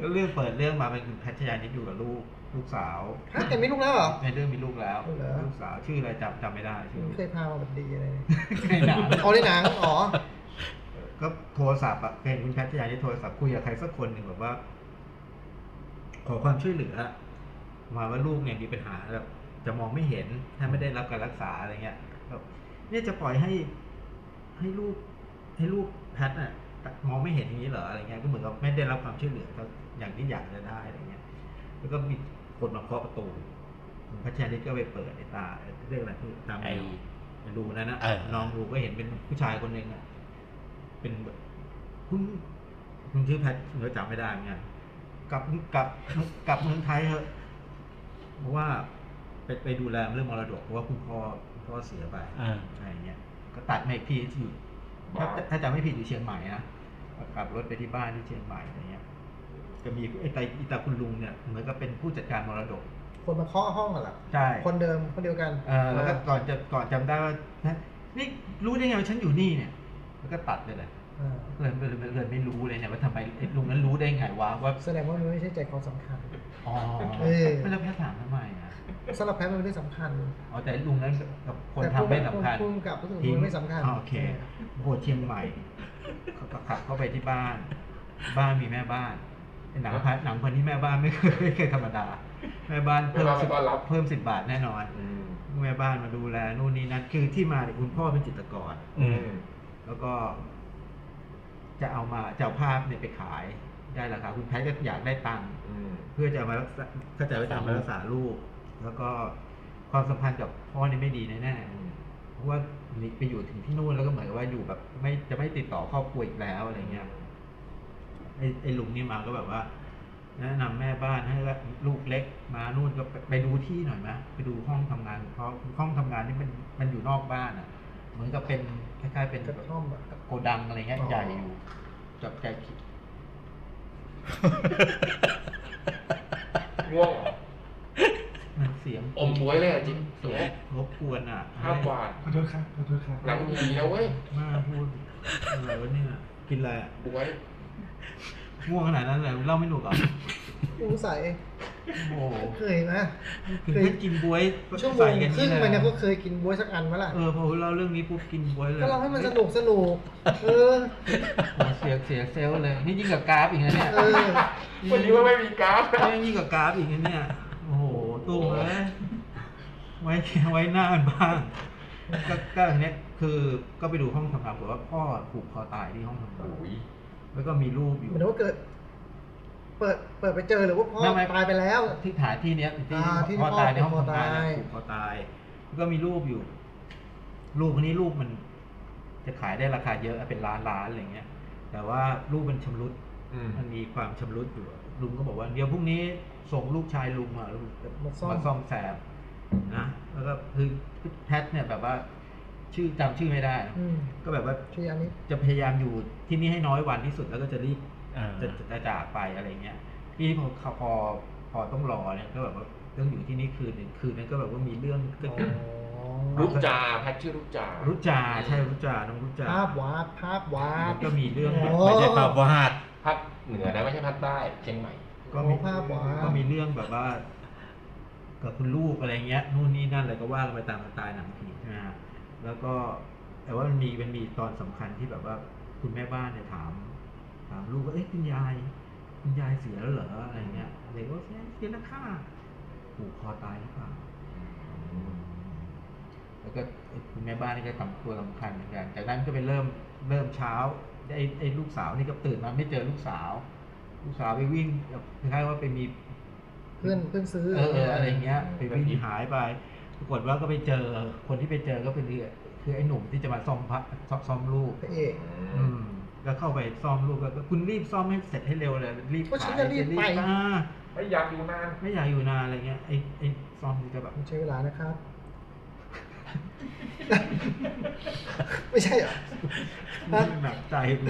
S6: แล้วเรื่องเปิดเรื่องมาเป็นคุณพัชยานิดอยู่กับลูกลูกสาว
S5: ฮะแต่มีลูกแล้วเหรอ
S6: ในเรื่องมีลูกแล้ว
S5: เหรอ
S6: ลูกสาวชื่ออะไรจำจำไม่ได้ชื่อ
S5: ไม่เคยพามาแบบดีอะไรเลย
S6: ในหนัง
S5: เอาในหนังอ๋อ
S6: ก็โทรศัพท์อะเป็นคุณแพทยาที่โทรศัพท์คุยกับใครสักคนหนึ่งแบบว่า ขอความช่วยเหลือ มาว่าลูกเนี่ยมีปัญหาแบบจะมองไม่เห็นถ้าไม่ได้รับการรักษาอะไรเงี้ยแบบเนี่ยจะปล่อยให้ให้ลูก ให้ลูกแพทน่ะมองไม่เห็นอย่างนี้เหรออะไรเงี้ยก็เหมือนกับไม่ได้รับความช่วยเหลือก็อย่างที่อยากจะได้อะไรเงี้ย แล้วก็มีคนมาเคาะประตูคุณพัชยานิดก็ไปเปิดไอ้ตาเรื่องอะไรที่ตาม
S4: ไอ้
S6: แนว ดูนะนะ
S4: เออ
S6: น้องดูก็เห็นเป็นผู้ชายคนหนึ่งอ่ะ เป็นแบบคุณคุณชื่อแพทผมก็จำไม่ได้เหมือนกันกลับกลับกลับเมืองไทยเถอะเพราะว่าไปไปดูแลเรื่องมรดกเพราะว่าคุณพ่อคุณพ่อเสียไป
S4: เออ
S6: อะไรเงี้ย ก็ตัดมาอีกทีอยู่ถ้าถ้าจำไม่ผิดอยู่เชียงใหม่นะก็ขับรถไปที่บ้านที่เชียงใหม่อะไรเงี้ยก็มีไอ้ตาอีตาคุณลุงเนี่ยเหมือนกับเป็นผู้จัดการมรดก
S5: คนมาเคาะห้องเหรอ
S6: ใช่
S5: คนเดิมคนเดียวกัน
S6: เออแล้วก็ก่อนจะก่อนจำได้ว่านะนี่รู้ได้ไงว่าฉันอยู่นี่เนี่ย แล้วก็ตัดไปเลย
S5: อ่า
S6: เลยเลยเลยเลยไม่รู้เลยเนี่ยว่าทำไมไอ้ลุงนั้นรู้ได้ไงวะว่า
S5: แสดงว่ามันไม่ใช่ใจความสำคัญ
S6: อ๋อ
S5: เออ
S6: ไม่แล้วแพทย์ถามทำไมนะ
S5: สำหรับแพทย์มันเป็นเรื่องสำคัญ
S6: อ๋อแต่ลุงนั้นกับคนทำไม่สำคัญ
S5: แต่ผู้กับผู้สึกว่ามันไม่สำคัญ
S6: อ๋อโอเคโบสถ์เชียงใหม่ [laughs] เขาก็ขับเข้าไปที่บ้าน บ้านมีแม่บ้านไอ้หนังพันหนังพันที่แม่บ้านไม่เคย [laughs] ไม่เคยธรรมดา แม่บ้านเพิ่มสิบ
S3: แม่บ้านไม่ต้อนรับ
S6: เพิ่มสิบบาทแน่นอน
S3: อืม
S6: แม่บ้านมาดูแลนู่นนี่นั่นคือที่มาเนี่ยคุณพ่อเป็นจิตรกร
S4: อื
S3: อื
S4: ม
S3: ม
S6: แล้วก็ จะเอามาจะเอาภาพเนี่ยไปขายได้ราคาคุณแพทย์ก็อยากได้ตังค์
S3: อืม
S6: เพื่อจะเอามารักษาเข้าใจว่าจะเอามารักษาลูกแล้วก็ความสัมพันธ์กับพ่อนี่ไม่ดีแน่
S3: อืม
S6: ๆเพราะว่าหนีไปอยู่ถึงที่นู่นแล้วก็เหมือนกับว่าอยู่แบบ ไม่จะไม่ติดต่อครอบครัวอีกแล้วอะไรเงี้ยไอ้ไอ้ลุงนี่มาก็แบบว่าแนะนำแม่บ้านให้ว่าลูกเล็กมานู่นก็ไปไปดูที่หน่อยมะไปดูห้องทำงานของเขาห้องทำงานนี่มันมันอยู่นอกบ้านอ่ะ เหมือนกับเป็นคล้ายๆเป็น
S5: กระท่อมอะ
S6: โกดังอะไรเงี้ย
S5: อ๋อ
S6: ใหญ่อยู่จับใจคิด
S3: ง่วงเหรอ
S6: มันเสียง
S3: อมบวยเลยอะจิ๊บ
S6: เสียงรบกวนอ่ะ
S3: ภาพวาด
S2: ขอโทษครับขอโทษครับ
S3: หนังผีนะเว้ย
S6: มากพูดอะไรวะเนี่ยกินอะไรอะ
S3: บวย
S6: ง่วงขนาดนั้นเลยเล่าไม่หนุกเหรอ่ะ
S5: อู้ใส่
S6: โอ้โห
S5: เคยนะ
S6: ถึง
S5: เคย
S6: ขั้นกินบวย
S5: ชั่วโม
S6: ใส่
S5: ง
S6: กัน
S5: ครึ่ง
S6: เลย
S5: มันเนี่ยก็เคยกินบ๊วยสักอันมาล่ะ
S6: เออพอเราเรื่องนี้ปุ๊บกินบวยเลย
S5: ก็เราให้มันสนุกสนุก เออ
S6: โอ้โหเสียเสียเซลลเลยนี่ยิ่งกับกราฟอีกนะเนี่ย
S5: เออ
S3: วันนี้ว่าไม่มีกราฟนะ
S6: นี่ยิ่งกับกราฟอีกนะเนี่ยโอ้โหตุ้มเลยไว้ไว้หน้ามันบ้างก็ก็อันเนี้ยคือก็ไปดูห้องทำงานบอกว่าพ่อผูกคอตายที่ห้องทำงาน
S3: โอ้ย
S6: แล้วก็มีรูปอยู่
S5: เหมือนว่าเกิด เปิด เปิดไปเจอหรือว่าพ่อตายไปแล้ว
S6: ที่ฐานที่เนี้ยเป็น
S5: อ่าที่
S6: ที่
S5: พ่
S6: พ่
S5: อ
S6: อตายในห้อง
S5: พ่อ
S6: ทำงาน
S5: ตาย
S6: เนี่ยถูกคอตาย แล้วก็มีรูปอยู่ รูปอันนี้รูปมัน จะขายได้ราคาเยอะเป็นล้านล้านๆอะไรเงี้ย แต่ว่ารูปมันชำรุด
S3: อืม
S6: มันมีความชำรุดอยู่อะลุงก็บอกว่าเดี๋ยวพรุ่งนี้ส่งลูกชายลุงมาลุงจะ
S5: มาซ่อม
S6: มาซ่อมแซมนะแล้วก็คือแพทเนี่ยแบบว่า ชื่อจำชื่อไม่ได้นะ
S5: อืม
S6: ก็แบบว่า
S5: ชื่ออันนี้
S6: จะพยายามอยู่ที่นี่ให้น้อยวันที่สุดแล้วก็จะรีบ
S4: อ่า
S6: จะจะจากไปอะไรเงี้ยพี่พอพอพอต้องรอเนี่ยก็แบบว่าต้องอยู่ที่นี่คืนหนึ่งคืนนั้นก็แบบว่ามีเรื่องก็
S5: อ๋อ
S3: รุจาแพทชื่อรุจา
S6: รุ
S3: รุ
S6: จาใช่รุจาน้องรุจา
S5: ภาพวาดภาพวาด
S6: ก็มีเรื่อง
S5: โอ้
S4: ไม่ใช่ภาพวาด
S3: ภาคเหนือนะไม่ใช่ภาคใต้เชียงใหม่
S6: ก็มี
S5: โอ้ภาพวาด
S6: ก็มีเรื่องแบบว่า กับคุณลูกอะไรเงี้ยนู่นนี่นั่นอะไรก็ว่ากันไปตามสไตล์หนังผีใช่ไหมฮะแล้วก็แต่ว่ามันมีมันมีตอนสำคัญที่แบบว่า คุณแม่บ้านเนี่ยถาม ถามลูกว่าเอ๊ะคุณยาย คุณยายเสียแล้วเหรออะไรเงี้ยเด็กว่าเสียเสียแล้วค่ะผูกคอตายหรือเปล่า แล้วก็ไอ้คุณแม่บ้านนี่ก็ทำตัวสำคัญเหมือนกัน จากนั้นก็ไปเริ่มเริ่มเช้าไอ้ไอ้ลูกสาวนี่ก็ตื่นมาไม่เจอลูกสาว ลูกสาวไปวิ่งแบบคล้ายๆว่าไปมี
S5: เพื่อนเพื่อนซื้อ
S6: เออเอออะไรเงี้ยไปวิ่ง
S3: แบบนี้
S6: หายไป ปรากฏว่าก็ไปเจอคนที่ไปเจอก็เป็นคือคือไอ้หนุ่มที่จะมาซ่อมพระซ่อมซ่อมลูก
S5: พระเอก
S6: อืมก็เข้าไปซ่อมลูกแล้วก็คุณรีบซ่อมให้เสร็จให้เร็วเลยรีบ
S5: ก็ฉันจะรีบไป
S6: อ่า
S3: ไป ไม่อยากอยู่นาน
S6: ไม่อยากอยู่นานอะไรเงี้ยไอ้ไอ้ซอมมันจะแบบ
S5: ผมใช้เวลานะครับ [laughs] ไม่ใช่เหรอฮะ
S6: หนักใจกู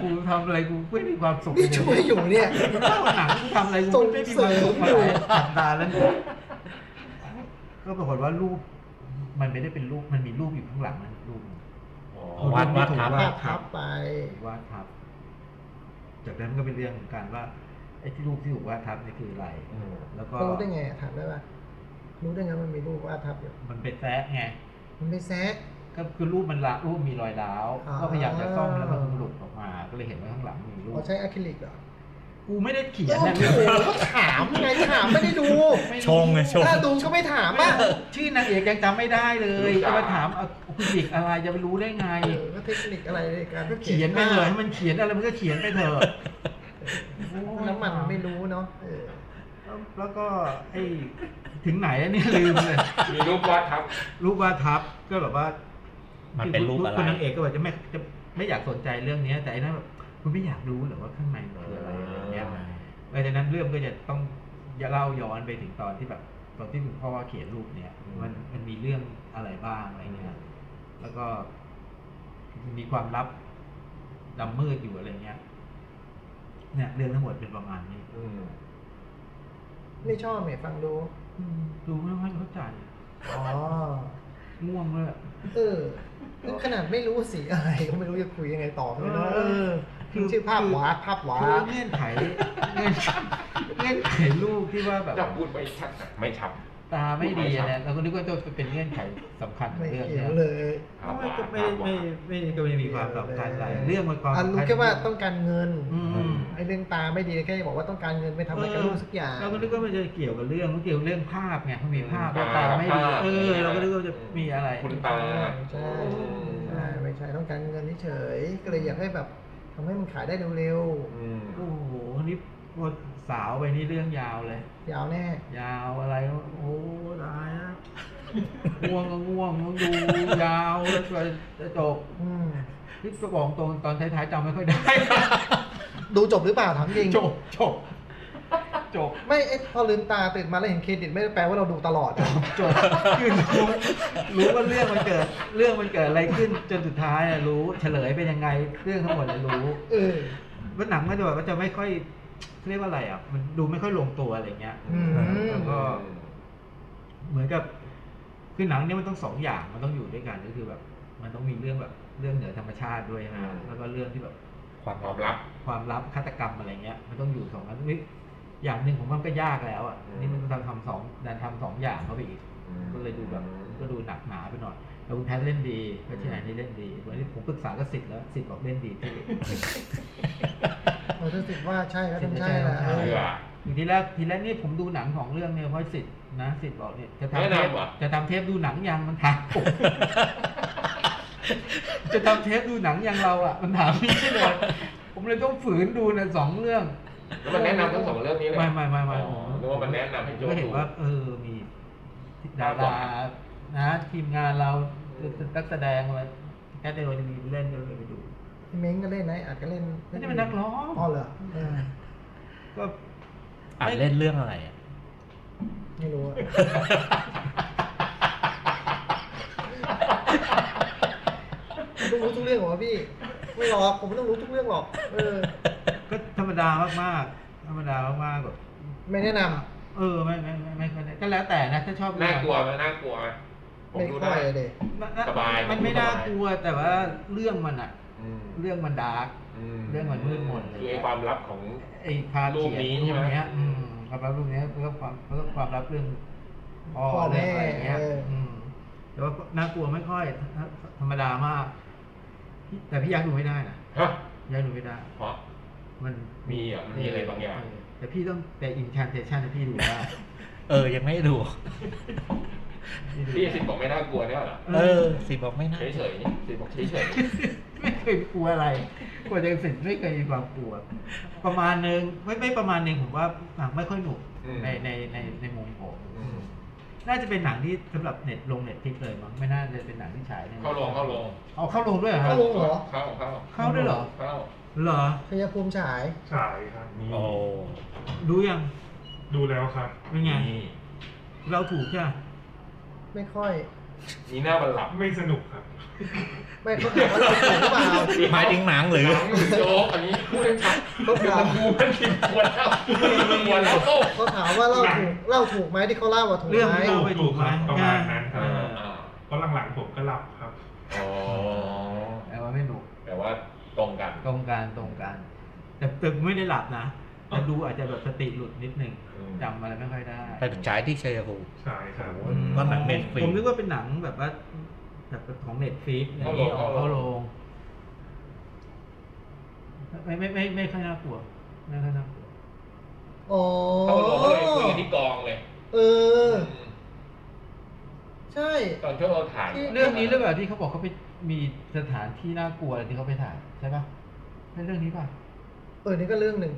S6: กูทำอะไรกูไม่มีความสุข
S5: นี่ช่วยอยู่เนี่ย
S6: เข้าหนังกูทำอะไรกูไม่มีความสุขมาหลายสัปดาห์แล้วเนี่ยก็ปรากฏว่ารูป มันไม่ได้เป็นรูปมันมีรูปอยู่ข้างหลังมันรูปหนึ่ง
S4: อ๋อวาดวาดทับ
S5: ภาพทับไป
S6: วาดทับ จากนั้นมันก็เป็นเรื่องของการว่าไอ้ที่รูปที่ถูกวาดทับนี่คืออะไร
S3: อืม
S6: แล้วก็
S5: รู้ได้ไงอะถามได้ป่ะรู้ได้ไงมันมีรูปวาดทับอยู่
S6: มันเป็นแซะไง
S5: มันไม่แซะ
S6: ก็คือรูปมันละรูปมีรอยร้าว
S5: อ่า
S6: ก็พยายามจะซ่อมแล้วมันหลุดออกมา ก็เลยเห็นว่าข้างหลังมีรูป
S5: เขาใช้อะคริลิกเหรอ
S6: กูไม่ได้เขียน
S5: โอ้
S6: นะ
S5: โหถามไงถามไม่ได้ดู
S4: ชงไงชง
S5: ถ้าดูก็ไม่ถาม
S6: ไม่
S5: ป่ะ
S6: รู้ชื่อนางเอกยังจำไม่ได้เลยจะมาถามเอาคุณอีกอะไรจะไปรู้ได้ไง
S5: เออก็เทคนิคอะไรในการ
S6: ก็เขียนไปเลยให้มันเขียนอะไรมันก็เขียนไปเถอะ
S5: น้ำมันไม่รู้เนาะเออ
S6: แล้วก็ไอ้ถึงไหนแล้วเนี่ยลืมเลย
S3: มีรูปวาดทับ
S6: รูปวาดทับก็แบบว่า
S4: มันเป็นรูปอะไร
S6: คนนางเอกก็แบบจะไม่จะไม่อยากสนใจเรื่องเนี้ย แต่ไอ้นั่นแบบคุณไม่อยากรู้เหรอว่าข้างในมันคืออะไรอะไรเงี้ยหลังจากนั้นเรื่องก็จะต้องจะเล่าย้อนไปถึงตอนที่แบบตอนที่คุณพ่อเขียนรูปเนี้ย
S3: อืม
S6: มันมันมีเรื่องอะไรบ้างอะไรเงี้ยแล้วก็มีความลับดำมืดอยู่อะไรเงี้ยเนี่ยเรื่องทั้งหมดเป็นประมาณนี้
S3: อืม
S5: ไม่ชอบเนี่ยฟังดู
S6: อืมดูไม่ค่อยเข้าใจ
S5: อ๋อ
S6: ง่วงเลยอะ
S5: เออคือขนาดไม่รู้สีอะไรก็ไม่รู้จะคุยยังไงต่อเลยเนอะ
S6: เออคื
S5: คือ อชื่อภาพหวาภาพหวา
S6: คือเงื่อนไขเงื่อนเงื่อนไขลูกที่ว่าแบบ
S3: จะพูดไม่ชัดนะไม่ชัด
S6: ตาไม่ดีอะไรเราก็นึกว่าจะเป็นเงื่อนไขสำคัญของ
S5: ไม่
S6: เรื่อง
S5: เกี่
S6: เนี่ย ยว
S5: เลย
S6: ไม่ก็ไม่ไม่ไม่ก็ไม่มีความสำคัญอะไรเรื่องมันความ
S5: อัน
S6: สำ
S5: รู้
S6: คัญ
S5: แค่ว่าต้องการเงิน
S6: อืม
S5: ไอ้เรื่องตาไม่ดีแค่บอกว่าต้องการเงินไปทำอะไรกับลูกสักอย่าง
S6: เราก็นึกว่ามันจะเกี่ยวกับเรื่องมันเกี่ยวเรื่องภาพไงมันมีภาพว่า
S3: ตา
S6: ตาไม่ดี
S3: ภาพ
S6: เออเราก็นึกว่าจะมีอะไร
S3: คุณตา
S5: ใช่ใช่ไม่ใช่ต้องการเงินเฉยๆก็เลยอยากให้แบบทำให้มันขายได้เร็ว
S3: อืม
S6: โอ้โหนี่พอสาวไปนี่เรื่องยาวเลย
S5: ๆยาวแน่
S6: ยาวอะไรก็โอ้ตายนะง่วงก็ง่วงต้องดูยาวแล้วก็จะจบ
S5: อืม
S6: พี่กระบอกตรงตอนท้ายๆจำไม่ค่อยได้
S5: ดูจบหรือเปล่าถามจริง
S6: จบจบจบ
S5: ไม่เอ๊ะพอลืมตาตื่นมาแล้วเห็นเครดิตไม่ได้แปลว่าเราดูตลอดนะ
S6: จบคือรู้รู้ว่าเรื่องมันเกิด เรื่องมันเกิดอะไรขึ้นจนสุดท้ายอะรู้ เฉลยเป็นยังไงเรื่องทั้งหมดอะรู้
S5: เออ
S6: ว่าหนังมันจะแบบว่าจะไม่ค่อยเรียกว่าอะไรอ่ะ มันดูไม่ค่อยลงตัวอะไรเงี้ย
S5: อืม
S6: แล้วก็ เหมือนกับคือหนังเนี่ยมันต้องสองอย่างมันต้องอยู่ด้วยกันก็คือแบบ มันต้องมีเรื่องแบบเรื่องเหนือธรรมชาติด้วยใช่ไหมแล้วก็เรื่องที่แบบ
S4: ความ
S3: ความลับ
S6: ความลับฆาตกรรมอะไรเงี้ย มันต้องอยู่สองอันนี่อย่างหนึ่งผมว่ามันก็ยากแล้วอ่ะ
S3: อืม
S6: นี่มันทำทำสองดันทำสองอย่างเข้าไปอีก
S3: อืม
S6: ก็เลยดูแบบก็ดูหนักหนาไปหน่อยแต่คุณแพทเล่นดีพัชนัยนี่เล่นดีวันนี้ผมปรึกษากับสิทธิ์แล้วสิทธิ์บอกเล่นดีที่
S5: เราจะติดว่าใช่ก็ต้องใช่แหละ
S6: ใช่
S5: เอ
S6: ใช่
S5: อ
S6: อยู่ทีแรกทีแรกนี่ผมดูหนังของเรื่องเนี่ยเพราะสิทธิ์นะสิทธิ์บอกเนี่ยจะทำ
S3: แนะ
S6: เทป
S3: นำเหรอ
S6: จะทำเทปดูหนังยังมันถาม
S3: [laughs]
S6: ผม จะทำเทปดูหนังยังเราอ่ะ มันถามพี่เลยผมเลยต้องฝืนดูนะสองเรื่อง
S3: แล้วมันแนะนำทั้งสองเรื่องนี้เลย
S6: ไม่ไม่ไม่ไม่
S3: อ๋อนึกว่ามันแนะนำให้โจ
S6: ก็เห็น
S3: ดู
S6: ว่า เออมีดารานะทีมงานเรานักแสดงอะไรแค่ได้โดยมีเล่นก็เลยไปดู
S5: พี่เม้งก็เล่นนะอาจก็เล่น
S6: ไม่ได้เป็นนักร้อง
S5: อ๋อเหรอเออ
S6: ก็
S4: อ่านเล่นเรื่องอะไรอ่ะ
S5: ไม่รู้อะผมต้องรู้ทุกเรื่องเหรอวะพี่ไม่หรอกผมไม่ต้องรู้ทุกเรื่องหรอก เออ
S6: ก็ธรรมดามากๆ ธรรมดามากๆแบบ
S5: ไม่แนะนำ
S6: เออไม่ไม่ไม่ไม่ค่อยได้ก็แล้วแต่นะถ้าชอบ
S3: น่ากลัวไหมน่ากลัวไหมผม
S5: ไม่
S3: ดู
S5: ค่
S3: ได้
S5: อยเลย
S6: มันน่
S3: สบาย
S6: มัน
S3: ผมดู
S6: ไม่น่าก
S3: สบาย
S6: ลัวแต่ว่าเรื่องมันอะ
S3: อืม
S6: เรื่องมันดาร์ก
S3: ม
S6: เรื่องมันมืดมนเลย
S3: คือไอ้ความลับของ
S6: ไอ้พาเขีย
S3: รูปนี้
S6: รู
S3: ใช่
S6: ป
S3: ไหม
S6: เนี้ย อืมความลับรูปเนี้ยเรื่องความเรื่องความลับเรื่องพ่อเรื่องอะไรเงี้ยอืมแต่ว่าน่ากลัวไม่ค่อย ธรรมดามาก แต่พี่ยักษ์ดูไม่ได้นะ
S3: ฮะ
S6: พี่ยักษ์ดูไม่ได้
S3: เพราะ
S6: มัน
S3: มีอ่ะมันมีอะไรบางอย่าง
S6: เแต่พี่ต้องแต่อินชันเทชันพี่ดู
S3: [laughs]
S6: ได้
S4: เออ ยังไม่ดู
S3: พี่สิบบอกไม่น่ากลัวเนี่ยเหรอ
S4: เออ สิบอกไม่น่า
S3: เฉยเฉยๆนี่สิบบอกเฉยเฉย
S6: [laughs] ไม่เคยกลัวอะไรกลัวจะสิทธิ์ไม่เคยมีความกลัว ประมาณนึงไม่ไม่ประมาณนึงผมว่าหนังไม่ค่อยหนุกในในในในมุมผม
S3: ๆอืม
S6: น่าจะเป็นหนังที่สำหรับเน็ตลงเน็ตทิกเลยมั้งไม่น่าจะเป็นหนังที่ฉายใน
S3: เข้าลงเข้าลง
S6: เอาเข้าลงด้วยเหรอค
S5: ก็
S6: รับ
S5: ลงเหรอ
S3: เข้าเข้า
S6: เข้าด้วยเหรอ
S3: เข้า
S6: เหรอ
S5: พยาภูมิฉาย
S2: ฉายครับ
S3: นี่
S4: โอ้
S6: ดูยัง
S2: ดูแล้วครับ
S6: เป็นไง
S3: นี่
S6: เราถูกใช่ไหม
S5: ไม่ค่อย
S3: นี่หน้าบัลลังก์
S2: ไม่สนุกครับ
S5: ไม่เขาถามว่าถูกหรือเปล่า
S4: หมายถึงหนังหรือ
S3: หนังโจ๊กอันนี้พูดให้ชัด
S5: ก็
S3: [laughs]
S5: ถาม
S3: ดูมันผิดควรแล้วควรแล้วโอ้
S5: เขาถามว่าเล่าถูกเล่าถูกไหมที่เขาเล่าว่าถูก
S6: เรื่อง
S5: ไหม
S6: มันเราไปถูกไหม
S2: ประมาณนั้นครับ
S3: อ่า
S2: เพราะหลังๆผมก็หลับครับ
S3: อ๋อ
S6: แต่ว่าไม่ถูก
S3: แต่ว่าตรงกัน
S6: ตรงการตรงการแต่ตึกไม่ได้หลับนะแต่ดูอาจจะแบบสติหลุดนิดนึง
S3: อืม
S6: จำอะไรไม่ค่อยได้
S4: ไปฉายที่ชัยภูมิ
S2: ฉายครับ
S4: โอ้ ก็หนัง Netflix
S6: ผมนึกว่าเป็นหนังแบบว่าแบบของเน็ตฟลิกซ์
S3: เข้าโรง
S6: เข้า
S3: เข้า
S6: โร
S3: โรง ง
S6: ไม่ไม่ไม่ไม่ค่อยน่ากลัวไม่ค่อยน่ากลัว
S5: อ๋อ
S3: เข้าลงเลยคุยกันที่กองเลย
S5: เออ ใช่
S3: ตอนช่วงเราถ่าย
S6: เรื่องนี้หรือเปล่าที่เขาบอกเขาไปมีสถานที่น่ากลัวอะไรที่เขาไปถ่ายใช่ปะเป็นเรื่องนี้ป่ะ
S5: เออนี่ก็เรื่องหนึ่ง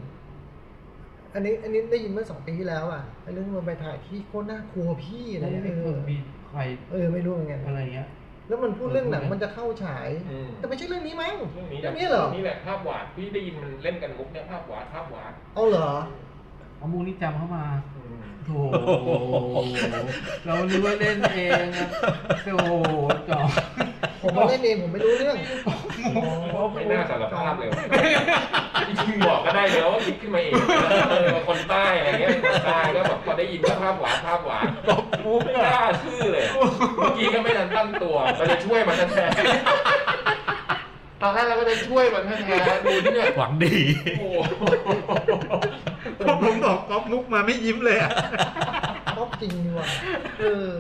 S5: อันนี้ อันนี้ได้ยินเมื่อสองปีที่แล้วอ่ะไอ้เรื่องมันไปถ่ายที่โคตรน่ากลัวพี่อะไร
S6: ไม่
S5: เงี้ย
S6: ไม่
S5: เอ
S6: เค
S5: อย
S6: มีใคร
S5: เออไม่รู้เหมือนกัน
S6: อะไรเงี้ย
S5: แล้วมันพูดเรื่องหนังมันจะเข้าฉาย
S3: อืม
S5: แต่ไม่ใช่เรื่องนี้มั้ง
S3: เรื่องนี้
S5: เรื่องนี้เหรอ
S3: นี่แหละภาพหวาดพี่ได้ยินมันเล่นกันมุกเนี่ยภาพหวาดภาพหวาด
S5: เอาเหรอ
S6: เอามูนี่จำเข้ามา
S3: อืม
S6: โถเรานึกว่าเล่นเองนะโถจอ
S5: ผมมาเล่นเองผมไม่รู้เรื่อง
S3: ไม่น่าสารภาพเลยว่ะจริงๆบอกก็ได้แล้วว่าคิดขึ้นมาเองเออคนใต้อะไรเงี้ยคนใต้แล้วแบบพอได้ยินว่าภาพหวาดภาพหวาดไม่กล้าชื่อเลย เมื่อกี้ก็ไม่ทันตั้งตัวมันจะช่วยมันแท้ๆตอนแรกเราก็จะช่วยมันแท้ๆดูที่เนี่ย
S4: หวังดี
S3: โอ้โห
S6: พอผมบอกก๊อฟมุกมาไม่ยิ้มเลยอะ
S5: ท็อปจริงดีว่ะเออ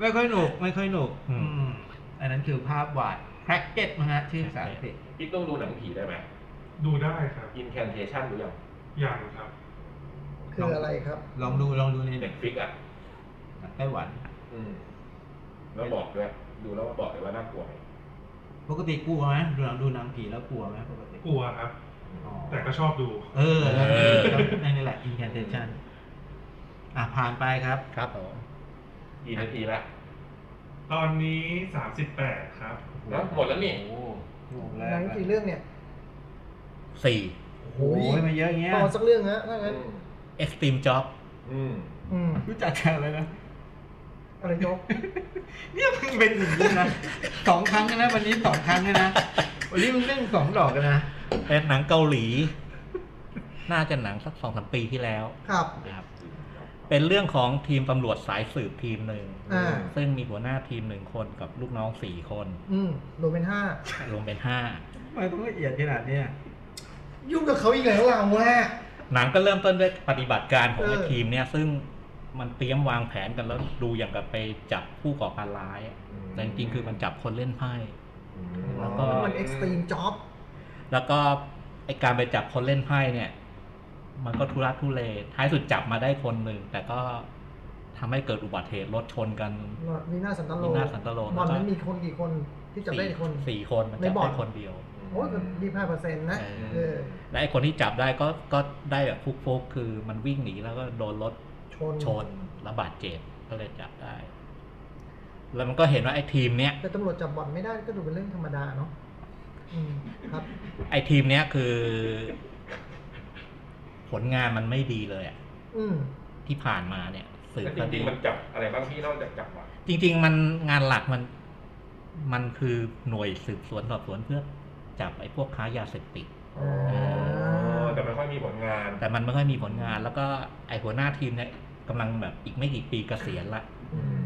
S6: ไม่ค่อยหนุกไม่ค่อยหนุก
S4: อืม
S6: อืมอันนั้นคือภาพวาดแคร็กเก็ตนะฮะชื่อภาษาอังกฤษ
S3: พี่ต้องดูหนังผีได้ไหม
S2: ดูได้ครับ
S3: Incantation หรือยัง
S2: ยังครับ
S5: คืออะไรครับ
S6: ลองดูลองดูใน
S3: เน็ตฟิกอ่ะ
S6: ไต้หวัน
S3: อืม แล้วบอกด้วย ดูแล้วบอกเลยว่าน่ากลัวไหม
S6: ปกติกลัวไหมดูหนังดูหนังผีแล้วกลัวไหมปกติ
S2: กลัวครับ
S6: อ๋อ
S2: แต่ก็ชอบดู
S6: เออ
S4: เออ
S6: นั่นนี่แหละ incantation อ่ะ ผ่านไปครับ
S4: ครับผม
S3: กี่นาทีละ
S2: ตอนนี้ 38 ครับ
S3: แล้วหมดแล้วนี่
S6: โอ้โหหมดแล้
S5: ห
S6: ว
S5: นังกี่เรื่องเนี่ย
S4: สี่
S6: โอ้โหมาเยอะอย่างเงี้ย
S5: ต่อสักเรื่องฮะถ้างั้น
S4: extreme job
S3: อืม
S5: อืม
S6: รู้จักกันเลยนะ
S5: อะไรจ๊ก
S6: เนี่ยมึงเป็นอย่างนี้นะสองครั้งนะวันนี้สองครั้งนะวันนี้มึงเล่นสองดอกกันนะ
S4: เป็นหนังเกาหลี น่าจะหนังสักสองสามปีที่แล้ว
S5: ครับ
S4: ครับ เป็นเรื่องของทีมตำรวจสายสืบทีมหนึ่ง
S5: อ่า
S4: ซึ่งมีหัวหน้าทีมหนึ่งคนกับลูกน้องสี่คน
S5: อืมรวมเป็นห้าร
S4: วมเป็นห้า
S6: ทำไมต้องละเอียดขนาดเนี้ย
S5: ยุ่งกับเขาอีกแล้วเราฮะ
S4: หนังก็เริ่มต้นด้วยปฏิบัติการของ
S5: เออ
S4: ทีมเนี่ย ซึ่งมันเตรียมวางแผนกันแล้วดูอย่างกับไปจับผู้ก่อการร้ายอะ
S3: อืม
S4: แต่จริงๆคือมันจับคนเล่นไพ่
S3: อื
S4: แล้วก็
S5: มันเอ็กซ์ตรีมจ็อบ
S4: แล้วก็ไอการไปจับคนเล่นไพ่เนี่ย มันก็ทุรักทุเลท้ายสุดจับมาได้คนหนึ่งแต่ก็ทำให้เกิดอุบัติเหตุรถชนกัน
S5: มีหน้าสันตโล
S4: วินาศสันตโล
S5: บอลนั้นมีคนกี่คนที่จับได้กี่คน
S4: สี่คนมัน
S5: ใน
S4: จับ
S5: บ่อน
S4: ได้คนเดียว
S5: โอ้ยดีห้าเปอร์เซ็นต์นะ
S4: เออ
S5: เออ
S4: และไอคนที่จับได้ก็ก็ได้แบบฟุกๆคือมันวิ่งหนีแล้วก็โดนรถ
S5: ชน
S4: ชนแล้วบาดเจ็บก็เลยจับได้ แล้วมันก็เห็นว่าไอ้ทีมเนี้ย
S5: แต่ตำรวจจับบอลไม่ได้ก็ดูเป็นเรื่องธรรมดาเนาะ อืม ครับ
S4: ไอ้ทีมเนี้ยคือ ผลงานมันไม่ดีเลยอะ
S5: อืม
S4: ที่ผ่านมาเนี่ย สืบ
S3: แล้วจ
S4: ค
S3: ริ
S4: ดี
S3: งๆมันจับอะไรบ้างพี่นอกจากจับหวาด
S4: จริง ๆ มันงานหลักมัน มันคือหน่วยสืบสวนสอบสวนเพื่อจับไอ้พวกค้ายาเสพติด
S3: อ๋อแต่ไม่ค่อยมีผลงาน
S4: แต่มันไม่ค่อยมีผลงาน แล้วก็ไอ้หัวหน้าทีมเนี่ยกำลังแบบอีกไม่กี่ปีเกษียณละ
S5: อืม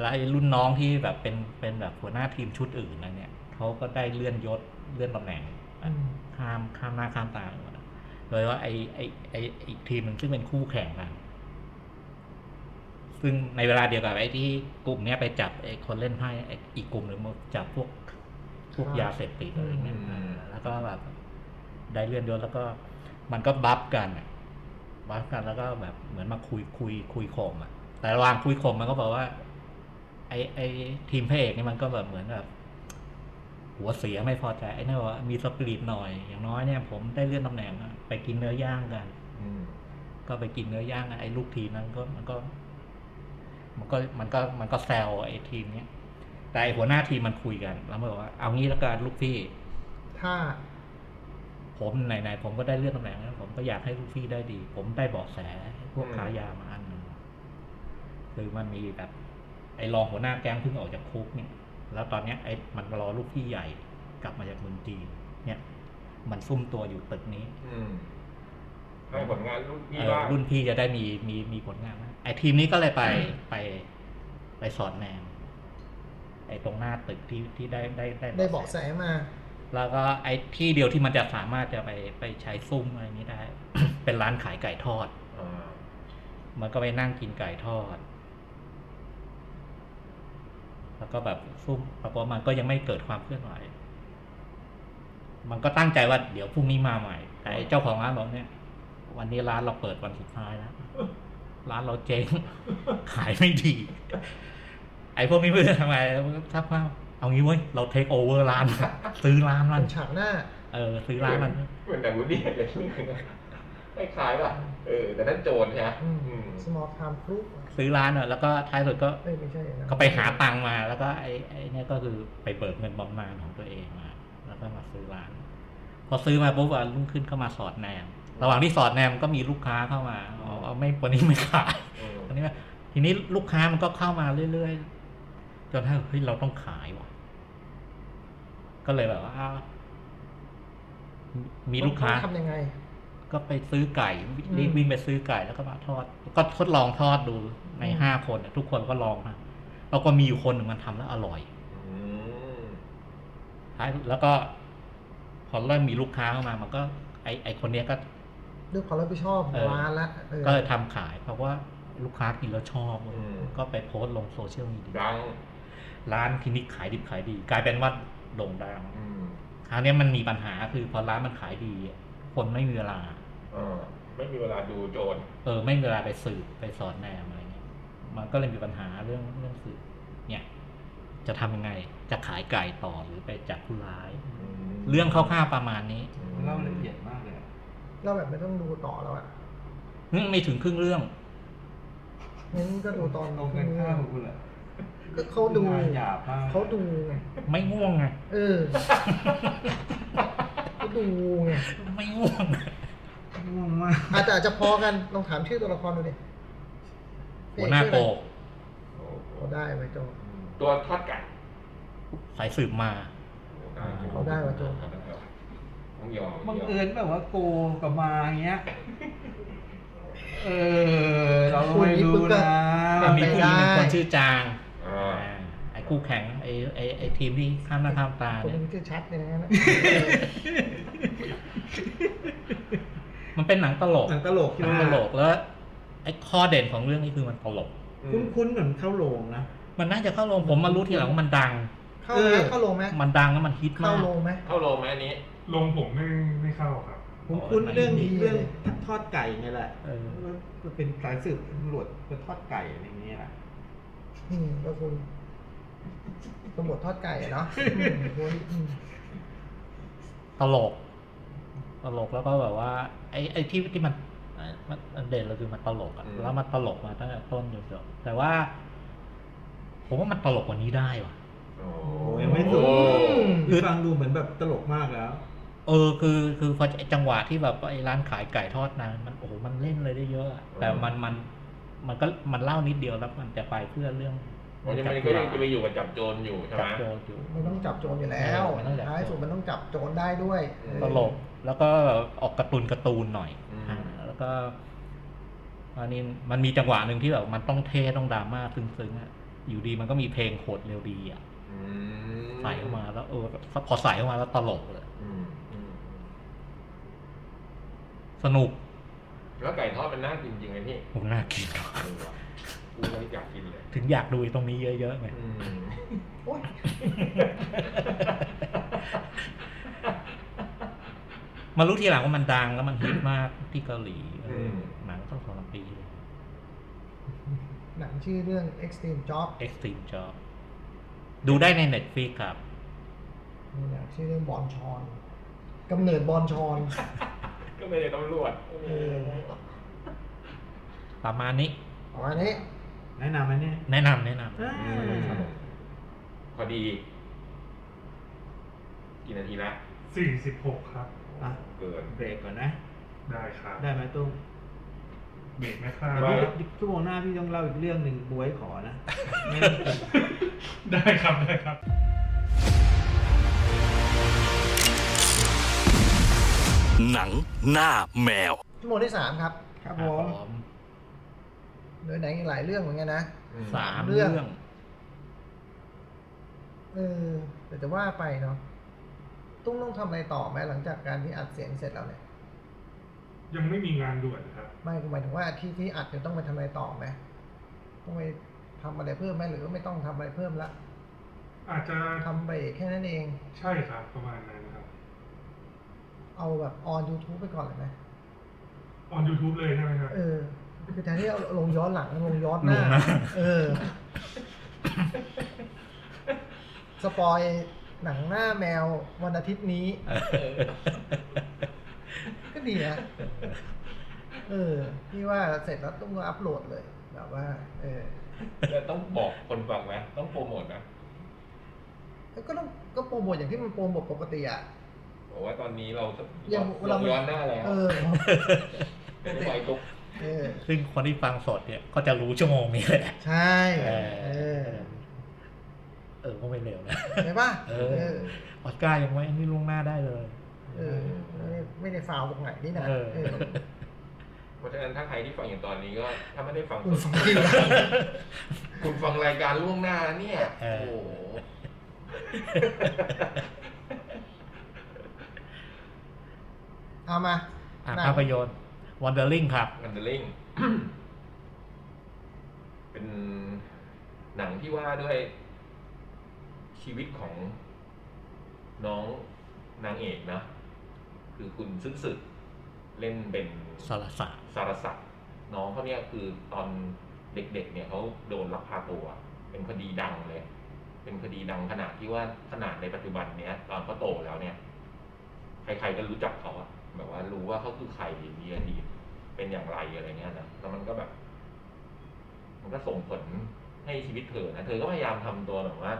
S4: แล้วไอ้รุ่นน้องที่แบบเป็นเป็นแบบหัวหน้าทีมชุดอื่นนะเนี่ยเขาก็ได้เลื่อนยศเลื่อนตำแหน่ง
S5: อืม
S4: ข้ามข้ามหน้าข้ามตาหมดอะโดยว่าไอ้ไอ้ไอ้อีกทีมหนึ่งซึ่งเป็นคู่แข่งกัน ซึ่งในเวลาเดียวกับไอ้ที่กลุ่มเนี้ยไปจับไอ้คนเล่นไพ่ไอ้อีกกลุ่มหนึ่งมาจับพวกพวกยาเสพติดอะไรเงี้ยเออแล้วก็แบบได้เลื่อนยศแล้วก็ มันก็บัฟกันอะบัฟกันแล้วก็แบบเหมือนมาคุยคุยคุยข่มอะแต่ระหว่างคุยข่มมันก็บอกว่า ไอไอทีมพระเอกนี่มันก็แบบเหมือนแบบหัวเสียไม่พอใจไอ้นี่นบอกว่ามีสปิริตหน่อย อย่างน้อยเนี่ย ผมได้เลื่อนตำแหน่งอะไปกินเนื้อย่างกัน
S3: อืม
S4: ก็ไปกินเนื้อย่างกันไอ้ลูกทีมนั้นก็มันก็ มันก็มันก็มันก็แซวไอ้ทีมเนี้ยแต่ไอ้หัวหน้าทีมมันคุยกัน แล้วมันบอกว่าเอางี้ละกันลูกพี่
S5: ถ้า
S4: ผมไหนๆผมก็ได้เลื่อนตำแหน่งแล้วผมก็อยากให้ลูกพี่ได้ดี ผมได้เบาะแสพวก
S3: อืม
S4: ค้ายามาอันหนึงคือมันมีแบบ ไอ้รองหัวหน้าแก๊งเพิ่งออกจากคุกเนี่ย แล้วตอนเนี้ยไอ้มันรอลูกพี่ใหญ่กลับมาจากเมืองจีนเนี่ย มันซุ่มตัวอยู่ตึกนี้
S3: อืมให้ผลงานลูกพี่
S4: เอ่อ
S3: บ้าง
S4: รุ่นพี่จะได้มีมีมีผลงานมากไอทีมนี้ก็เลยไปไปไปสอนแนมไอตรงหน้าตึกที่ที่ได้ได้ได้
S5: ได้เบอกแสมา
S4: แล้วก็ไอที่เดียวที่มันจะสามารถจะไปไปใช้ซุ่มอะไรนี้ได้ [coughs] เป็นร้านขายไก่ทอด
S3: อ่า
S4: มันก็ไปนั่งกินไก่ทอด แล้วก็แบบซุ่มปรากฏว่ามันก็ยังไม่เกิดความเคลื่อนไหว มันก็ตั้งใจว่าเดี๋ยวพรุ่งนี้มาใหม่แต่ไอ้เจ้าของร้านบอกเนี่ย วันนี้ร้านเราเปิดวันสุดท้ายแล้ว ร้านเราเจ๊ง [laughs] ขายไม่ดี ไอ้พวกนี้ไม่รู้จะทำไงมันก็ทักว่าเอางี้เว้ย เราเทคโอเวอร์ร้าน [laughs] ซื้อร้านมั
S5: มัน นฉากหน้า
S4: เออ ซื้อร้านมัน
S3: เหมือนแต่วุ้นนี่เลยคล้ายๆป่ะเออ แต่นั่นโจรใช่ไหม
S5: อืม
S3: อืม
S5: small time group
S4: ซื้อร้านเนอะแล้วก็ท้ายสุดก็
S5: เอ้ยไม่ใช่อย่างนั้น
S4: ก็ไปหาตังค์มาแล้วก็ไอ้ไอ้เนี่ยก็คือไปเบิกเงินบำนาญของตัวเองมา แล้วก็มาซื้อร้าน พอซื้อมาปุ๊บอ่ะรุ่งขึ้นก็มาสอดแนม ระหว่างที่สอดแนมก็มีลูกค้าเข้ามาเอาเอาไม่วันนี้ไม่ขาย
S3: อืม
S4: วันนี้ไม่ทีนี้ลูกค้ามันก็เข้ามาเรื่อยๆจนถ้าเฮ้ยเราต้องขายว่ะ ก็เลยแบบว่าอ้าวมีมีลูกค้า
S5: ต้องทำยังไง
S4: ก็ไปซื้อไก่
S5: อืม
S4: รีบวิ่งไปซื้อไก่แล้วก็มาทอด ก็ทดลองทอดดูในห้าคนน่ะทุกคนก็ลองนะแล้วก็มีอยู่คนหนึ่งมันทำแล้วอร่อย
S3: อืม
S4: ท้ายแล้วก็พอเริ่มมีลูกค้าเข้ามา มันก็ ไอไอคนเนี้ยก็
S5: ด้วยความรับผิดชอบ
S4: เออ
S5: ร้านละเออ
S4: ก็เลยทำขาย เพราะว่าลูกค้ากินแล้วชอบเว้ย
S3: อืม
S4: ก็ไปโพสต์ลงโซเชียลมีเดีย
S3: ดัง
S4: ร้านทีนี้ขายดิบขายดี กลายเป็นว่าโด่งดัง
S3: อืม
S4: คราวเนี้ยมันมีปัญหาคือพอร้านมันขายดีอ่ะคนไม่มีเวลา
S3: เออไม่มีเวลาดูโจร
S4: เออไม่มีเวลาไปสืบไปสอนแนมอะไรเงี้ย มันก็เลยมีปัญหาเรื่องเรื่องสืบเนี่ย จะทำยังไง จะขายไก่ต่อหรือไปจับผู้ร้าย เรื่องคร่าวๆประมาณนี้
S6: เล่าละเอียดมากเลยอะ
S5: เราแบบไม่ต้องดูต่อแล้วอ่ะ
S4: อืมไม่ถึงครึ่งเรื่อง
S5: งั้นก็ดูตอน
S6: ตรงกันข้ามกับคุณเหรอ
S5: ก็เขาดู
S6: งนหยาบมาก
S5: เขาดูไง
S4: ไม่ง่วงไง [laughs]
S5: เออเขาดูไง
S4: ไม่ง่วง
S6: ง่วงมาก
S5: อาจจะอาจจะพอกันลองถามชื่อตัวละครดูดิ
S4: หัวหน้าโก
S3: โอ้โห
S5: เขาได้ไหมโจ
S3: อืมตัวทอดไก่
S4: สายสืบมา
S3: โอ้โห
S5: เขาได้ไหมโจ
S3: ต้องยอม
S6: บั
S3: ต้อง ยอม
S6: เอิญแบบว่าโกกับมาอย่างเงี้ย เออ เราไม่รู้นะ
S4: มันมีผู้หญิงหนึ่งคนชื่อจาง
S3: อ่า
S4: อ่าไอ้คู่แข่งไอ้ไอ้ไอ้ทีมที่ข้ามหน้าข้ามตา
S5: คน
S4: เนี่ย
S5: นี้ชื่อชัดเลยนะฮะ
S4: มันเป็นหนังตลก
S6: หนังตลกใช่
S4: ห
S6: ไห
S4: นั
S6: ม
S4: งตลกแล้วไอ้ข้อเด่นของเรื่องนี้คือมันตลก
S3: อืม
S6: คุ้นๆเหมือนเข้าโรงนะ
S4: มันน่าจะเข้าโรงผมมารู้ทีหลังว่ามันดัง
S5: เข้าไหม
S6: เออ
S5: เข้าลงไหม
S4: มันดังแล้วมันฮิต
S5: เข้า
S4: มา
S5: ล
S4: ก
S5: งไหม
S3: เข้าโรงไหมอันนี้
S2: ลงผมไม่ไม่เข้าครับ
S6: ผมคุ้นเรื่อง
S5: โอ้ย
S6: เรื่องทอดไก่ไงแหละ
S4: เออ
S6: มันเป็นสายสืบตำรวจไปทอดไก่อะไรอย่างเงี้ยแหละ
S5: อืมก็คุณตำรวจทอดไก่อะเนาะอืมคุณอืม
S4: ตลก ตลกแล้วก็แบบว่า ไอ้ไอ้ที่ที่มันอ่ะมันมันเด่นเลยคือมันตลกอะ
S3: อืม
S4: แล้วมันตลกมาตั้งแต่ต้นจนจบแต่ว่า ผมว่ามันตลกกว่านี้ได้ว่ะ
S3: โอ้โห
S6: โอ้ยยังไม่สุด
S3: โอ้โห
S5: ม
S6: คือฟังดูเหมือนแบบตลกมากแล้ว
S4: เออ คือคือพอไอ้จังหวะที่แบบไอ้ร้านขายไก่ทอดนางมันโอ้โหมันเล่นเลยได้เยอะอะแต่มันมัน มันก็มันเล่านิดเดียวแล้วมันจะไปเพื่อเรื่อง
S3: มันยังไม่ได้ก็ยังจะไปอยู่กับจับโจรอยู่ใช่
S4: จั
S3: ไห
S4: บ
S3: ม
S4: โจรอยู่
S5: มันต้องจับโจรอยู่แล้ว
S4: เออมันต้องจับโจร
S5: ท้ายสุดมันต้องจับโจรได้ด้วย
S4: ตลกแล้วก็ออกการ์ตูนการ์ตูนหน่อย
S3: อืม
S4: อ่าแล้วก็อันนี้มันมีจังหวะหนึ่งที่แบบมันต้องเท่ต้องดราม่าซึ้งๆอะอยู่ดีมันก็มีเพลงโหดเร็วดีอ่ะ
S3: อืม
S4: ใส่เข้ามาแล้วเออพอใส่เข้ามาแล้วตลกเลย
S3: อืมอืม
S4: สนุก
S3: แล้วไก่ทอดมันน่ากินจริงไหมพี่
S4: ผมน่ากินว่ะ
S3: เออว่ะกูไม่อยากกินเลย
S4: ถึงอยากดูไอ้ตรงนี้เยอะๆไง
S3: อืม
S5: โอ้ย
S4: มารู้ทีหลังว่ามันดังแล้วมันฮิตมากที่เกาหลีเอออ
S3: ม
S4: หนังต้องสองสามปีเลย
S5: หนังชื่อเรื่อง Extreme Job
S4: Extreme Job ดูได้ใน Netflix ครับ
S5: มีหนังชื่อเรื่องบอลชอนกำเนิดบอลชอน
S3: ก็ไม่ได้ตำรวจ
S5: เออ
S4: ประมาณนี้
S5: ประมาณนี้
S6: แนะนำไหมเนี่ย
S4: แนะนำแนะนำ
S6: อ่า
S3: อืมพอดี กี่นาทีละ
S2: 46 ครับ
S3: โอ้
S6: อ่ะ
S3: เกิน
S6: เบรกก่อนนะ
S2: ได้ครับ
S6: ได้ไหมตุ้ม
S2: เบรกไม่ข้า
S6: แต่
S2: ม
S3: ได้
S6: พี่ชั่วโมงหน้าพี่ต้องเล่าอีกเรื่องหนึ่งบวยขอ
S4: [laughs]
S6: นะ
S2: ได้ครับได้ครับ
S1: หนังหน้าแมว
S5: ชั่วโมงที่สามครับ
S6: ครับ
S4: ค
S6: ผ
S4: รับผม ม
S5: เหลือหนังอีกหลายเรื่องเหมือนกันนะ
S3: อื
S4: สาม
S5: เรื่
S4: เรื่
S5: อ
S4: อง ง
S5: เออแต่จะว่าไปเนาะตุ้มต้องทำอะไรต่อไหมหลังจากการที่อัดเสียงเสร็จแล้วเนี่ย
S2: ยังไม่มีงานด่วนครับ
S5: ไม่หมายถึงว่าที่ที่อัดเนี่ยต้องไปทำอะไรต่อไหมต้องไปทำอะไรเพิ่มไหมหรือว่าไม่ต้องทำอะไรเพิ่มละ
S2: อาจจะ
S5: ทำเบรกแค่นั้นเอง
S2: ใช่ครับประมาณนั้นครับ
S5: เอาแบบออน YouTube ไปก่อนเลยไหม
S2: ออน YouTube เลยใช่ไหมครับ
S5: เออ คือแทนที่เอาลงย้อนหลังลงย้อนหน้า
S4: ลงหน้า
S5: เออ สปอยหนังหน้าแมววันอาทิตย์นี้ ก็ดีนะ เออ พี่ว่าเสร็จแล้วต้องอัพโหลดเลย แบบว่า เออ
S3: แล้วต้องบอกคนฟังไหมต้องโปรโมทนะ
S5: แล้วก็ต้องก็โปรโมทอย่างที่มันโปรโมทปกติอ่ะ
S3: บอกว่าตอนนี้เรา
S5: ยัง
S3: ล
S5: เรา
S3: ง
S5: ไม่
S3: ย้อนหน้าแล้ว
S5: เออ
S3: เดี๋ยวไปตุ๊ก
S5: เออ
S4: ซึ่งคนที่ฟังสดเนี่ยก็จะรู้ชั่วโมงนี้แหละ
S5: ใช่
S4: เอ
S5: เอ
S4: อ
S5: อ
S4: เออก็ไม่เร็วนะ
S5: ใช่ปะ
S4: เออ ออสการ์ยังไว้อันนี้ล่วงหน้าได้เลย
S5: เออ ไม่ได้ไม่ได้ฟาวตรงไหนนี่นะ
S4: เออ
S5: เออ
S3: เพราะฉะนั้นถ้าใครที่ฟังอยู่ตอนนี้ก็ ถ้าไม่ได้ฟัง
S5: คุณ
S3: ส
S5: ฟั
S3: ด
S5: งดีแล้ว
S3: คุณฟังรายการล่วงหน้าเนี่ย
S4: เอ
S3: โอ้
S4: อ
S3: โห
S5: เอามา
S4: อ่ะ
S5: หนัง
S4: ภาพยนตร์ Wandering ครับ
S3: มันเดลิง [coughs] เป็นหนังที่ว่าด้วย ชีวิตของน้องนางเอกนะ คือคุณซึ้งสึกเล่นเป็น
S4: สารสา
S3: สารศักดิ์น้องเขาเนี่ยคือตอนเด็กๆ เนี่ยเขาโดนลักพาตัว เป็นคดีดังเลย เป็นคดีดังขนาดที่ว่าขนาดในปัจจุบันเนี้ยตอนเขาโตแล้วเนี่ย ใครๆก็รู้จักเขาอะแบบว่ารู้ว่าเขาคือใครมีอดีตเป็นอย่างไรอะไรเงี้ยนะแล้วมันก็แบบ มันก็ส่งผลให้ชีวิตเธอนะเธอก็พยายามทำตัวแบบว่า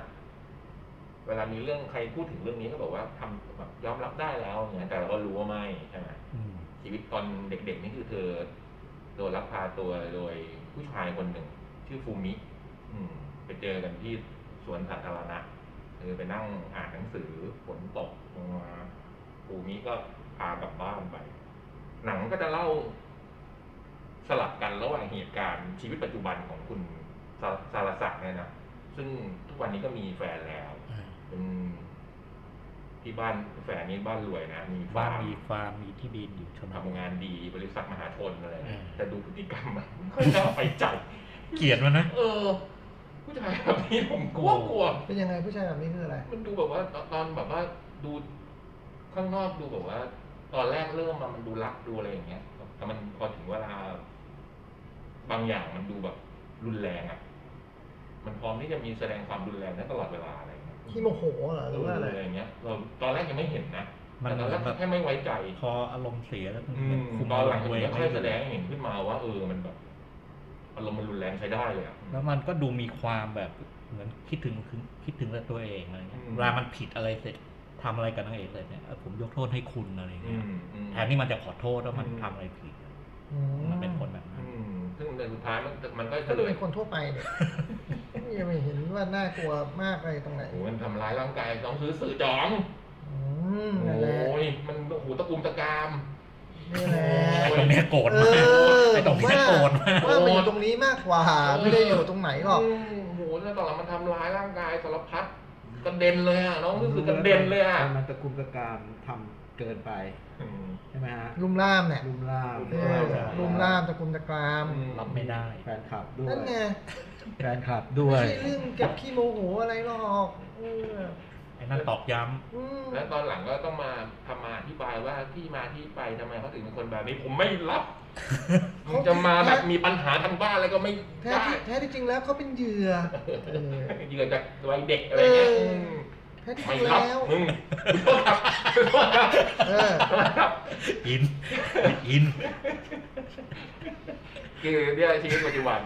S3: เวลามีเรื่องใครพูดถึงเรื่องนี้ก็บอกว่าทำแบบยอมรับได้แล้วอย่างเงี้ยแต่เราก็รู้ว่าไม่ใช่ไหม
S4: อืม
S3: ชีวิตตอนเด็กๆนี่คือเธอโดนลักพาตัวโดยผู้ชายคนหนึ่ง ชื่อฟูมิ อืม ไปเจอกันที่สวนสาธารณะเธอไปนั่งอ่านหนังสือฝนตกลงมาฟูมิก็พากลับบ้านไป หนังก็จะเล่าสลับกันระหว่างเหตุการณ์ชีวิตปัจจุบันของคุณสาสารศักดิ์เนี่ยนะซึ่งทุกวันนี้ก็มีแฟนแล้ว
S4: อ่า
S3: เป็นที่บ้านแฟนนี้บ้านรวยนะมี
S4: บ้า
S3: ฟาน ร์ม
S4: มีฟาร์มมีที่ดินอยู่ชนบ
S3: ทำ
S4: ท
S3: งานดีบริษัทมหาชนอะไร
S4: อืม
S3: แต่ดูพฤติกรรมมันไม่ค่อยน่าไปใจ
S4: เกลียดมันนะ
S3: เออ ผู้ชายแบบนี้ผมกลัวกลัว
S5: เป็นยังไงผู้ชายแบบนี้คืออะไร
S3: มันดูแบบว่าตอนตอนแบบว่าดูข้างนอกดูแบบว่า ตอนแรกเริ่มมามันดูรักดูอะไรอย่างเงี้ยแต่มันพอถึงเวลา บางอย่างมันดูแบบรุนแรงอ่ะ มันพร้อมที่จะมีแสดงความรุนแรงนั้นตลอดเวลาอะไรอย่างเงี้ย
S5: ที่โมโหเหรอหรือว่าอะไร
S3: เอออย่างเงี้ยเราตอนแรกยังไม่เห็นนะ
S4: มัน
S3: แต่ตอนแรก
S4: แบบ
S3: แค่ไม่ไว้ใจ
S4: พออารมณ์เสียแล้ว
S3: อืม
S4: คุม
S3: ตอ
S4: อานร
S3: หลั
S4: ม
S3: ง
S4: ณ์
S3: ถึ
S4: ตั
S3: ง
S4: วเอง
S3: ก็ค่อ
S4: ไม่
S3: ย
S4: อ
S3: แส
S4: ยู่
S3: ดงให้เห็นขึ้นมาว่าเออมันแบบอารมณ์มันรุนแรงใช้ได้เลยอะ
S4: แล้วมันก็ดูมีความแบบเหมือนคิดถึงคิดถึงแต่ตัวเองอะไรเงี้ย
S3: อืม
S4: เวลามันผิดอะไรเสร็จทำอะไรกับนางเอกเลยเนี่ยเออผมยกโทษให้คุณอะไร
S3: อื
S4: เงี้ย
S3: มอืม
S4: แทนที่มันจะขอโทษว่ามัน
S3: อืม
S4: ทำอะไรผิดอะ
S5: อื
S4: มันเป็นคนแบบนั้น
S3: อืมซึ่งในสุดท้ายมันมันก็เฉ
S5: ก็
S3: ล
S5: ดู
S3: ย
S5: เป็นคนทั่วไปเนี่ยยังไม่เห็นว่าน่ากลัวมากอะไรตรงไหน
S3: โอ้โหมันทำร้ายร่างกายต้องซื้อสื่อจ๋อง
S5: อืม
S3: โอ้
S5: นั่นแหละ
S3: ยมันโอ้โหตะกุมตะกาม
S5: นี่แหละ
S4: ไอ้ตรงเนี้ยโกรธ
S5: เอ
S4: มาก
S5: อ
S4: ไอ้ตรงเนี้ยโกรธมาก
S5: ว่ามันอยู่ตรงนี้มากกว่า
S3: เออ
S5: ไม่ได้อยู่ตรงไหนหรอก
S3: อืมโอ้โหแล้วตอนหลังมันทำร้ายร่างกายสารพัดกระเด็นเลยอ่ะน้องรู้สึกกระเด็นเลยอ่ะ
S6: มันตะกุมตะการทำเกินไป
S3: อืม
S6: ใช่ไหมฮะ
S5: ลุมล่ามเนี่ย
S6: ลุมล่าม
S5: เอ
S3: มล่า
S5: อ
S3: ม
S5: ลุมล่ามตะกุมตะกราม
S4: รับไม่ได้
S6: แฟนคลับด้วย
S5: นั่นไง
S6: แฟนคลับด้ว
S5: ไม่
S6: ย
S5: ใช่เรื่องเก็บขี้โมโหอะไรหรอกเออ
S4: ไอ้นั่นตอกย้
S5: อืม
S3: แล้วตอนหลังก็ต้องมาทำมาอธิบายว่าที่มาที่ไปทำไมเขาถึงเป็นคนแบบนี้ผมไม่
S5: [laughs]
S3: รับ มึงจะมาแบบมีปัญหาทางบ้านอะไรก็ไม่
S5: แท้
S3: ได้ [laughs]
S5: ที่แท้ที่จริงแล้วเขาเป็นเหยื่อเออ
S3: เหยื่อจากวัยเด็กอะไรเงี้ย
S5: เอออื
S3: ม
S5: แท้ที่จ
S3: ไม่
S5: ริง
S3: รับ
S5: แล้ว
S3: มึง [laughs] ไม่รับไม่รับ
S5: เออ
S3: [laughs]
S4: ำอิน อิน
S3: คือเนี่ยชีวิตปัจจุบัน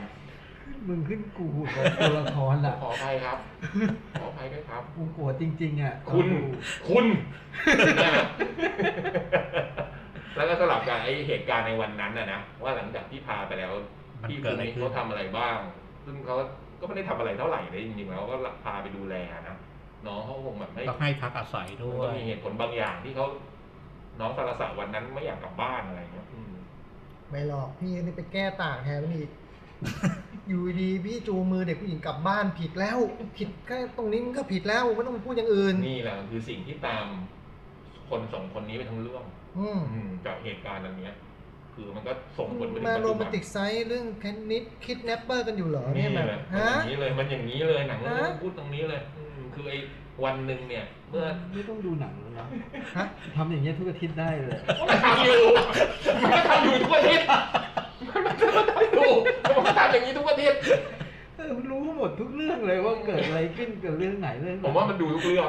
S6: มึงขึ้นกูกับตัวละครอ่ะ
S3: ขออภัยครับ ขออภัยด้วยครับ
S6: กูโกรธจริง ๆ อ่ะ
S3: คุณ คุณ แล้วก็สลับกับไอเหตุการณ์ในวันนั้นนะนะว่าหลังจากที่พาไปแล้ว
S4: มัน
S3: พี่
S4: เกิดอะไรขึ้น
S3: เขาทำอะไรบ้าง ซึ่งเขาก็ไม่ได้ทำอะไรเท่าไหร่เลยจริงๆแล้วก็พาไปดูแลนะน้องเขาคงแบบไม่
S4: ก็ให้พักอาศัยด้ว
S3: ก็
S4: ย
S3: มีเหตุผลบางอย่างที่เขาน้องสารสะวันนั้นไม่อยากกลับบ้านอะไรเงี้ยอืม
S5: ไม่หรอกพี่นี่ไปแก้ต่างแทนมันอีก [laughs] อยู่ดีๆพี่จูงมือเด็กผู้หญิงกลับบ้านผิดแล้ว ผิดแค่ตรงนี้มันก็ผิดแล้วไม่ต้องมาพูดอย่างอื่น
S3: นี่แหละคือสิ่งที่ตามคนสองคนนี้ไปทั้งเรื่อง
S5: อืม
S3: อืมจากเหตุการณ์อันเนี้ย คือมันก็ส่งผลไปถึง
S5: มา
S3: ปัจ
S5: โร
S3: จุ
S5: แม
S3: บั
S5: น
S3: น
S5: ติกไซส์เรื่องแคนนิดคิดแนปเปอร์กันอยู่เหรอเนี่ย
S3: แห
S5: แบ
S3: ละ
S5: บ
S3: มันอ
S5: ฮะ
S3: ย่างนี้เลยมันอย่างนี้เลยหนังเรื่อง
S5: ฮะ
S3: นี้พูดตรงนี้เลยอืมคือไอ้วันหนึ่งเนี่ย เมื่อ
S6: ไม่ต้องดูหนังแล้วนะ
S5: ฮะ
S6: ทำอย่างเงี้ยทุกอาทิตย์ได้เลย
S3: มันก็ทำอยู่มันก็ทำอยู่ทุกอาทิตย์มันก็ทำอยู่มันก็ทำอย่างนี้ทุกอาทิตย์
S6: เออรู้หมดทุกเรื่องเลยว่าเกิดอะไรขึ้นกับเรื่องไหนเรื่องไห
S3: ผมว่ามันดูทุกเรื่อง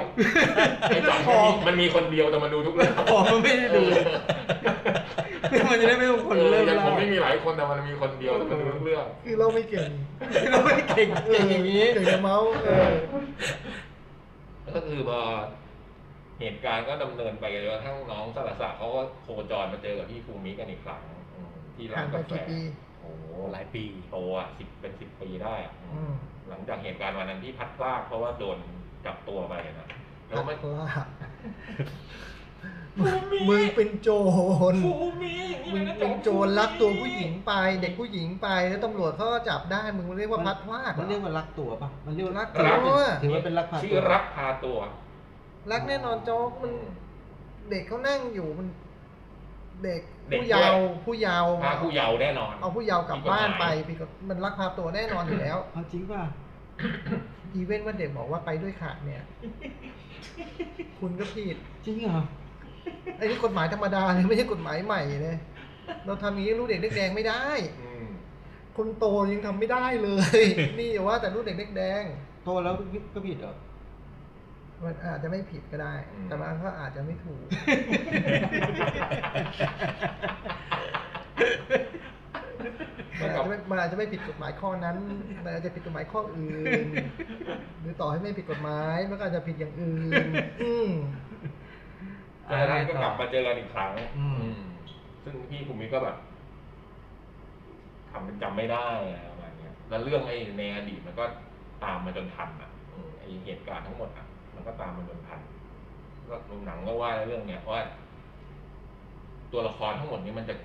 S3: ไอ้สองคนนี้มันมีคนเดียวแต่มันดูทุกเรื่อง
S6: อ๋อมันไม่ได้ดู [laughs] มันจะได้ไม่ต้องคนเริ่ม
S3: ออยัง
S6: เล่า
S3: ผมไม่มีหลายคนแต่มันมีคนเดียวแต่มันดูทุกเรื่อง
S5: คือเราไม่เก่ง
S6: เราไม่เก่งเก่งอย่างนี้
S5: เก่งกับเมาส์เออ
S3: ก็คือพอเหตุการณ์ก็ดำเนินไปจนกระทั่งน้องสารศาสตร์เขาก็โคจรมาเจอกับพี่ฟูมิกันอีกครั้งอืมที่ร้านกาแฟ
S5: ผ่านไปกี่ปี
S3: โอ้โห
S4: หลายปี
S3: โตอ่ะสิบเป็นสิบปีได้อะอื
S5: อื
S3: ม
S5: ม
S3: หลังจากเหตุการณ์วันนั้นที่พัดพลากเพราะว่าโดนจับตัวไปนะแล้วมัน
S5: เพราะว่ามึงเป็นโจร
S3: ฟูมิอย่างนี้
S5: มึ
S3: เล
S5: ง
S3: ยนะ
S5: เป็น
S3: บ
S5: โจรลักตัวผู้หญิงไป เด็กผู้หญิงไปแล้วตำรวจเขาก็จับได้มึงเรียกว่าพัดพลาด
S6: มันเรียกว่ารักตัวปะมันเรียกว่ารัก
S5: รั
S6: รั
S5: ก
S6: ก
S5: ตัว
S6: ถือว่าเป็นรักพาตัว
S3: ชื่อรักพาตัว
S5: รักแน่นอนโจ๊กมัน เด็กเขานั่งอยู่มัน เด็กผู้เยาว์ผู้เยาว์
S3: พาผู้เยาว์แน่นอน
S5: เอาผู้เยาว์กลับบ้านไปผิดกฎมันลักพาตัวแน่นอนอยู่แล้ว
S6: เอาจริงป่ะ
S5: อีเวนต์ว่าเด็กบอกว่าไปด้วยขาดเนี่ย คุณก็ผิด
S6: จริงเหรอ
S5: ไอ้นี่กฎหมายธรรมดาเลยไม่ใช่กฎหมายใหม่เลยเราทำอย่างนี้รู้เด็กเล็กแดงไม่ได้
S3: อืม
S5: คนโตยังทำไม่ได้เลย นี่อย่าว่าแต่รู้เด็กเล็กแดง
S6: โตแล้วก็ผิดเหรอ
S5: มันอาจจะไม่ผิดก็ได้ แต่บางก็อาจจะไม่ถูก [laughs] มันอาจจะไม่มันอาจจะไม่ผิดกฎหมายข้อนั้นมันอาจจะผิดกฎหมายข้ออื่น หรือต่อให้ไม่ผิดกฎหมายมันก็อาจจะผิดอย่างอื่น อืม
S3: แต่ท่านก็กลับมาเจอกันอีกครั้ง
S6: อืม
S3: อืมซึ่งพี่ภูมิก็แบบ ทำเป็นจำไม่ได้อะไรประมาณเนี้ยแล้วเรื่องไอ้ในอดีตมันก็ตามมาจนทันอ่ะอืมไอ้เหตุการณ์ทั้งหมดอ่ะ มันก็ตามมาจนทันก็ดูหนังก็ว่าเรื่องเนี้ยว่าตัวละครทั้งหมดนี้มันจะ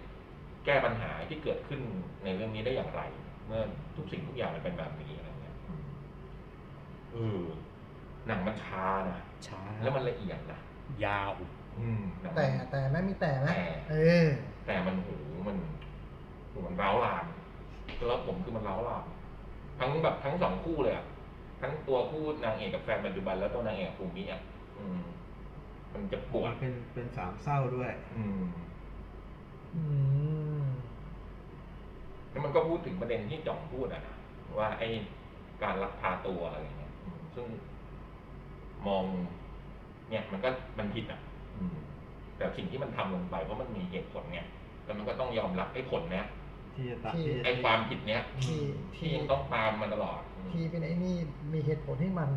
S3: แก้ปัญหาที่เกิดขึ้นในเรื่องนี้ได้อย่างไร เมื่อทุกสิ่งทุกอย่างมันเป็นแบบนี้อะไรเงี้ยอืมเออหนังมันช้านะ
S4: ช้า
S3: แล้วมันละเอียดนะ
S4: ยาว
S3: อืมหนังมัน
S5: แต่แต่ไม่มีแต่ไหม
S3: แต่
S5: เออ
S3: แต่มันโหมันโหมันร้าวรานแล้วผมคือมันร้าวรานทั้งแบบทั้งสองคู่เลยอะทั้งตัวคู่นางเอกกับแฟนปัจจุบันแล้วตัวนางเอกกับภูมิอ่ะอืม มันจะปว
S6: มั
S3: ด
S6: นเป็นเป็นสามเศร้าด้วย
S3: อืม
S5: อืม
S3: แล้วมันก็พูดถึงประเด็นที่จ่องพูดอะนะว่าไอ้การลักพาตัวอะไรเงี้ยอืมซึ่งมอง เนี่ย มันก็มันผิดอ่ะ อืม แต่สิ่งที่มันทำลงไปเพราะมันมีเหตุผลไงแล้วมันก็ต้องยอมรับไอ้ผลเนี้ย
S6: ที่จะตัด
S3: ไอ้ความผิดเนี้ย
S5: ที่
S3: ที่
S5: ที่
S3: ยังต้องตามมันตลอด
S5: ที่เป็นไอ้นี่มีเหตุผลให้มัน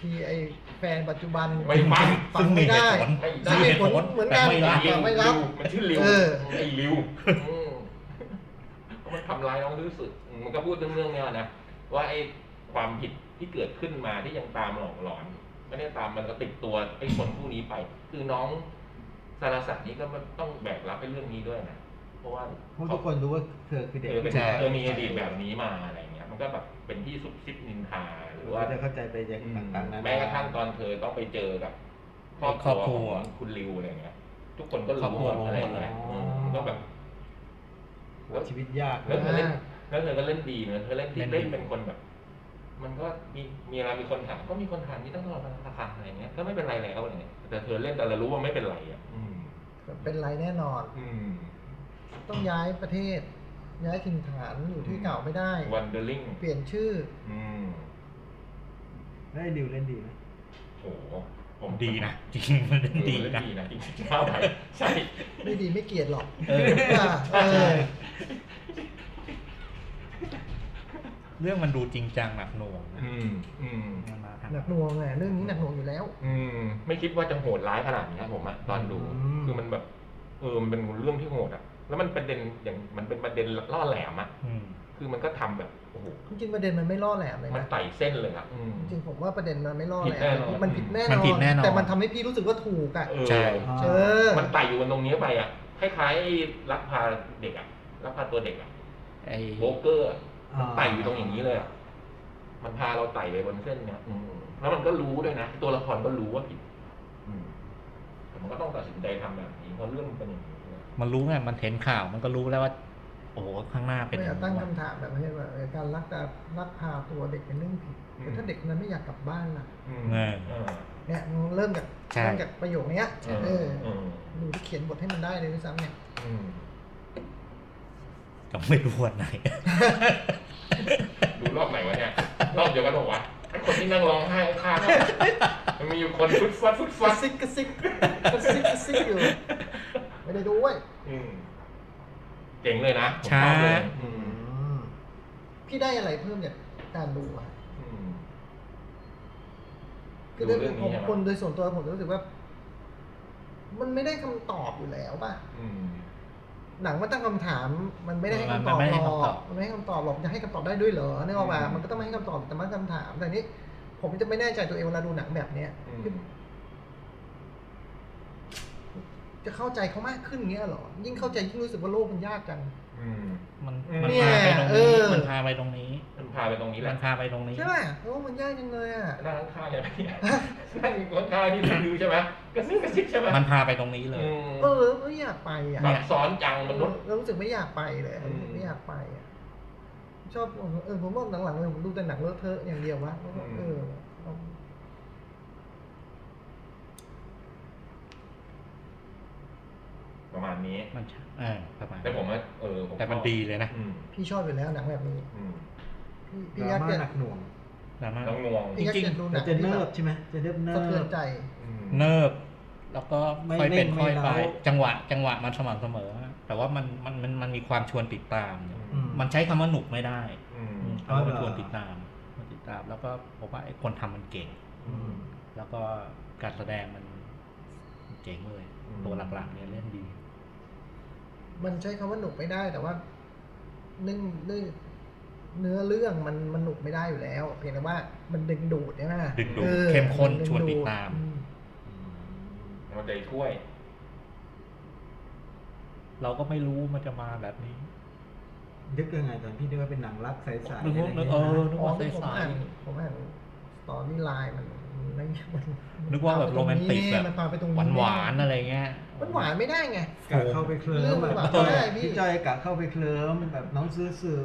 S5: ที่ไอ้แฟนปัจจุบัน
S3: ไม่ฟัง
S5: ฟังไม่ได้
S3: ไม่ได้
S5: ซึ่งเหตุผลเหมือนกัน
S4: แต่ไม่รับ
S5: แต่ไม่รับ
S3: มันชื่อริว
S5: เออ
S3: ไอ้ริวอืมมันทำร้ายน้องรู้สึกอืมมันก็พูดเรื่องเรื่องเนี้ยนะว่าไอ้ความผิดที่เกิดขึ้นมาที่ยังตามหลอกหลอนไม่ได้ตามมันก็ติดตัวไอ้คนผู้นี้ไป คือน้องสารสัตว์นี้ก็ต้องแบกรับไอ้เรื่องนี้ด้วยนะเพราะว่า
S6: เพราะทุกคนรู้ว่าเธอคือเด็ก
S3: เออเป็น
S6: ผู้ชาย
S3: เออมีอดีตแบบนี้มาอะไรเงี้ย มันก็แบบเป็นที่ซุบซิบนินทาหรือว่า
S6: เราจะเข้าใจไปอย่างต่างๆนั้น
S3: แม้กระทั่งตอนเธอต้องไปเจอกับครอบค
S4: ครอบครั
S3: รัว
S4: ว
S3: ของคุณริวอะไรเงี้ย ทุกคนก็
S4: ครอบ
S3: รู้หม
S4: ครัว
S3: ด
S4: รู้
S3: อะไร
S4: หมด
S3: เงี้ยอืมมันก็แบบ
S6: โหชีวิตยากเล
S3: แล้ว
S6: ย
S3: เธอเล่นแล้วเธอก็เล่นดีนะเธอเล่นดี
S4: เล่นดี
S3: เล่นเป็นคนแบบ มันก็มีมีอะไรมีคนถามก็มีคนถามนี่ตั้งตลอดเวลาค่ะอะไรเงี้ยก็ไม่เป็นไรแล้วอะไรเงี้ยแต่เธอเล่นแต่เรารู้ว่าไม่เป็นไรอ่ะอืม
S5: เป็นไรแน่นอน
S3: อืม
S5: ต้องย้ายประเทศ ย้ายถิ่นฐานอยู่ที่เก่าไม่ได้
S3: wandering
S5: เปลี่ยนชื่อ
S3: อืม
S6: ได้ดิวเล่นดีไหม
S3: โหผม
S4: ดีนะ จริงมันดีนะ
S3: ดีนะจริงๆว่า [laughs] ไปใช่
S5: ไม่ดีไม่เกลียดหรอก
S4: เออ
S5: ว่าเออ
S4: เรื่องมันดูจริงจังหนักหน่วงนะ
S3: อืมอืม
S4: มันมาทาง
S5: หนักหน่วงอ่ะเรื่องนี้หนักหน่วงอยู่แล้ว
S3: อืมไม่คิดว่าจะโหดร้ายขนาดนี้ครับผมอะตอนดู
S6: อืม
S3: คือมันแบบ เออมันเป็นเรื่องที่โหดอะแล้วมันประเด็นอย่างมันเป็นประเด็นล่อแหลมอะ
S4: อืม
S3: คือมันก็ทำแบบโอ้โห
S5: จริงๆประเด็นมันไม่ล่อแหลมเลย
S3: มัน
S5: นะ
S3: ไต่เส้นเลยอะอืม
S5: จริงๆผมว่าประเด็นมันไม่ล่อแห
S3: ผิ
S5: ลม
S3: ดแน่นอน
S5: มันผิดแน่
S4: มันผิดแน่นอน
S5: แต่มันทำให้พี่รู้สึกว่าถูกอ่ะ
S3: เออ
S4: ใช่
S5: เออ
S3: มันไต่อยู่บนตรงนี้ไปอะคล้ายๆไอ้ลักพาเด็กอะลักพาตัวเด็กอะ
S4: ไอ้
S3: โบรกเกอร์อะมันไต่อยู่ตรงอย่างนี้เลยอะมันพาเราไต่ไปบนเส้นเนี่ยอืมแล้วมันก็รู้ด้วยนะตัวละครก็รู้ว่าผิดอืมแต่มันก็ต้องตัดสินใจทำแบบนี้เพราะเรื่องมันเป็นอย่างนี้นะ
S4: มันรู้ไงมันเห็นข่าวมันก็รู้แล้วว่า โอ้โหข้างหน้าเป็น
S5: ไม่อยากตั้ง
S4: ว่ะ
S5: คำถามแบบให้ว่าเออการลักการลักพาตัวเด็กเป็นเรื่องผิด
S3: อืม
S5: แต่ถ้าเด็กมันไม่อยากกลับบ้านล่ะ
S3: อืมเออ
S5: เนี่ยมันเริ่มจาก
S4: ใช่
S5: เริ่มจากประโยคเนี้ย
S3: เออ
S5: เออ
S3: เออ
S5: ดูที่เขียนบทให้มันได้เลยด้วยซ้ำเนี่ย
S3: อืม
S4: ก็ไม่รู้วันไหน [laughs]
S3: ดูรอบไหนวะเนี่ย รอบเดียวกันหรอวะไอ้คนที่นั่งร้องไห้ข้างๆมันมีอยู่คนฟุดฟัดฟุด
S5: กระ
S3: ฟัด
S5: ซิกกระซิกกระซิกกระซิกอยู่ไม่ได้ดูเว้ย
S3: อืมเจ๋งเลยนะผม
S4: ช้า
S3: ชอบเลยอืม
S5: พี่ได้อะไรเพิ่มจากการดูอ่ะ
S3: อืม
S5: คือ
S3: ดู
S5: ด้วย
S3: เรื่องนี้
S5: ผม
S3: ใช่ไหม
S5: คนโดยส่วนตัวผมรู้สึกว่า มันไม่ได้คำตอบอยู่แล้วป่ะ
S3: อืม
S5: หนังมันตั้งคำถาม มันไม่ได้ให้คำต
S4: มั
S5: อบ
S4: นไม่ได้
S5: หร
S4: ให้คำต
S5: อ
S4: อบ
S5: กมันไม่ให้คำตอบหรอกจะให้คำตอบได้ด้วยเหรอนึกออกมามันก็ต้องให้คำตอบแต่มันคำถามแต่นี้ ผมจะไม่แน่ใจตัวเองเวลาดูหนังแบบเนี้ย
S3: อืม
S5: จะเข้าใจเขามากขึ้นเงี้ยเหรอ ยิ่งเข้าใจยิ่งรู้สึกว่าโลกมันยากจัง
S3: อืม
S4: มัน
S3: อืม
S4: มันพาไปตรง
S5: เนี่ยเออ
S4: นี้มันพาไปตรงนี้
S3: มันพาไปตรงนี้แหละ
S4: มันพาไปตรงนี้
S5: ใช่ไหมโลกมันยากจังเลยอ่ะ
S3: นั่งข้างๆอย่างนี้นั่งข้างๆที่ดูใช่ไหมกระซิบกระซิบใช่ไหม
S4: มันพาไปตรงนี้เลย
S3: อืม
S5: เออไม่อยากไปอ่ะ
S3: ซับซ้อนจังมนุษย์
S5: เรารู้สึกไม่อยากไปเลย
S3: อืม
S5: รู้สึกไม่อยากไปอ่ะชอบเออผมว่าหลังๆเลยผมดูแต่หนังเลอะเทอะอย่างเดียววะแล้วก็เออเรา
S3: ประมาณนี้
S4: มันใช่เออประมาณ
S3: แต่ผมว่าเออผม
S4: แต่มัน
S3: ชอบ
S4: ดีเลยนะ
S3: อืม
S5: พี่ชอบอยู่แล้วหนังแบบนี้
S3: อืม
S5: พี่
S6: ด
S5: พี่
S6: รา
S5: ยักษ์
S6: ม่า
S5: เนี่ย
S6: หนักหน่วง
S4: ดราม่า
S3: ต้องงวง
S5: พี่ยักษ์
S4: จริง
S5: อ
S4: ๆ
S5: ยากดูห
S6: แต่จะ
S5: นังที่
S6: เนิ
S5: แบบ
S6: บใช่ไหมจะเนิบเนิ
S5: สะเทือน
S6: บ
S5: ใจ
S3: อืม
S4: เนิบแล้วก็
S6: ไม่
S4: ค่อยเป็น
S6: เร่งไม่
S4: ค่อยไป
S6: เร้า
S4: จังหวะ จังหวะมันสม่ำเสมอ แต่ว่ามันมันมันมันมีความชวนติดตาม
S6: อืม
S4: มันใช้คำว่าหนุกไม่ได้
S3: อืม
S4: เพราะมัน
S6: อ๋อเหรอ
S4: ชวนติดตามมันติดตาม แล้วก็ผมว่าไอ้คนทำมันเก่ง
S6: อืม
S4: แล้วก็การแสดงมันเจ๋งเลย
S3: อืม
S4: ตัวหลักๆเนี่ยเล่นดี
S5: มันใช้คำว่าหนุกไม่ได้แต่ว่าเนื่องเนื่องเนื้อเรื่องมันมันหนุกไม่ได้อยู่แล้ว เพียงแต่ว่ามันดึงดูดใช่ไหม
S4: ดึงดูด
S5: ออ
S4: เข้มข้น
S5: ดึง
S4: ชวนติดตาม
S5: อื
S3: เอาใจช่วย
S4: เราก็ไม่รู้มันจะมาแบบนี้
S6: นึกยังไงตอนพี่นึกว่าเป็นหนังรักใสๆอะไร
S4: นึก
S6: อ
S4: ว่า
S6: ย่าง
S4: นึ
S6: เงี้ยนะ
S4: กเออนึก
S5: อ๋อ
S4: ว่า
S5: ที่ผม
S4: ใส
S5: อ่านผมอ่านตอรี่ไลน์มันมันไม่มัน
S4: นึกว่าแบบโรแมนติกแบบ
S5: มันพาไปตรง
S4: ๆหวานๆอะไรเงี้ย
S5: มันหวานไม่ได้ไง
S6: กะเข้าไปเคลิ้
S5: เรื่อ
S6: ม
S5: งมัน
S6: แบบ
S5: หวานไม่ได้พี่
S6: พี่จอยกะเข้าไปเคลิ้มแบบน้องซื้อสื่อ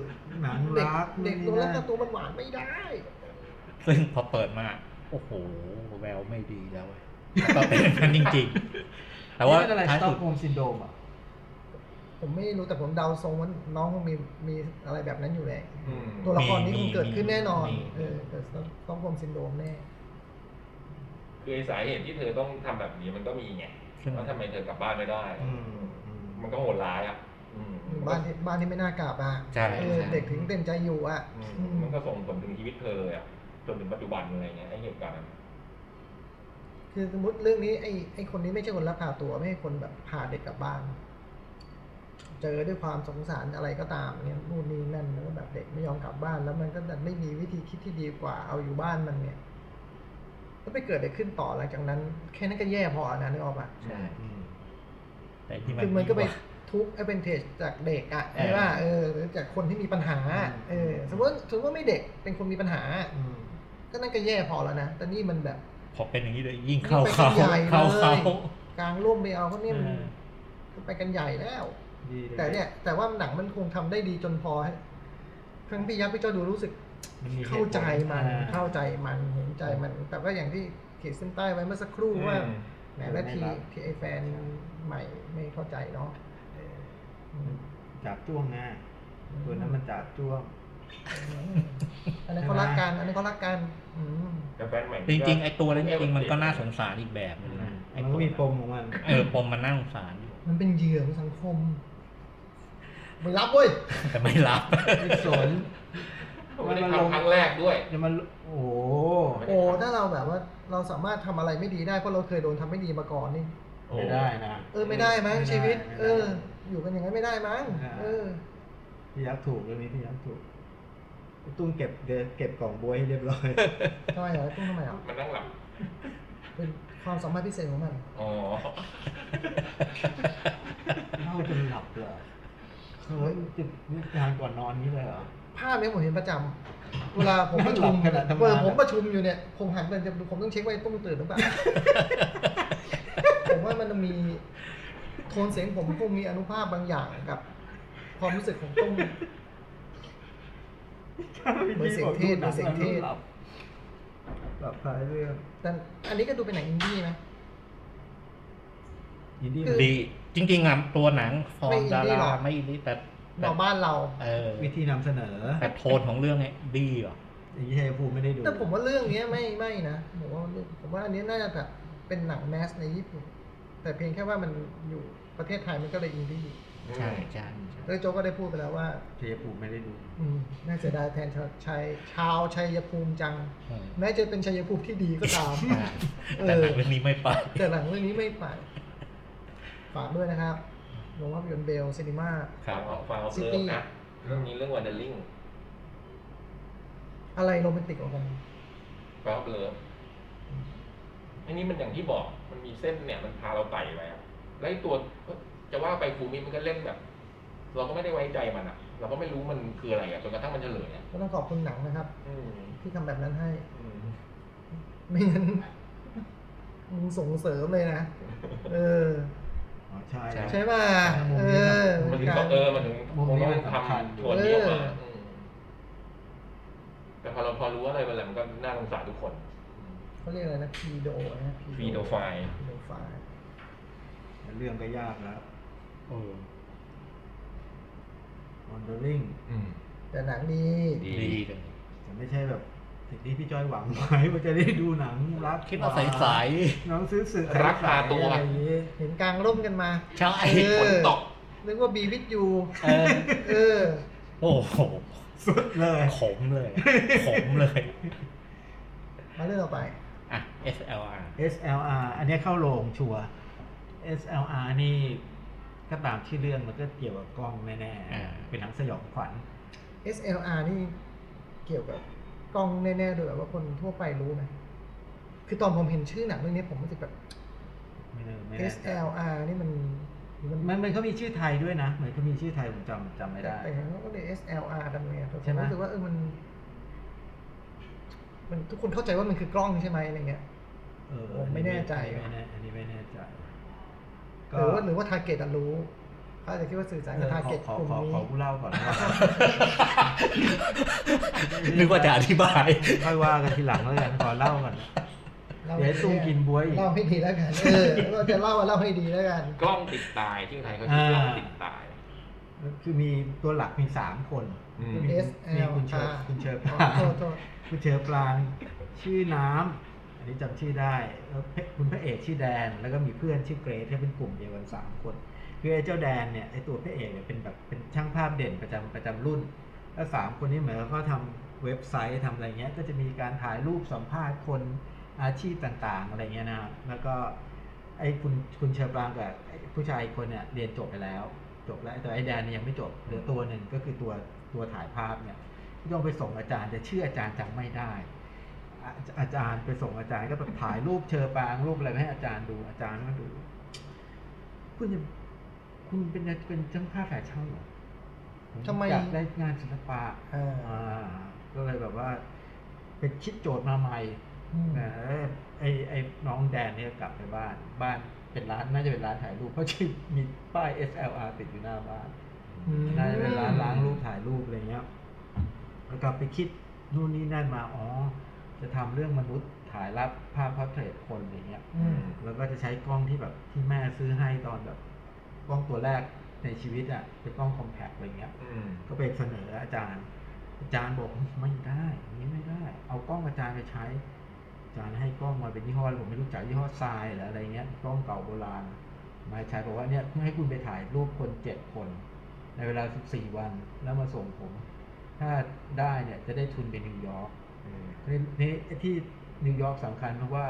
S6: หนัง
S5: เด็ก
S6: รัก
S5: เด็ก
S6: นู่
S5: ตั
S6: นนี่
S5: วเล็ก
S6: นั่น
S5: กับตัวมันหวานไม่ได้
S4: ซึ่งพอเปิดมา โอ้โห แววไม่ดีแล้วเว้ยก็เป็นอย่างนั้นจริง ๆ แต่ว่า
S6: นี่เป็นอะไร
S4: ท้าย
S6: สต็อ
S4: สุ
S6: ก
S4: ด
S6: โฮมซินโดมอ่ะ
S5: ผมไม่รู้แต่ผมเดาทรงว่าน้องคงมีมีอะไรแบบนั้นอยู่แหละ
S3: อืม
S5: ตัวละครนี้
S4: มี
S5: คงเกิดขึ้นแน่นอน
S4: มี
S5: เออเกิดต้องโฮมซินโดมแน่
S3: คือไอ้สาเหตุที่เธอต้องทำแบบนี้มันก็มีไง
S4: ซึ่ง
S3: ว่าทำไมเธอกลับบ้านไม่ได้
S6: อืมอืม
S3: มันก็โหดร้ายอ่ะอืม
S5: บ้านที่บ้านที่ไม่น่ากลับอ่ะ
S4: ใช่
S5: เออ
S4: ใช่
S5: เด็กถึงเต็มใจอยู่อ่ะ
S3: อืม
S5: อืม
S3: มันก็ส่งผลถึงชีวิตเธอเลยอ่ะจนถึงปัจจุบันอะไรเงี้ยไอ้เหตุการณ์นั้น
S5: คือสมมติเรื่องนี้ไอ้ไอ้คนนี้ไม่ใช่คนลักพาตัวไม่ใช่คนแบบพาเด็กกลับบ้าน เจอด้วยความสงสารอะไรก็ตามเนี่ยนู่นนี่นั่นแล้วก็แบบเด็กไม่ยอมกลับบ้าน แล้วมันก็ดันไม่มีวิธีคิดที่ดีกว่าเอาอยู่บ้านมันเนี่ยแล้วไปเกิดอะไรขึ้นต่อหลังจากนั้น แค่นั้นก็แย่พอนะนึกออกปะ
S4: ใช่
S6: อืม
S4: แต่ที่มัน
S5: คือมันก็ไป
S4: ดีว่า
S5: ทุบเอเวนเทจจากเด็กอ่ะใช่ป่ะเออหรือจากคนที่มีปัญหาอะเออสมมติสมมติว่าไม่เด็กเป็นคนมีปัญหาอะ
S6: อืม
S5: ก็นั่นก็แย่พอแล้วนะ แต่นี่มันแบบ
S4: พอเป็นอย่างนี้เลยยิ่งเข้าเขา
S5: ยิ่งไปกันใหญ่
S4: เข้าเขา
S5: เลย กลางร่วมไปเอาเพราะนี่มัน
S4: เออ
S5: ก็ไปกันใหญ่แล้ว
S6: ดีล
S5: แต่เนี่ย แต่ว่าหนังมันคงทำได้ดีจนพอให้ทั้งพี่ยักษ์พี่เจ้าดูรู้สึก
S6: มันมีหตุผล
S5: เข้าใจมัน
S6: อ่
S5: เข้าใจมันเห็นใจมัน แต่ก็อย่างที่ขีดเส้นใต้ไว้เมื่อสักครู่ว่า
S3: อืม
S5: แหมและทีที่ไอแฟนใหม่ไม่เข้าใจเนาะเอออืม
S6: จากจ้วงนะตัวนั้นมันจากจ้วง
S5: อันนั้นเขารักกัน อันนั้นเขารักกันอืม
S3: แต่แฟนใหม่
S4: จ
S3: นี่ก็
S4: ริง ๆ ไอ้ตัวนั้นจริงๆมันก็น่าสงสารอีกแบบหนึงนะ
S6: มั
S4: ไอ้
S6: น
S4: ตั
S6: ก็
S4: ว
S6: มีปมของมัน
S4: เออปมมันน่าสงสารอยู่
S5: มันเป็นเหยื่อของสังคมไม่รับเว้ย
S4: แต่ไม่รับ
S6: ไม่สน
S3: ไม่ได้ทำครั้งแรกด้วย
S6: เดี๋ยวมันโอ้โห
S5: โอ้ถ้าเราแบบว่าเราสามารถทำอะไรไม่ดีได้เพราะเราเคยโดนทำไม่ดีมาก่อนนี่
S6: ไม่ได้นะ
S5: เออไม่ได้มั้ง
S6: ไม่ได้
S5: ชีวิต
S6: ไม่ได้
S5: เออ อยู่กันอย่างนั้นไม่ได้มั้ง
S6: ไม่ได้
S5: เออ
S6: พี่ยักษ์ถูกเรื่องนี้พี่ยักษ์ถูกตุ้งเก็บเดเก็บกล่องบวยให้เรียบร้อย
S5: ทำไมเหรอตุ้งทำไมเหรอ
S3: มันนั่งหลับ
S5: เป็นความสามารถพิเศษของมัน
S3: อ๋อ
S6: เล่าจนหลับเลยเหรอเฮ้ยจิบนี่ทานก่อนนอนนี้เลยเหรอ
S5: ภาพเนี้ผมเห็นประจำเวลาผมประชุม
S6: นั่งหลับขนาดทำงาน
S5: เออผมประชุมอยู่เนี่ย ผมหันไปจะผมต้องเช็คว่าไอ้ตุ้งตื่นหรือเปล่า [laughs] ผมว่ามันมีโทนเสียงผมคงมีอนุภาพบางอย่างกับ ความรู้สึกของตุ้ง เหมือนเสียงเทศเหมือนเสียงเทศ
S6: หลับหลับคลายเรื่อง
S5: แต่อันนี้ก็ดูเป็นหนังอินดี้นะ
S6: ยินดี
S5: คือ
S6: ดี
S4: ดีจริงๆอ่ะตัวหนังฟอ
S5: ไม่
S4: ร์ม
S5: อิน
S4: ดา
S5: ดี้หร
S4: รา
S5: อก
S4: ไม่ดีแต่แต่
S5: เราบ้านเรา
S4: เออ
S6: วิธีนำเสนอ
S4: แต่โทนของเรื่องเนี่ยดีอ่ะ
S6: อย่างที่ชัยภูมิไม่ได้ดู
S5: แต่ผมว่าเรื่องเนี้ยไม่ไม่นะผมว่าเรื่องผมว่าอันนี้น่าจะแบบเป็นหนังแมสในญี่ปุ่น แต่เพียงแค่ว่ามันอยู่ประเทศไทยมันก็เลยอินดี้
S4: ใช่ใช่ใช่
S5: แล้วโจกก็ได้พูดไปแล้วว่า
S6: ชัยภูมิไม่ได้ดู
S5: อืมน่าเสียดายแทนชาวชัยชาวชัยภูมิจัง
S4: อืม
S5: แม้จะเป็นชัยภูมิที่ดีก็
S6: [laughs]
S5: ตาม
S4: อ่า
S5: เอ
S4: แต่ห
S5: อ
S4: นังเรื่องนี้ไม่ไป
S5: แต่หลังเรื่องนี้ไม่ไปฝากด้วยนะครับโรงภาพยนตร์เบลซีนิมา
S3: ครับออกฟาว
S5: ซิ
S3: เรื่
S5: ตี้
S3: องนะเรื่องนี้เรื่องวันเดอร์ลิง
S5: อะไรโรแมนติกกว่ากัน
S3: ฟาวเลิฟอันนี้มันอย่างที่บอก มันมีเส้นเนี่ย มันพาเราไต่ไปอะแล้วไอ้ตัวจะว่าไปภูมิมันก็เล่นแบบ เราก็ไม่ได้ไว้ใจมันอ่ะ เราก็ไม่รู้มันคืออะไรอ่ะจนกระทั่งมันเฉลยอ่ะ
S5: ก็ต้องขอบคุณหนังนะครับ
S3: อืม
S5: ที่ทำแบบนั้นให้
S3: อืม
S5: ไม่งั้น [laughs] มึงส่งเสริมเลยนะ เออ
S6: อ๋อใช่
S4: ใช่
S5: ใช่ป่ะเออ
S3: มันถึง
S5: การ
S3: ต้องเออมันถึงคงต้องทำทวนเดียวมา
S5: เออ
S3: อืมแต่พอเราพอรู้ว่าอะไรไปแล้วมันก็น่าสงสารทุกคน
S5: เขาเรียกอะไรนะพีโดนะ
S3: ฟรีโดไฟล์
S5: พีโดไฟ
S6: เรื่องก็ยากแล้ว
S4: เออ
S6: วอนเดอริง
S3: อืม
S5: แต่หนังดี
S4: ดีเลย
S6: แต่ไม่ใช่แบบสิ่งที่พี่จอยหวังไว้ว่าจะได้ดูหนังรัก
S4: คิดว่าใส
S6: น้องซื้อสื่อ
S3: รักพาตัว
S6: อะไรอย่างงี้
S5: เห็นกลางร่มกันมา
S4: ๆใช่
S5: เออ
S3: ฝนตก
S5: นึกว่าบีวิทยู
S4: เออ
S5: เออ
S4: โอ้โห
S6: สุดเลย
S4: ขมเลยขมเลย
S5: มาเรื่องต่อไป
S4: อ่ะ SLR
S6: SLR อันเนี้ยเข้าโรงชัวร์ SLR นี่ก็ตามชื่อเรื่องมันก็เกี่ยวกับกล้องแน่
S4: อ่า
S6: ๆ เป็นหนังสยองขวัญ
S5: SLR นี่เกี่ยวกับกล้องแน่ๆด้วยแบบว่าคนทั่วไปรู้ไหมคือตอนผมเห็นชื่อหนังเรื่องนี้ผมรู้สึกแบบ
S6: ไม่เนอไม่แน่ใจ
S5: SLR นี่มันมัน
S6: มันมันเขามีชื่อไทยด้วยนะ เหมือนเขามีชื่อไทยผมจำจำไม่ได้
S5: แต่เห็นว่าก็เลย SLR กันเลยอะผม
S6: ใช่ไหม
S5: รู้สึกว่าเออมัน มันทุกคนเข้าใจว่ามันคือกล้องใช่ไหมอะไรเงี้ย
S6: เออ
S5: ผมไม่แน่ใจ
S6: อัไม่แน่อันนี้ไม่แน่ใจ
S5: หรือว่าหรือว่าทาร์เก็ตรู้เขาอาจจะคิดว่าสื่อสารกับ
S6: เอ
S5: ทา
S6: อ
S5: ร์เก็ต
S6: ขอก
S5: ลุ่ม
S6: ขอ
S5: นี้
S6: ขอผู้เล่าก่อนแล้วกัน
S4: นึกว่าจะอธิบาย
S6: ค่อยว่ากันทีหลังแล้วกันขอเล่าก่อน
S5: ล่
S6: เดี๋ยวให้ซุ่มกินบ๊วยอีก
S5: เล่าให้ดีแล้วกัน เออเราจะเล่าอะเล่าให้ดีแล้วกัน
S3: กล้องติดตายที่ไทยเขาชื่อกล้องติดตาย
S6: คือมีตัวหลักมีสามคน
S3: อืม
S6: มี
S5: S
S6: มี
S5: L
S6: คุณเชอ
S5: R
S6: ร์คุณเชอร์ป
S5: อ๋
S6: ลา
S5: อโทษ
S6: ง
S5: โทษ
S6: คุณเชอร์ปลางชื่อน้ำอันนี้จำชื่อได้แล้วเพคุณพระเอกชื่อแดน แล้วก็มีเพื่อนชื่อเกรทที่เป็นกลุ่มเดียวกันสามคน คือไอ้เจ้าแดนเนี่ยไอ้ตัวพระเอกเนี่ยเป็นแบบเป็นช่างภาพเด่นประจำประจำรุ่น แล้วสามคนนี้เหมือนเขาทำเว็บไซต์ทำอะไรเงี้ย ก็จะมีการถ่ายรูปสัมภาษณ์คนอาชีพต่างๆ อะไรเงี้ยนะครับแล้วก็ไอ้คุณคุณเชอร์บางกับไอ้ผู้ชายอีกคนเนี่ยเรียนจบไปแล้ว จบแล้วแต่ไอ้แดนเนี่ยยังไม่จบเหลือตัวหนึ่งก็คือตัวตัวถ่ายภาพเนี่ยที่ต้องไปส่งอาจารย์แต่ชื่ออาจารย์จำไม่ได้ อาอาจารย์ไปส่งอาจารย์ก็แบบถ่ายรูปเชอปางรูปอะไรมาให้อาจารย์ดูอาจารย์ก็ดู คุณจะคุณเป็นเป็นช่างภาพแฟชั่นเหรอผม
S5: ทำไม
S6: อยากได้งานศิลปะ
S5: อ่า
S6: อ่าก็เลยแบบว่า เป็นคิดโจทย์มาใหม่
S5: อืม
S6: เออไอไอน้องแดนเนี่ยกลับไปบ้าน บ้านเป็นร้านน่าจะเป็นร้านถ่ายรูปเพราะชื่อมีป้าย SLR ติดอยู่หน้าบ้าน
S5: อืม
S6: น่าจะเป็นร้านล้างรูปถ่ายรูปอะไรเงี้ยแล้วกลับไปคิดนู่นนี่นั่นมา อ๋อ จะทำเรื่องมนุษย์ถ่ายรับภาพพอร์เทรตคนอะไรเงี้ย
S5: อืม
S6: แล้วก็จะใช้กล้องที่แบบที่แม่ซื้อให้ตอนแบบกล้องตัวแรกในชีวิตอ่ะเป็นกล้องคอมแพคอะไรเงี้ย
S3: อืม
S6: ก็ไปเสนออาจารย์ อาจารย์บอกไม่ได้อย่างนี้ไม่ได้ เอากล้องอาจารย์ไปใช้ อาจารย์ให้กล้องมาเป็นยี่ห้ออะไรผมไม่รู้จักยี่ห้อทรายหรืออะไรเงี้ย กล้องเก่าโบราณ มาใช้บอกว่าเนี่ยให้คุณไปถ่ายรูปคนเจ็ดคน ในเวลาสิบสี่วันแล้วมาส่งผม ถ้าได้เนี่ยจะได้ทุนไปนิวยอร์กในนี้ที่นิวยอร์กสำคัญเพราะว่า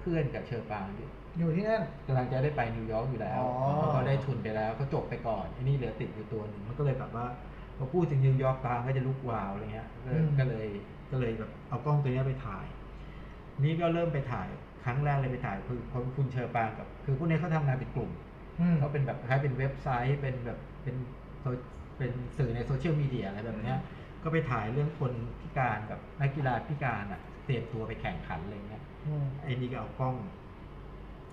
S6: เพื่อนกับเชอร์ปางเนี่ย
S5: อยู่ที่นั่น
S6: กำลังจะได้ไปนิวยอร์กอยู่แล้ว
S5: อ๋อ
S6: แล้วก็ได้ทุนไปแล้วก็จบไปก่อนไอันนี้เหลือติดอยู่ตัวหนึ่งมันก็เลยแบบว่าพอพูดถึงนิวยอร์กปางก็จะลุกวาวอะไรเงี้ยก็เลยก็เลยก็เลยแบบเอากล้องตัวเนี้ยไปถ่าย นี่ก็เริ่มไปถ่ายครั้งแรกเลยไปถ่ายคือพอคุณเชอร์ปางกับคือพวกเนี้ยเขาทำงานเป็นกลุ่ม เขาเป็นแบบคล้ายเป็นเว็บไซต์เป็นแบบเป็นโซเป็นสื่อในโซเชียลมีเดียอะไรแบบเนี้ย ก็ไปถ่ายเรื่องคนพิการกับนักกีฬาพิการอ่ะเตรียมตัวไปแข่งขันอะไรเงี้ย
S5: อืม
S6: ไอ้นี่ก็เอากล้อง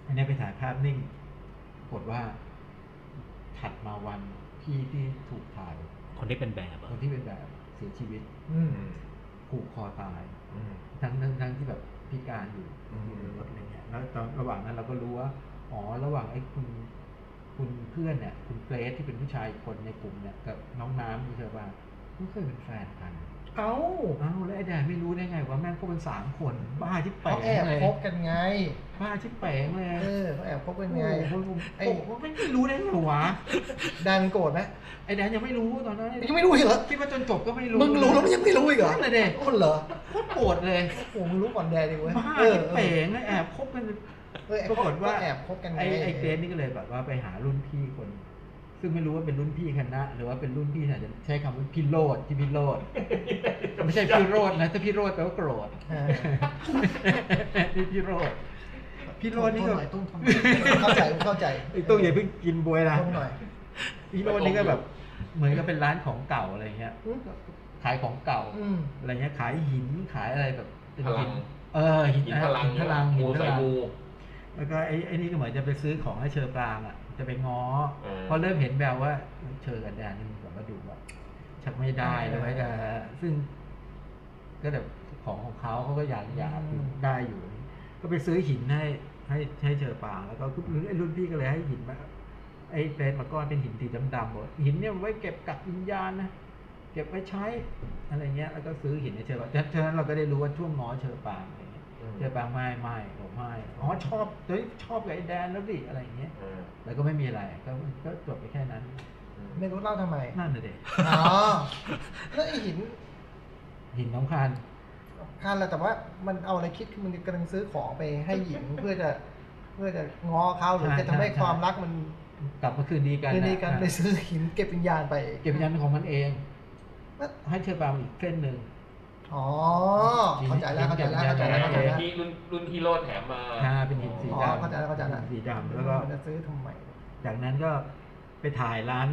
S6: อันนี้ไปถ่ายภาพนิ่งปรากฏว่า ถัดมาวันพี่ที่ถูกถ่าย
S4: คนที่เป็นแบบอะ
S6: คนที่เป็นแบบเสียชีวิต
S5: อืม
S6: ผูกคอตาย
S3: อืม
S6: ทั้งทั้งทั้งที่แบบพิการอยู่
S3: อืม
S6: อยู่ในรถอะไรเงี้ยแล้วตอนระหว่างนั้นเราก็รู้ว่า อ๋อ ระหว่างไอ้คุณ คุณเพื่อนเนี่ย คุณเกรซที่เป็นผู้ชายอีกคนในกลุ่มเนี่ย กับน้องน้ำที่เธอว่าไม่เคยเป็นแฟนกัน
S5: เอ้า
S6: อ้าวแล้วไอ้แดนไม่รู้ได้ไงว่าแม่งพวกมันสามคน บ้าชิบ
S5: เขา
S6: เป๋ง
S5: แอบ
S6: เลย
S5: คบกันไง
S6: บ้าชิบเป๋งเลย
S5: เออเขาแอบคบกันไง
S6: โอ้โห
S5: ไอ้
S6: โอ้โหไม่รู้ได้ไงวะ
S5: ดันโกรธไหม
S6: ไอ้แดนยังไม่รู้ตอนนั้น
S5: ยังไม่รู้อีกเหรอ
S6: คิดว่าจนจบก็ไม่รู้
S5: มึงรู้แล้วมึงยังไม่รู้อีกเหรอ
S6: นั่นเลย
S5: โอ้เหรอ
S6: โคตรโกรธเลย
S5: โอ้มึงรู้ก่อนแดดดิเว้ย
S6: บ้า
S5: เออ
S6: ชิบเป๋งเลยแอบคบกัน
S5: เออ
S6: ปรากฏว่า
S5: แอบคบกันไง
S6: ไอ้ไอ้เกรซนี่ก็เลยแบบว่าไปหารุ่นพี่คน ซึ่งไม่รู้ว่าเป็นรุ่นพี่คณะ หรือว่าเป็นรุ่นพี่อาจจะใช้คำว่าพี่โรดที่พี่โรดไม่ใช่พี่โรดนะถ้าพี่โรดแปลว่าโกร [laughs] ธ
S5: เออ
S6: นี่พี่โรดพี่โรดนี่ก็
S5: ทหอยตุ้งทนหน่อยเข้าใจเข้าใจ
S6: ไอ้ตู้อย่าเพิ่งกินบวยนะ
S5: ทนหน่อย
S6: พี่โรดนี่ก็แบบ เหมือนกับเป็นร้านของเก่าอะไรเงี้ย
S5: อืม
S6: ขายของเก่า
S5: อืม
S6: อะไรเงี้ยขายหินขายอะไรแบบเป็น
S3: พลั
S6: หิ
S3: ง
S6: นเออหิน
S3: หินพลัง
S6: หินพลังหิ
S3: มู
S6: นพ
S3: ใส่
S6: ลัง
S3: มู
S6: แล้วก็ไอ้ไอ้นี่ก็เหมือนจะไปซื้อของให้เชอปรางอ่ะ จะไปง้อ
S3: เออ
S6: เพอเริ่มเห็นแววว่าเชอกับแดนนี่มันแบบว่าดูว่าชักไม่ได้แล้วไว้จะซึ่ง ก็แบบของของเขาเขาก็อยากอยากอยู่ได้อยู่ ก็ไปซื้อหินให้ให้ให้เชอปรางแล้วก็รุ่นไอ้รุ่นพี่ก็เลยให้หินมาไอ้เฟรนมาก้อนเป็นหินสีดำๆบอกว่าหินเนี่ยไว้เก็บกักวิญญาณนะเก็บไว้ใช้อะไรเงี้ย แล้วก็ซื้อหินให้เชอปรางฉะนั้นเราก็ได้รู้ว่าช่วงง้อเชอปรางอะไรเงี้ย เจอปางไม่ไม่ผมไม่อ๋อชอบเฮ้ยชอบกับไอ้แดนแล้วดิอะไรอย่างเงี้ย
S3: เออ
S6: แล้วก็ไม่มีอะไรก็ก็จบไปแค่นั้น
S5: ไม่รู้เล่าทำไม
S6: นั่นน่ะเด็
S5: อ๋อแล้วไอ้หิน
S6: หินน้ำคัญ
S5: คันแหละแต่ว่ามันเอาอะไรคิดคือมันกำลังซื้อของไปให้หญิงเพื่อจะ เพื่อจะง้อเขาหรือจะทำให้ความรักมัน
S6: กลับมาคืนดีกันะ
S5: คือในการไป
S6: อ่ะ
S5: ซื้อหินเก็บวิญญาณไป
S6: เก็บยันของมันเอง
S5: แล้ว
S6: ให้เธอปางอีกเส้นหนึ่ง
S5: อ๋อเข้าใจแล้วเข้าใจแล้วเข้าใจแล้วเข้าใจแล้ว
S3: ที่รุ่นรุ่นพี่โรดแถมมา
S6: อ่าเป็นหินสี
S5: อ๋อ
S6: ดำ
S5: เข้าใจแล้วเข้าใจแล้ว
S6: หินสีดำแล้วก็
S5: มันจะซื้อทำไม
S6: จากนั้นก็ไปถ่ายร้าน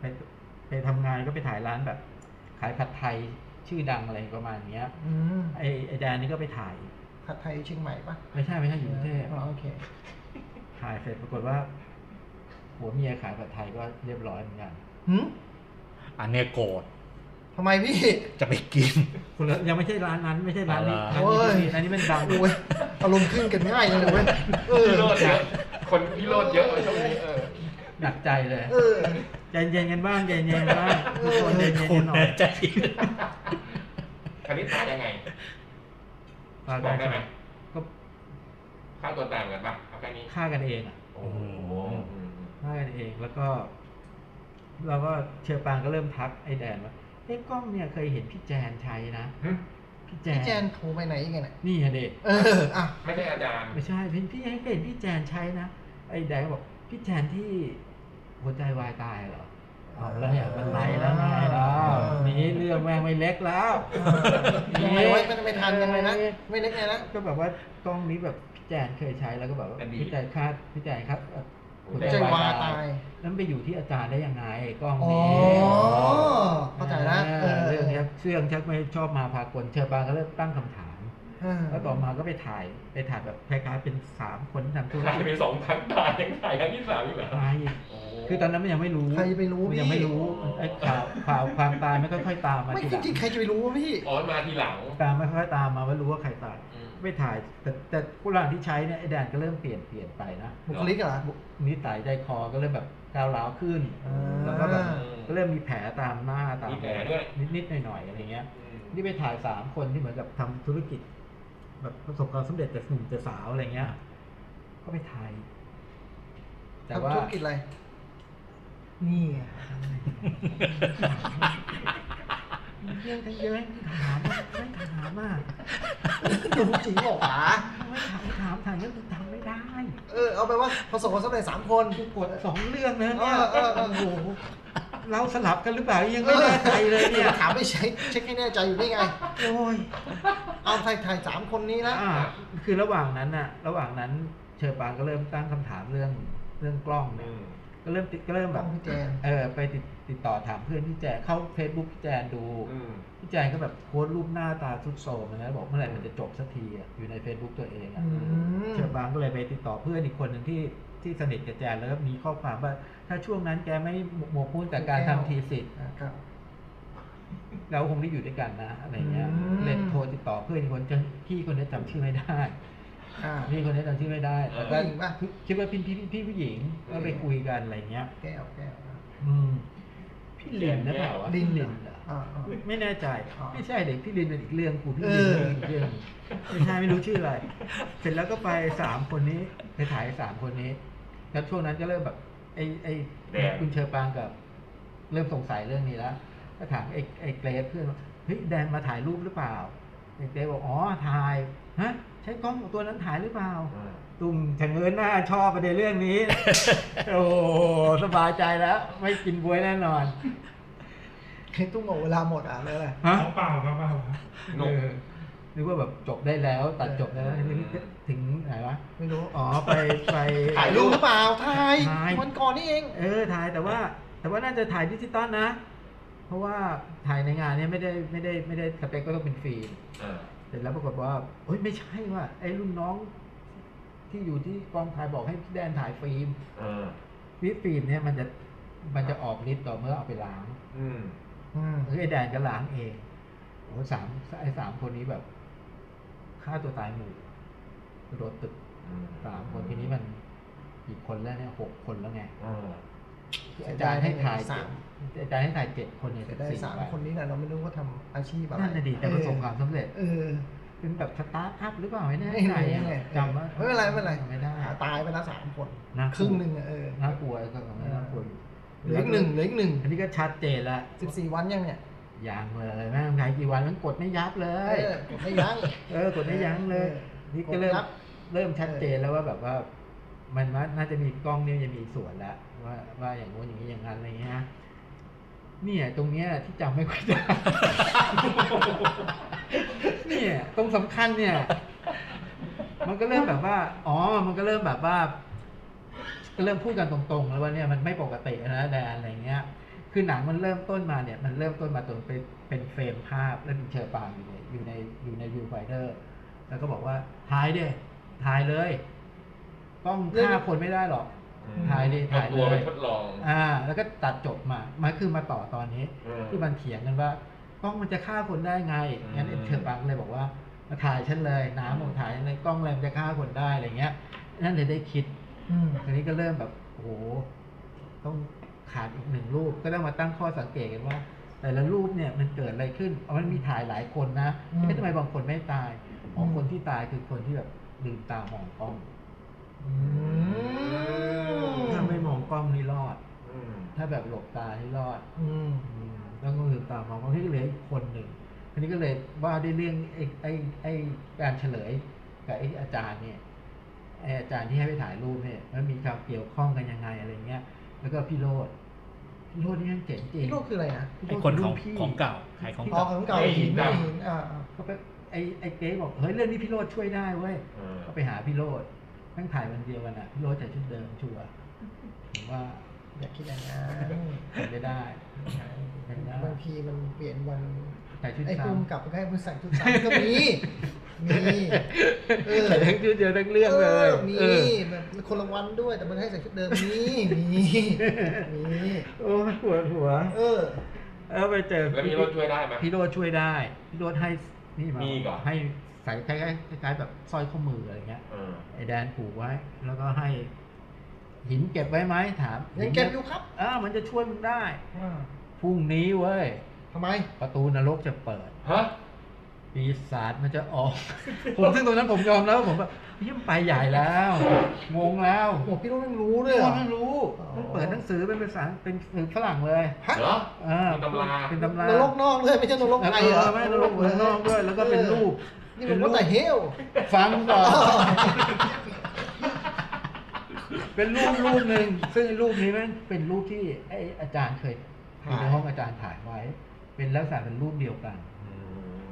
S6: ไปไปทำงานก็ไปถ่ายร้านแบบ ขายผัดไทยชื่อดังอะไรประมาณเนี้ย
S5: อืม
S6: ไอ้ไอ้แดนนี่ก็ไปถ่าย
S5: ผัดไทยเชียงใหม่ปะ
S6: ไม่ใช่ไม่ใช่อยู่กรุงเทพ
S5: อ๋อโอเค
S6: ถ่ายเสร็จปรากฏว่าหัวเมียขายผัดไทยก็เรียบร้อยเหมือนกัน
S5: หืม
S4: อันเนี้ยโกรธ
S5: ทำไมพี่
S4: จะไปกิน
S6: คนละยังไม่ใช่ร้านนั้นไม่ใช่ร้านนี้
S4: เอา
S6: ร้าน
S5: ล่ะ
S6: นี้ที่มีอันนี้มันดัง
S5: โอ้ย [laughs] อารมณ์ขึ้นกันง่ายเลยนะเว้ยเออ
S3: พี่โรดเยอะ คนพี่โรดเยอะเลยช่วงนี้เออ
S6: หนักใจเลย
S5: เออ
S6: ใจเย็นกันบ้างใจเย็นกันบ้างทุกคนใจเย็นกันหน่อย
S4: ใจ
S3: คณิตศาสตร์ยังไง บอกได้ไหม
S6: ก็
S3: ค่าตัวตามกันป่ะเอาแค่นี้
S6: ฆ่ากันเองอ่ะ
S3: โอ้โหอืม
S6: ฆ่ากันเองแล้วก็ เราก็เชอปางก็เริ่มทักไอ้แดนว่าเอ้ยกล้องเนี่ยเคยเห็นพี่แจนใช้นะ
S3: หึ
S6: พี่แจน
S5: พี่แจนโทรไปไหนอีกันน่ะ
S6: นี่อะเด็ก
S5: เอออ่ะ
S3: ไม่ใช่อาจารย์
S6: ไม่ใช่พี่พี่ให้เป็นพี่แจนใช้นะ ไอ้แดงบอกพี่แจนที่หัวใจวายตายเหรอเอาแล้วอย่างมันไรแล้วไงแล้วนี้เรื่องแม่งไม่เล็กแล้ว
S5: ยังไงไว้มันไม่ทันยังไงนะไม่นึกไงนะ
S6: ก็แบบว่ากล้องนี้แบบพี่แจนเคยใช้แล้วก็แบบว่า
S3: เป็นดี
S6: พี่แจนคาดพี่แจนครับเอ่อหัว
S5: ใจ
S6: ใจ
S5: วาว
S6: าย ย
S5: ตา
S6: ตาย ยแล้วมันไปอยู่ที่อาจารย์ได้ยังไงกล้อง
S5: อ๋อ
S6: นี้
S5: เข้าใจละเอ
S6: เอ
S5: อ
S6: อเรื่องเนี้ยเรื่องชักไม่ชอบมาพากลเชอปางก็เริ่มตั้งคำถาม
S5: เออ
S6: แล้วต่อมาก็ไปถ่ายไปถ่ายแบบคล้ายๆเป็นสามคนที่ทำธุร
S3: ถ่าย
S6: กิจ
S3: ไปสองครั้งตายยังถ่ายครั้งที่สามอีกเหรอ
S6: ตายคือตอนนั้นมันยังไม่รู้
S5: ใครจะไปรู้
S6: มัน
S5: พี่
S6: ยังไม่รู้ไอ้ข่าวข่าวความตายไม่ค่อยๆตามมา
S5: ไม่
S6: ที
S5: จ
S6: หลัง
S5: ริงๆใครจะไปรู้วะพี่
S3: อ๋อมาทีหลัง
S6: ตามไม่ค่อยๆตามมาว่ารู้ว่าใครตาย
S3: อืม
S6: ไปถ่ายแต่แต่ผู้ร่างที่ใช้เนี่ยไอ้แดนก็เริ่มเปลี่ยนเปลี่ยนไปนะ
S5: บุคลิกเหรอ
S6: นิสัยใจคอก็เริ่มแบบก้าวร้าวขึ้น
S5: อ่า
S6: แล้วก็แบบก็เริ่มมีแผลตามหน้าตาม
S3: มีแผลด้วย
S6: นิดๆหน่อยๆอะไรเงี้ย
S3: อืม
S6: นี่ไปถ่ายสามคนที่เหมือนกับทำธุรกิจ แบบประสบความสำเร็จแต่หนุ่มแต่สาวอะไรเงี้ย ก็ไปถ่าย แต่ว่า
S5: ทำธุรกิจอะไร นี่ไง
S6: เรื่องทั้งเยอะถามไม่ถามอ่ะ
S5: หนุ่มจริงเหรอวะ
S6: ไม่ถามถามถามเรื่องทำไม่ได้
S5: เออเอาไปนว่าประสบความสำเร็จสามคน
S6: กูกดสองเรื่องนะ
S5: เอ
S6: เนี่ย
S5: อเออเอ
S6: โอ้
S5: อ
S6: โหเราสลับกันหรือเปล่ายังไม่แน่ใจเลยเนี่ย
S5: ถามไม่ใช่เช็คให้แน่ใจอยู่นี่ไง
S6: โอ้ย
S5: เอาไทยไทยสามคนนี้นะ
S6: อ่าคือระหว่างนั้นน่ะ ระหว่างนั้นเชอปางก็เริ่มตั้งคำถามเรื่องเรื่องกล้องเนี่ยก็เริ่มติดก็เริ่มแบบ
S5: กล้องพี่แจน
S6: เออไปติดติดต่อถามเพื่อนพี่แจนเข้า Facebook พี่แจนดู พี่แจนก็แบบโพสต์รูปหน้าตาสุดโทรมนะบอกเมื่อไหร่มันจะจบสักทีอะอยู่ใน Facebook ตัวเองอะ
S5: อืม
S6: เชอปางก็เลยไปติดต่อเพื่อนอีกคนหนึ่งที่ที่สนิทกับแจนแล้วก็มีข้อความว่า ถ้าช่วงนั้นแกไม่หมกมุ่นแต่การทำทีสิทธิ์
S5: ครับ
S6: เราคงได้อยู่ด้วยกันนะอะไรเงี้ย
S5: อืม
S6: เลยโทรติดต่อเพื่อนอีกคนจนพี่คนนี้จำชื่อไม่ได้
S5: อ่า
S6: พี่คนนี้จำชื่อไม่ได้แต่ก็
S5: ผู้หญิงปะ
S6: คิดว่าพี่พี่พี่ผู้หญิงก็ไปคุยกันอะไรเงี้ย
S5: แก้วแก้วอ่ะ
S6: อืม พี่ลินหรือเปล่าวะ
S5: ลิน
S6: ลิน
S5: เห
S6: เห
S5: ร
S6: ร
S5: อ
S6: อ
S5: อ่าอ่า
S6: ไม่ไม่แน่ใจ
S5: อ๋อ
S6: ไม่ใช่เด็กพี่ลินเป็นอีกเรื่องกูพี่
S5: เอ
S6: ลิน
S5: อ
S6: เป็นอีกเรื่องไม่ใช่ไม่รู้ชื่ออะไร เสร็จแล้วก็ไปสามคนนี้ไปถ่ายสามคนนี้ แล้วช่วงนั้นก็เริ่มแบบไอ้ไอ้
S3: แดง
S6: คุณเชอปางกับ เริ่มสงสัยเรื่องนี้แล้วก็ถามไอ้ไอ้เกรซเพื่อนว่าเฮ้ยแดนมาถ่ายรูปหรือเปล่าไอ้เกรซบอกอ๋อถ่ายฮะใช้กล้องของตัวนั้นถ่ายหรือเปล่า ตุ่มชะเง้อหน้าชอบประเด็นเรื่องนี้ [laughs] โอ้โหสบายใจแล้ว ไม่กินบวยแน่นอน
S5: ใครตุ้มบอกเวลาหมดอ่ะเลยอะไร
S6: ฮะ
S2: ของเปล่าครับเปล่า
S3: หนุก
S6: เออนึกว่าแบบจบได้แล้ว ตัดจบได้แล้ว
S3: เออ
S6: นี่ถึงไหนวะ
S5: ไม่รู้
S6: อ๋อ ไปไป
S5: ถ่ายรูปหรือเปล่าถ่าย
S6: ถ่าย
S5: วันก่อนนี่เอง
S6: เออ ถ่ายแต่ว่า แต่ว่าน่าจะถ่ายดิจิตอลนะ เพราะว่าถ่ายในงานเนี่ยไม่ได้ไม่ได้ไม่ได้สเปคก็ต้องเป็นฟิล์ม เสร็จแล้วปรากฏว่าเฮ้ยไม่ใช่ว่ะไอ้รุ่นน้องที่อยู่ที่กองถ่ายบอกให้พี่แดนถ่ายฟิล์ม วิปฟิล์มเนี่ยมันจะมันจะออกฤทธิ์ต่อเมื่อเอาไปล้าง
S5: อืม
S6: คือไอ้แดนก็ล้างเองโอ้โหสามไอ้สามคนนี้แบบฆ่าตัวตายหมู่กระโดดตึกสามคนทีนี้มันกี่คนแล้วเนี่ยหกคนแล้วไงคืออาจารย์ให้ถ่าย
S5: สาม
S6: เจ็ดอาจารย์ให้ถ่ายเจ็ดคนเนี่ย
S5: แต่ได้
S6: สี่
S5: สาม
S6: ใบ
S5: คนนี้นะเราไม่รู้ว่าทำอาชีพอะไร
S6: นั่นน่ะดีแต่ประสบความสำเร็จ
S5: เออ
S6: เป็นแบบสตาร์ทอัพหรือเปล่าไม่แน่
S5: ไม่
S6: ใจ
S5: ไหน
S6: อะ
S5: เลย
S6: จำว่า
S5: ไม่เป็นไรไม่เป็นไร
S6: จำไม่ได้
S5: หาตายไปแล้วสามคน
S6: น่า
S5: ครึ่งหนึ่งอะเออ
S6: น่ากลัวก็ไม่น่ากลัวอยู่
S5: เหลืออีกหนึ่งเหลืออีกหนึ่ง
S6: อันนี้ก็ชัดเจนละ
S5: สิบสี่วันยังเนี่ย
S6: ยางเลยแม่งไงกี่วันมันกดไม่ยับเล
S5: เอย อไม่ยั้ง
S6: เออกดไม่ยั้งเลย
S5: เออ
S6: นี่ก็เริ่ม
S5: กดยับ
S6: เริ่มชัดเจนแล้วว่าแบบว่า มันว่าน่าจะมีกล้องเนี่ยจะมีส่วนละว่าว่าอย่างงู้นอย่างนี้อย่างนั้นอะไรเงี้ยนะเนี่ยตรงเนี้ยที่จำไม่ค่อยได้ [laughs] เนี่ยตรงสำคัญเนี่ย มันก็เริ่มแบบว่า อ๋อ มันก็เริ่มแบบว่า ก็เริ่มพูดกันตรงๆ แล้วว่าเนี่ยมันไม่ปกตินะแดนอะไรเงี้ย คือหนังมันเริ่มต้นมาเนี่ย มันเริ่มต้นมาตรงเป็นเป็นเฟรมภาพแล้วมีเชอร์ปางอยู่ในอยู่ในอยู่ในวิวไฟเดอร์ แล้วก็บอกว่าถ่ายเด้ถ่ายเลยต้องฆ่าคนไม่ได้หรอก ถ่ายดิถ่ายเลย
S3: ตัวไปทดลอง
S6: อ่า แล้วก็ตัดจบมามาคือมาต่อตอนนี้ ที่มันเถียงกันว่า กล้องมันจะฆ่าคนได้ไง งั้นไอ้เธอบังเลยบอกว่ามาถ่ายฉันเลยน้ำของถ่ายฉันเลยกล้องแรมนจะฆ่าคนได้อะไรเงี้ย นั่นเลยได้คิด
S5: อืม
S6: ทีนี้ก็เริ่มแบบโอ้โหต้องขาดอีกหนึ่งรูปก็ต้องมาตั้งข้อสังเกตกันว่า แต่ละรูปเนี่ยมันเกิดอะไรขึ้นเอามันมีถ่ายหลายคนนะเอ๊ะทำไมบางคนไม่ตายอ๋อคนที่ตายคือคนที่แบบลืมตามองกล้อง
S5: อืม
S6: ถ้าไม่มองกล้องนี่รอด ถ้าแบบหลบตานี่รอด
S5: อืม
S6: อืมแล้วก็ลืมตามองบางทีก็เหลืออีกคนหนึ่งทีนี้ก็เลยว่าด้วยเรื่องไอ้ไอ้ไอ้การเฉลยกับไอ้อาจารย์เนี่ยไอ้อาจารย์ที่ให้ไปถ่ายรูปเนี่ยมันมีความเกี่ยวข้องกันยังไงอะไรเงี้ย แล้วก็พี่โรดพี่โรดนี่นั่นเจ๋งจริง
S5: พี่โลกคืออะไรนะ
S4: ไอคนข
S6: รุ่
S4: อง
S6: พี่
S4: ของเก่าขายของ
S5: อ๋อ
S4: เก่า
S5: ของเก่าหินไม่หินอ่าอ่า
S6: ก็ไปไอ้ไอ้เก๊บอกเฮ้ยเรื่องนี้พี่โรดช่วยได้เว้ยก็ไปหาพี่โรดแม่งถ่ายวันเดียวกันอ่ะพี่โรดใส่ชุดเดิมชัวร์ผมว่า
S5: อย่าคิดอย่างนั้น
S6: เป็นไม่ได้เป็นไม่ได้
S5: บางทีมันเปลี่ยนวัน
S6: ใส่ชุด
S5: ไอ้
S6: ซ้
S5: ปุ่มกลับไปให้มึงใส่ชุดซ้ำก็มี มี เออ
S6: ำใส่ทั้งชุดเดียวทั้งเรื่องเลย
S5: ออมี
S6: เออ
S5: แบบคนละวันด้วย แต่มันให้ใส่ชุดเดิมมีมีมี
S6: โอ้ยปวดหัว
S5: เออ
S6: เออไปเจอ
S3: แล้วมีรถช่วยได้ไหม
S6: พี่โรดช่วยได้ พี่โรดให้นี่มา
S3: มีอีกเหรอ
S6: ให้ใส่คล้ายๆคล้ายๆแบบสร้อยข้อมืออะไรเงี้ย
S3: เออ
S6: ไอ้แดนผูกไว้ แล้วก็ให้ หินเก็บไว้ไหมถาม
S5: ยังเก็บอยู่ครับ
S6: อ้าวมันจะช่วยมึงได้
S5: อ่า
S6: พรุ่งนี้เว้ย
S5: ทำไม
S6: ประตูนรกจะเปิด
S3: ฮะ
S6: ปีศาจมันจะออก [laughs] ผมซึ่งตรงนั้นผมยอมแล้วผมแบบเฮ้ยมันไปใหญ่แล้ว งงแล้ว
S5: โอ้พี่รู้เรื่องรู้ด้วย
S6: พ่อ
S5: เหรอ
S6: ไม่รู้
S5: อ๋อ
S6: มันเปิดหนังสือเป็นภาษาเป็นหนังสือฝรั่งเลย
S3: เหรอ
S6: เออ
S3: เป็นตำรา
S6: เป็นตำราน
S5: รกนอกด้วยไม่ใช่นรก
S6: แล้ว
S5: ใน
S6: เอ
S5: เหรอ
S6: อไม่นรกเมืองนอกด้วยแล้วก็เป็นรูป
S5: นี่มันว่าแต่เฮล
S6: ฟังก่อน [laughs] เป็นรูปรูปหนึ่งซึ่งไอ้รูปนี้แมันเป็นรูปที่ไออาจารย์เคยอยู่ใน
S5: ถ่าย
S6: ห้องอาจารย์ถ่ายไว้ เป็นลักษณะเป็นรูปเดียวกัน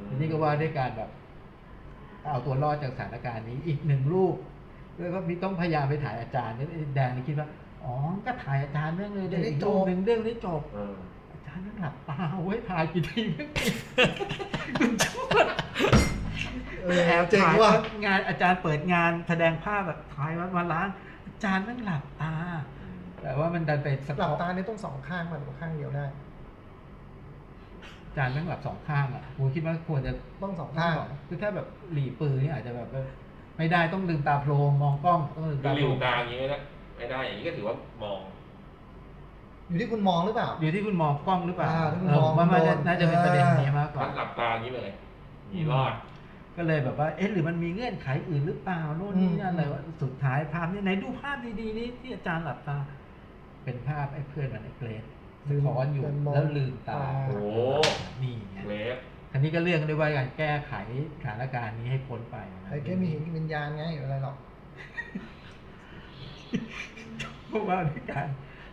S6: อันนี้ก็ว่าด้วยการแบบ เอาตัวรอดจากสถานการณ์นี้อีกหนึ่งรูปแล้วก็มีต้องพยายามไปถ่ายอาจารย์เนี่ยไอ้แดงนี่คิดว่าอ๋อก็ถ่ายอาจารย์เรื่องเลยเดี๋ยวอีกรูปหนึ่งเรื่องนี้จบ
S3: เออ
S6: อาจารย์นั่งหลับตาเว้ยถ่ายกี่ทีไม่ติด [laughs] คุณชวด
S5: เออ
S6: แอบ
S5: เจ๋ง
S6: ถ่าย
S5: ว่ะ
S6: งานอาจารย์เปิดงานแสดงภาพแบบถ่ายวัดมาล้างอาจารย์นั่งหลับตา แต่ว่ามันดันไปสะ
S5: หลับ
S6: ท้อน
S5: ตาเนี่ยต้องสองข้างมันกว่าข้างเดียวได้
S6: อาจารย์นั่งหลับสองข้างอ่ะผมคิดว่าควรจะ
S5: ต้องสองข้าง
S6: คือถ้าแบบหลีปือเนี่ยอาจจะแบบว่าไม่ได้ต้องลืมตาโพลงมองกล้องต้องลืม
S3: ดู
S6: ตา
S3: ห
S6: โพล
S3: ลิว
S6: ง
S3: ตาอย่างนี้ไม่ได้ไม่ได้อย่างนี้ก็ถือว่ามอง
S5: อยู่ที่คุณมองหรือเปล่า
S6: อยู่ที่คุณมองกล้องหรือเปล่า
S5: อ่าถ้าคุณ
S6: เออผมว่าม
S5: อง
S6: น
S5: โด
S6: จะ
S5: น
S6: น่าจะเป็นประเด็นนี้มากก
S3: รั
S6: ว่า
S3: ดหลับตาอย่างนี้เลยหนีรอด
S6: ก็เลยแบบว่าเอ๊ะหรือมันมีเงื่อนไขอื่นหรือเปล่าโน่นนี่นั่นอะไรวะสุดท้ายภาพนี่ไหนดูภาพดีๆนี่ที่อาจารย์หลับตา เป็นภาพไอ้เพื่อนมันไอ้เกรดสะท้อนอยู่แล้วลืมตา
S3: โอ้โห
S6: นี่ไง
S3: เวฟ
S6: อันนี้ก็เรื่องด้วยว่าการแก้ไขสถานการณ์นี้ให้พ้นไปนะ
S5: ไอ้แกมีเห็นกินวิญญาณไงหรืออะไรหรอก
S6: เพราะว่าด้วย [laughs] การ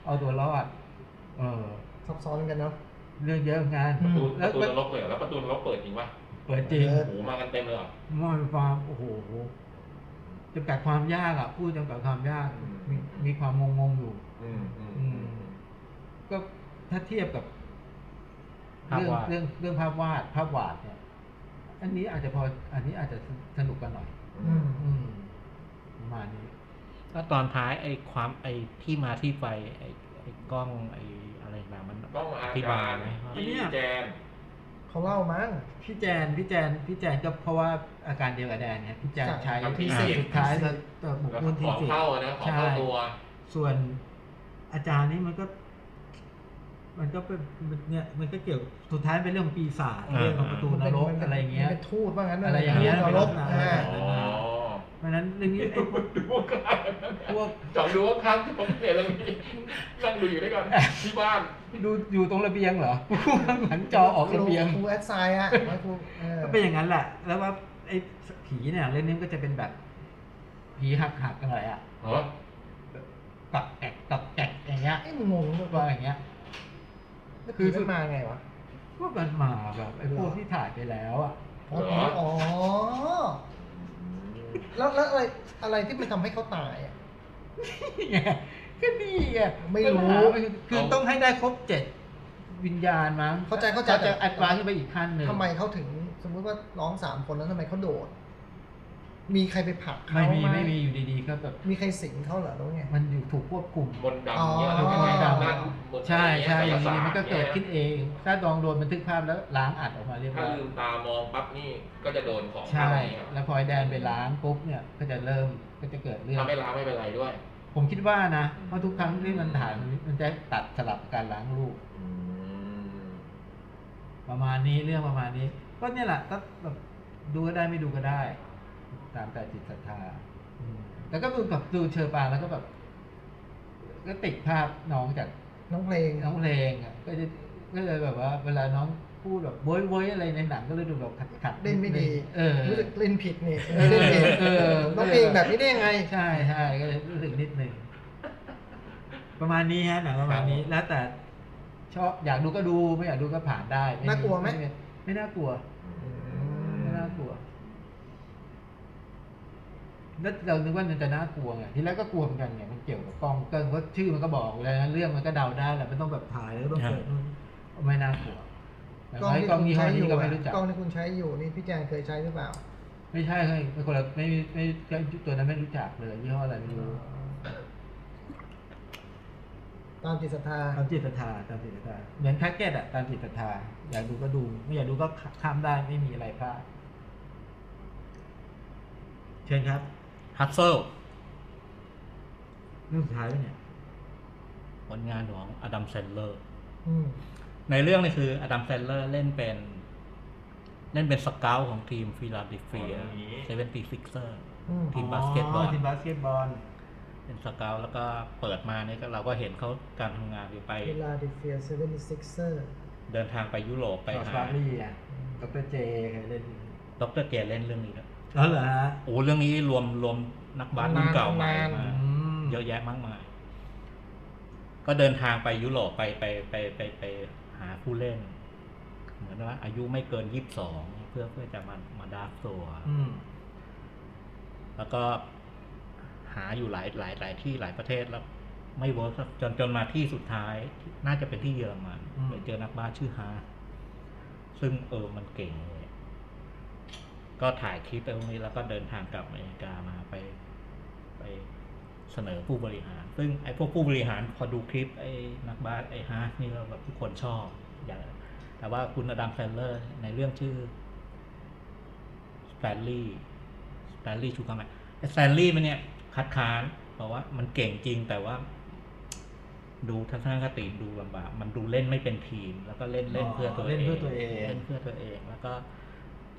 S6: เอาตัวรอด เออ
S5: ซับซ้อนกันเนาะ
S6: เรื่องเยอะงาน
S3: ป
S5: อื
S3: ระตู
S5: ม
S3: ประตูนรกเลยเหรอแล้วประตูนรกเปิดจริงปะ
S6: เปิดจริง
S5: เออ
S3: โอ้โหมากันเต็มเลยเหรอ
S6: มอนความโอ้โหจำกัดความยากอ่ะ พูดจำกัดความยาก
S3: อืม
S6: มีมีความงงงๆอยู่
S3: อืมอืม
S6: อืม ก็ถ้าเทียบกับ
S8: ภาพ
S6: เรื่อง
S8: วาด
S6: เรื่องเรื่องภาพวาด ภาพวาดเนี่ย อันนี้อาจจะพอ อันนี้อาจจะสนุกกันหน่อย
S3: อืม
S6: อืมประมาณนี้แล้วตอนท้ายไอ้ความไอ้ที่มาที่ไปไอ้ไอ้กล้องไอ้อะไรต่างๆมัน
S3: กล้องอา
S6: ธิบ
S3: จารย์
S6: ไหมว่า
S3: ยี่แจน
S5: เขาเล่ามั้ง
S6: พี่แจนพี่แจนพี่แจนก็เพราะว่าอาการเดียวกับแดนเนี่ยพี่แจนใช้
S3: ทำที่สิบ
S6: สุดท้ายแล้วตัวบุก
S3: แล้ว
S6: มุ่น
S3: ข
S6: ที่
S3: อง
S6: สิบ
S3: เข้านะของเข้าตัว
S6: ส่วนอาจารย์นี่มันก็ มันก็เป็นมันเนี่ยมันก็เกี่ยวสุดท้ายเป็นเรื่องของปีศาจ
S8: อ่า
S6: เรื่องของประตูนรกอะไรอย่างเงี้ย
S5: เป็นทูตว่างั้น
S6: อะไรอย่างเงี้ย
S5: นรกอ่า
S3: อ๋อ
S6: เพราะฉะนั้นเรื่องนี้ไอ้พวก
S3: ดูว่าใคร
S6: พวก
S3: จอดดูว่าค้างผมเห็นแล้วพี่นั่งดูอยู่ด้วยกันที่บ้าน
S6: ดูอยู่ตรงระเบียงเหรอ [laughs] หลังจอออกระเบียง
S5: ครูแอดไซน์ฮะไว้ครูเออ
S6: ก็เป็นอย่างนั้นแหละ แล้วว่าไอ้ผีเนี่ยเรื่องนี้มันก็จะเป็นแบบ ผีหักหักๆกันเลยอ่ะ
S3: เหรอ
S6: ตอกแตกตอกแตกอย่างเงี้ย
S5: ไอ้ยมึงงงด้วย
S6: ว่าอย่างเงี้ย คื
S5: คือ อขึ้นมาไงวะ
S6: ว่ามันมาแบบไอ้พวกที่ถ่ายไปแล้วอ่ะ [laughs]
S5: อ๋อผีอ๋อ แล้วแล้วอะไรอะไรที่มันทำให้เขาตายอ่ะ
S6: ไงก็ดีไง
S5: ไม่
S6: ปั
S5: รู้
S6: ญหามันคือต้องให้ได้ครบเจ็ดวิญญาณมั้ง
S5: เข้าใจเข้าใจ
S6: จะอัดวางขึ้นไปอีกขั้นหนึ่ง
S5: ทำไมเขาถึงสมมุติว่าน้องสามคนแล้วทำไมเขาโดด มีใครไปผลักเขา
S6: ไม่มี
S5: ห
S6: ไม่มีอยู่ดีๆก็แบบ
S5: มีใครสิงเขาเหรอหรือไง
S6: มันอยู่ถูกควบคุม
S3: มนต์ดำเนี่ยเราเป็นไงดำนั่นมนต์
S6: ใช่ใช่อย่าง
S3: ศส
S6: นี้
S3: ตร์
S6: มันก็เกิดขึ้นเอง ถ้าดองโดนบันทึกภาพแล้วล้างอัดออกมาเรียบ
S3: ถ้า
S6: ร้อย
S3: ลืมตามองปั๊บนี่ก็จะโดนของ
S6: ใช่
S3: อะไรอย่างเงี้ย
S6: แล้วพอไอ้แดนไปล้างปุ๊บเนี่ยก็จะเริ่มก็จะเกิดเรื่อง
S3: ถ้าไม่ล้างไม่เป็นไรด้วย
S6: ผมคิดว่านะเพราะทุกครั้งที่มันถ่ายมันมันจะตัดสลับการล้างรูป ประมาณนี้เรื่องประมาณนี้ ก็เนี่ยแหละก็แบบดูก็ได้ไม่ดูก็ได้ ตามแต่จิตศรัทธาอืมแล้วก็ดูกับดูเชอร์ปางแล้วก็แบบ ก็ติดภาพน้องจาก
S5: น้องเพลง
S6: น้องเพลงอะก็จะก็เลยแบบว่า เวลาน้องพูดแบบโวยโวยอะไรในหนังก็เลยดูแบบขัดขัด
S5: เล่นไม่ดี
S6: เออ
S5: รู้สึกเล่นผิดนี่
S6: เออ
S5: เล่นผิด
S6: เออ
S5: น้องเพลงแบบนี้ได้ยังไง
S6: ใช่ใช่ก็เลยรู้สึกนิดหนึ่งประมาณนี้ฮะหนังประมาณนี้แล้วแต่ ชอบอยากดูก็ดูไม่อยากดูก็ผ่านได้ไ
S5: น่ากลัวไหม
S6: ไม่น่ากลัว ไม่น่ากลัว แล้วเรานึกว่ามันจะน่ากลัวไง ทีแรกก็กลัวเหมือนกันไง มันเกี่ยวกับกล้องเกินเพราะชื่อมันก็บอกแล้วนะ เรื่องมันก็เดาได้แหละมันต้องแบบถ่ายแล้วต้องเปิดนู่นไม่น่ากลัวแต่ไอ้กล้องยี่ห้อนี้ก็ไม่รู้จัก
S5: กล้องที่คุณใช้อยู่นี่พี่แจงเคยใช้หรือเปล่า
S6: ไม่ใช่เฮ้ยเป็นคนละไม่ไม่ไม่ตัวนั้นไม่รู้จักเลยยี่ห้ออะไรไม่รู้
S5: ตามจิตศรัทธา
S6: ตามจิตศรัทธาตามจิตศรัทธาเหมือนแพ็กเกจอะตามจิตศรัทธาอยากดูก็ดู ไม่อยากดูก็ข้ามได้ไม่มีอะไรพลาดเชิญครับ
S4: ฮัตเซล
S6: เรื่องสุดท้ายแล้วเนี่ย
S4: ผลงานของอดัมเซนเลอร์
S5: อืม
S4: ในเรื่องนี่คืออดัมเซนเลอร์เล่นเป็น เล่นเป็นสเกลของทีมฟิลาเดลเฟีย
S3: อ๋ออย่างนี้
S4: เซเวนตีซิกเซอร์
S5: อืม
S4: ทีมบาสเกตบอล
S6: ทีมบาสเกตบอล
S4: เป็นสเกลแล้วก็เปิดมาเนี่ยก็เราก็เห็นเขาการทำงานอยู่ไป
S5: เวลาดิเฟียเซเว่นซิกเซอร์
S4: เดินทางไปยุโรปไป
S6: จอร์จ
S4: หา
S6: บาร์ลี่อ่ะดรเจเคยเล่น
S4: ดรเกเล่นเรื่องนี้แล้วย
S6: อ๋อเหรอฮะ
S4: โอ้เรื่องนี้รวมรวมนักบาสรุ่นเก่าใหม่มา
S6: อืม
S4: เยอะแยะมากมาย ก็เดินทางไปยุโรปไปไปไปไปไปหาผู้เล่น เหมือนว่าอายุไม่เกินยี่สิบสองเพื่อเพื่อจะมามาดราฟต์ตัว
S6: อืม
S4: แล้วก็หาอยู่หลายหลายหลายที่หลายประเทศแล้ว ไม่เวิร์กครับจนจนมาที่สุดท้ายที่น่าจะเป็นที่เยอรมันไปเจอนักบ้าสชื่อฮาร์ทซึ่งเออมันเก่งเลยก็ถ่ายคลิปไปตรงนี้แล้วก็เดินทางกลับอเมริกามาไป ไปเสนอผู้บริหาร ซึ่งไอ้พวกผู้บริหารพอดูคลิปไอ้นักบาสไอ้ฮาร์ทนี่เราแบบทุกคนชอบอย่างแต่ว่าคุณอดัมแซนเลอร์ในเรื่องชื่อ สแตนลีย์สแตนลีย์ชูกาแมนสแตนลีย์มันเนี่ยคัดค้านบอกว่ามันเก่งจริงแต่ว่า ดูทัศนคติดูลำบากมันดูเล่นไม่เป็นทีม แล้วก็เล่นเล่นเพื่อตัวเอง
S6: เล่นเพื่อตัวเอง
S4: เล่นเพื่อตัวเอง แล้วก็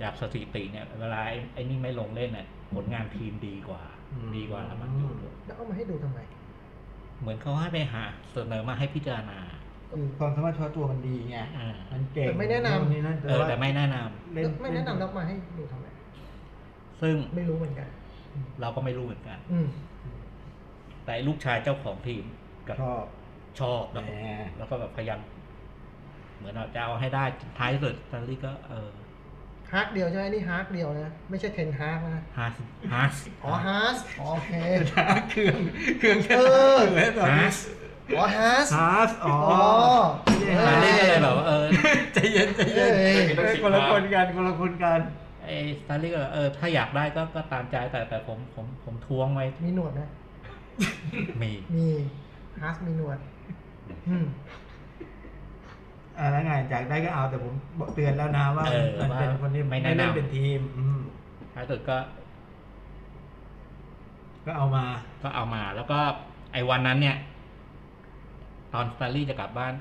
S4: จากสถิติเนี่ย เวลาไอ้ไอ้นี่ไม่ลงเล่นเนี่ยผลงานทีมดีกว่า ดีกว่าแล้วมันอยู่ด้วย
S5: แล้วเอามาให้ดูทำไม
S4: เหมือนเขาให้ไปหาเสนอมาให้พิจารณา
S6: คือความสามารถเฉพาะตัวมันดีไง
S4: อ่า
S6: มันเก่ง
S5: แต่ไม่แนะนำ
S6: นู่นี่นั่น
S4: เออแต่ไม่แนะนำ
S6: เล่น
S5: ไม่แนะนำแล้วมาให้ดูทำไม
S4: ซึ่ง
S5: ไม่รู้เหมือนกัน
S4: เราก็ไม่รู้เหมือนกัน
S5: อืม
S4: แต่ไอ้ลูกชายเจ้าของทีมกับ
S6: ชอบ
S4: ชอบแล้วก็
S6: แหม
S4: แล้วก็แบบพยายามเหมือนเราจะเอาให้ได้ท้ายสุดซารี่ก็เออ
S5: ฮาร์กเดียวใช่ไหมนี่ฮาร์กเดียวนะ ไม่ใช่เทนฮาร์กนะ
S4: ฮาร์สฮาร์ส
S5: อ๋อฮาร์สโอเค
S6: [laughs] เครื่องเครื่อง
S5: เออ
S6: เล่นแบบ
S4: ฮาร์ส
S5: อ๋อฮาร์ส
S6: ฮาสอ๋อ
S5: อ๋อ
S4: ฮาร์สนี่ก็เลยแบบว่าเออ
S6: [laughs] ใจเย็นใจเย็
S5: เอ้
S6: น
S5: ย
S6: เอ้ยคนละคนกันคนละคนกัน
S4: ไอ้ซารี่ก็แบบเออถ้าอยากได้ก็ก็ตามใจแต่แต่ผมผมผมท้วงไว้
S5: มีหนวดนะ
S4: มี
S5: มีฮาร์สมีหนวด อืม
S6: อ่าแล้วไงจากได้ก็เอาแต่ผมบอกเตือนแล้วนะว่า
S4: เออ
S6: มัน
S4: ว่า
S6: เป็นคนที่
S4: ไม่
S6: ไม่
S4: แนะ
S6: เล่น
S4: นำ
S6: เป็นทีมอืม
S4: ท้ายสุดก็
S6: ก็เอามา
S4: ก็เอามาแล้วก็ไอ้วันนั้นเนี่ย ตอนซารี่จะกลับบ้าน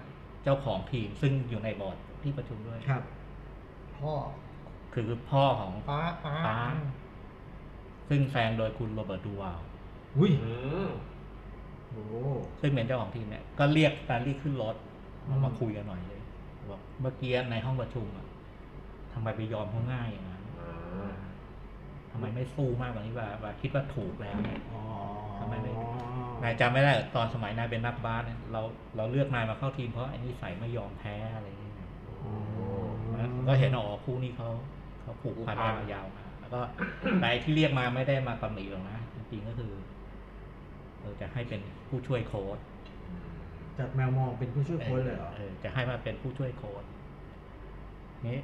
S4: เจ้าของทีมซึ่งอยู่ในบอร์ดที่ประชุมด้วย
S6: ครับ
S5: พ่อ
S4: คือพ่อของ
S5: ป้าป้า
S4: ป้าซึ่งแซงโดยคุณโรเบิร์ตดูวาล
S6: อุ้ย
S3: อืม
S6: โอ้
S4: ซึ่งเป็นเจ้าของทีมเนี่ยก็เรียกสแตนลี่ขึ้นรถ
S6: อืม
S4: มามาคุยกันหน่อยเลยบอกเมื่อกี้ในห้องประชุมอะทำไมไปยอมเขาง่ายอย่างนั้นทำไมไม่สู้มากกว่านี้ว่าว่าคิดว่าถูกแล้วเนี่ย
S6: อ๋อ
S4: ทำไมไม่ นายจำไม่ได้เหรอตอนสมัยนายเป็นนักบาสเนี่ยเราเราเลือกนายมาเข้าทีมเพราะไอ้นิสัยไม่ยอมแพ้อะไรอย่างเงี้ยนะ
S6: โอ้
S4: ก็เห็นอ๋อคู่นี้เขาเขาผูกพัน
S3: ผูกพัน
S4: กันมายาวมาแล้วก็ [coughs] นายที่เรียกมาไม่ได้มาตำหนิหรอกนะจริงๆก็คือเออจะให้เป็นผู้ช่วยโค้ช
S6: จากแมวมองเป็นผู้ช่วยโค้ชเลยเหรอ
S4: ออจะให้มาเป็นผู้ช่วยโค้ชนี่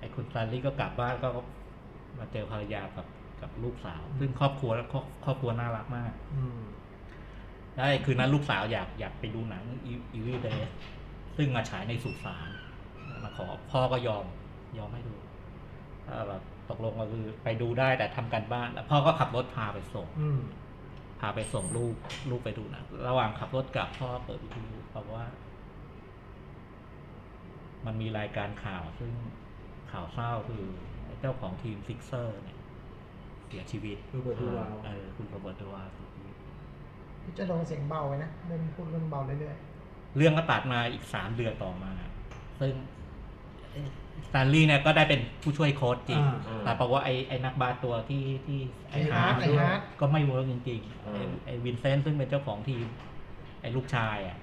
S4: ไอ้คุณซารี่ก็กลับบ้านก็มาเจอภรรยากับกับลูกสาว ซึ่งครอบครัวแล้วครอบครอบครัวน่ารักมาก
S6: อืม
S4: แล้วไอ้คืนนั้นลูกสาวอยากอยากไปดูหนังอีวีเดย์ซึ่งมาฉายในสุสานมาขอพ่อก็ยอมยอมให้ดูก็แบบตกลงก็คือไปดูได้แต่ทำกันบ้าน แล้วพ่อก็ขับรถพาไปส่ง
S6: อืม
S4: พาไปส่งลูกลูกไปดูหนังระหว่างขับรถกลับพ่อเปิดวิทยุบอกว่า มันมีรายการข่าวซึ่งข่าวเศร้าคือไอ้เจ้าของทีมซิกเซอร์เนี่ย เสียชีวิต
S6: คือเปิดดูเรา
S4: เออคุณโรเบิร์ตดูวาเสียชีวิต
S5: พี่จะลองเสียงเบาไว้นะเริ่มพูดเริ่มเบาเรื่อย
S4: เรื่องก็ตัดมาอีกสามเดือนต่อมา ซึ่งสแตนลีย์เนี่ยก็ได้เป็นผู้ช่วยโค้ชจริง
S6: อ่า
S4: แต่ปรากฏว่าไอ้ไอ้นักบาสตัวที่ที่
S5: ๆ
S4: ไอ้
S5: ไอ้
S4: ฮา
S5: ฮา
S4: ร์
S5: ร์
S4: ด
S5: กไอ้
S4: เนี่ย
S5: ฮาร์ก
S4: ก็ไม่เวิร์กจริงๆ
S3: อืม
S4: ไอ้ไอ้วินเซนต์ซึ่งเป็นเจ้าของทีม ไอ้ลูกชายอ่ะ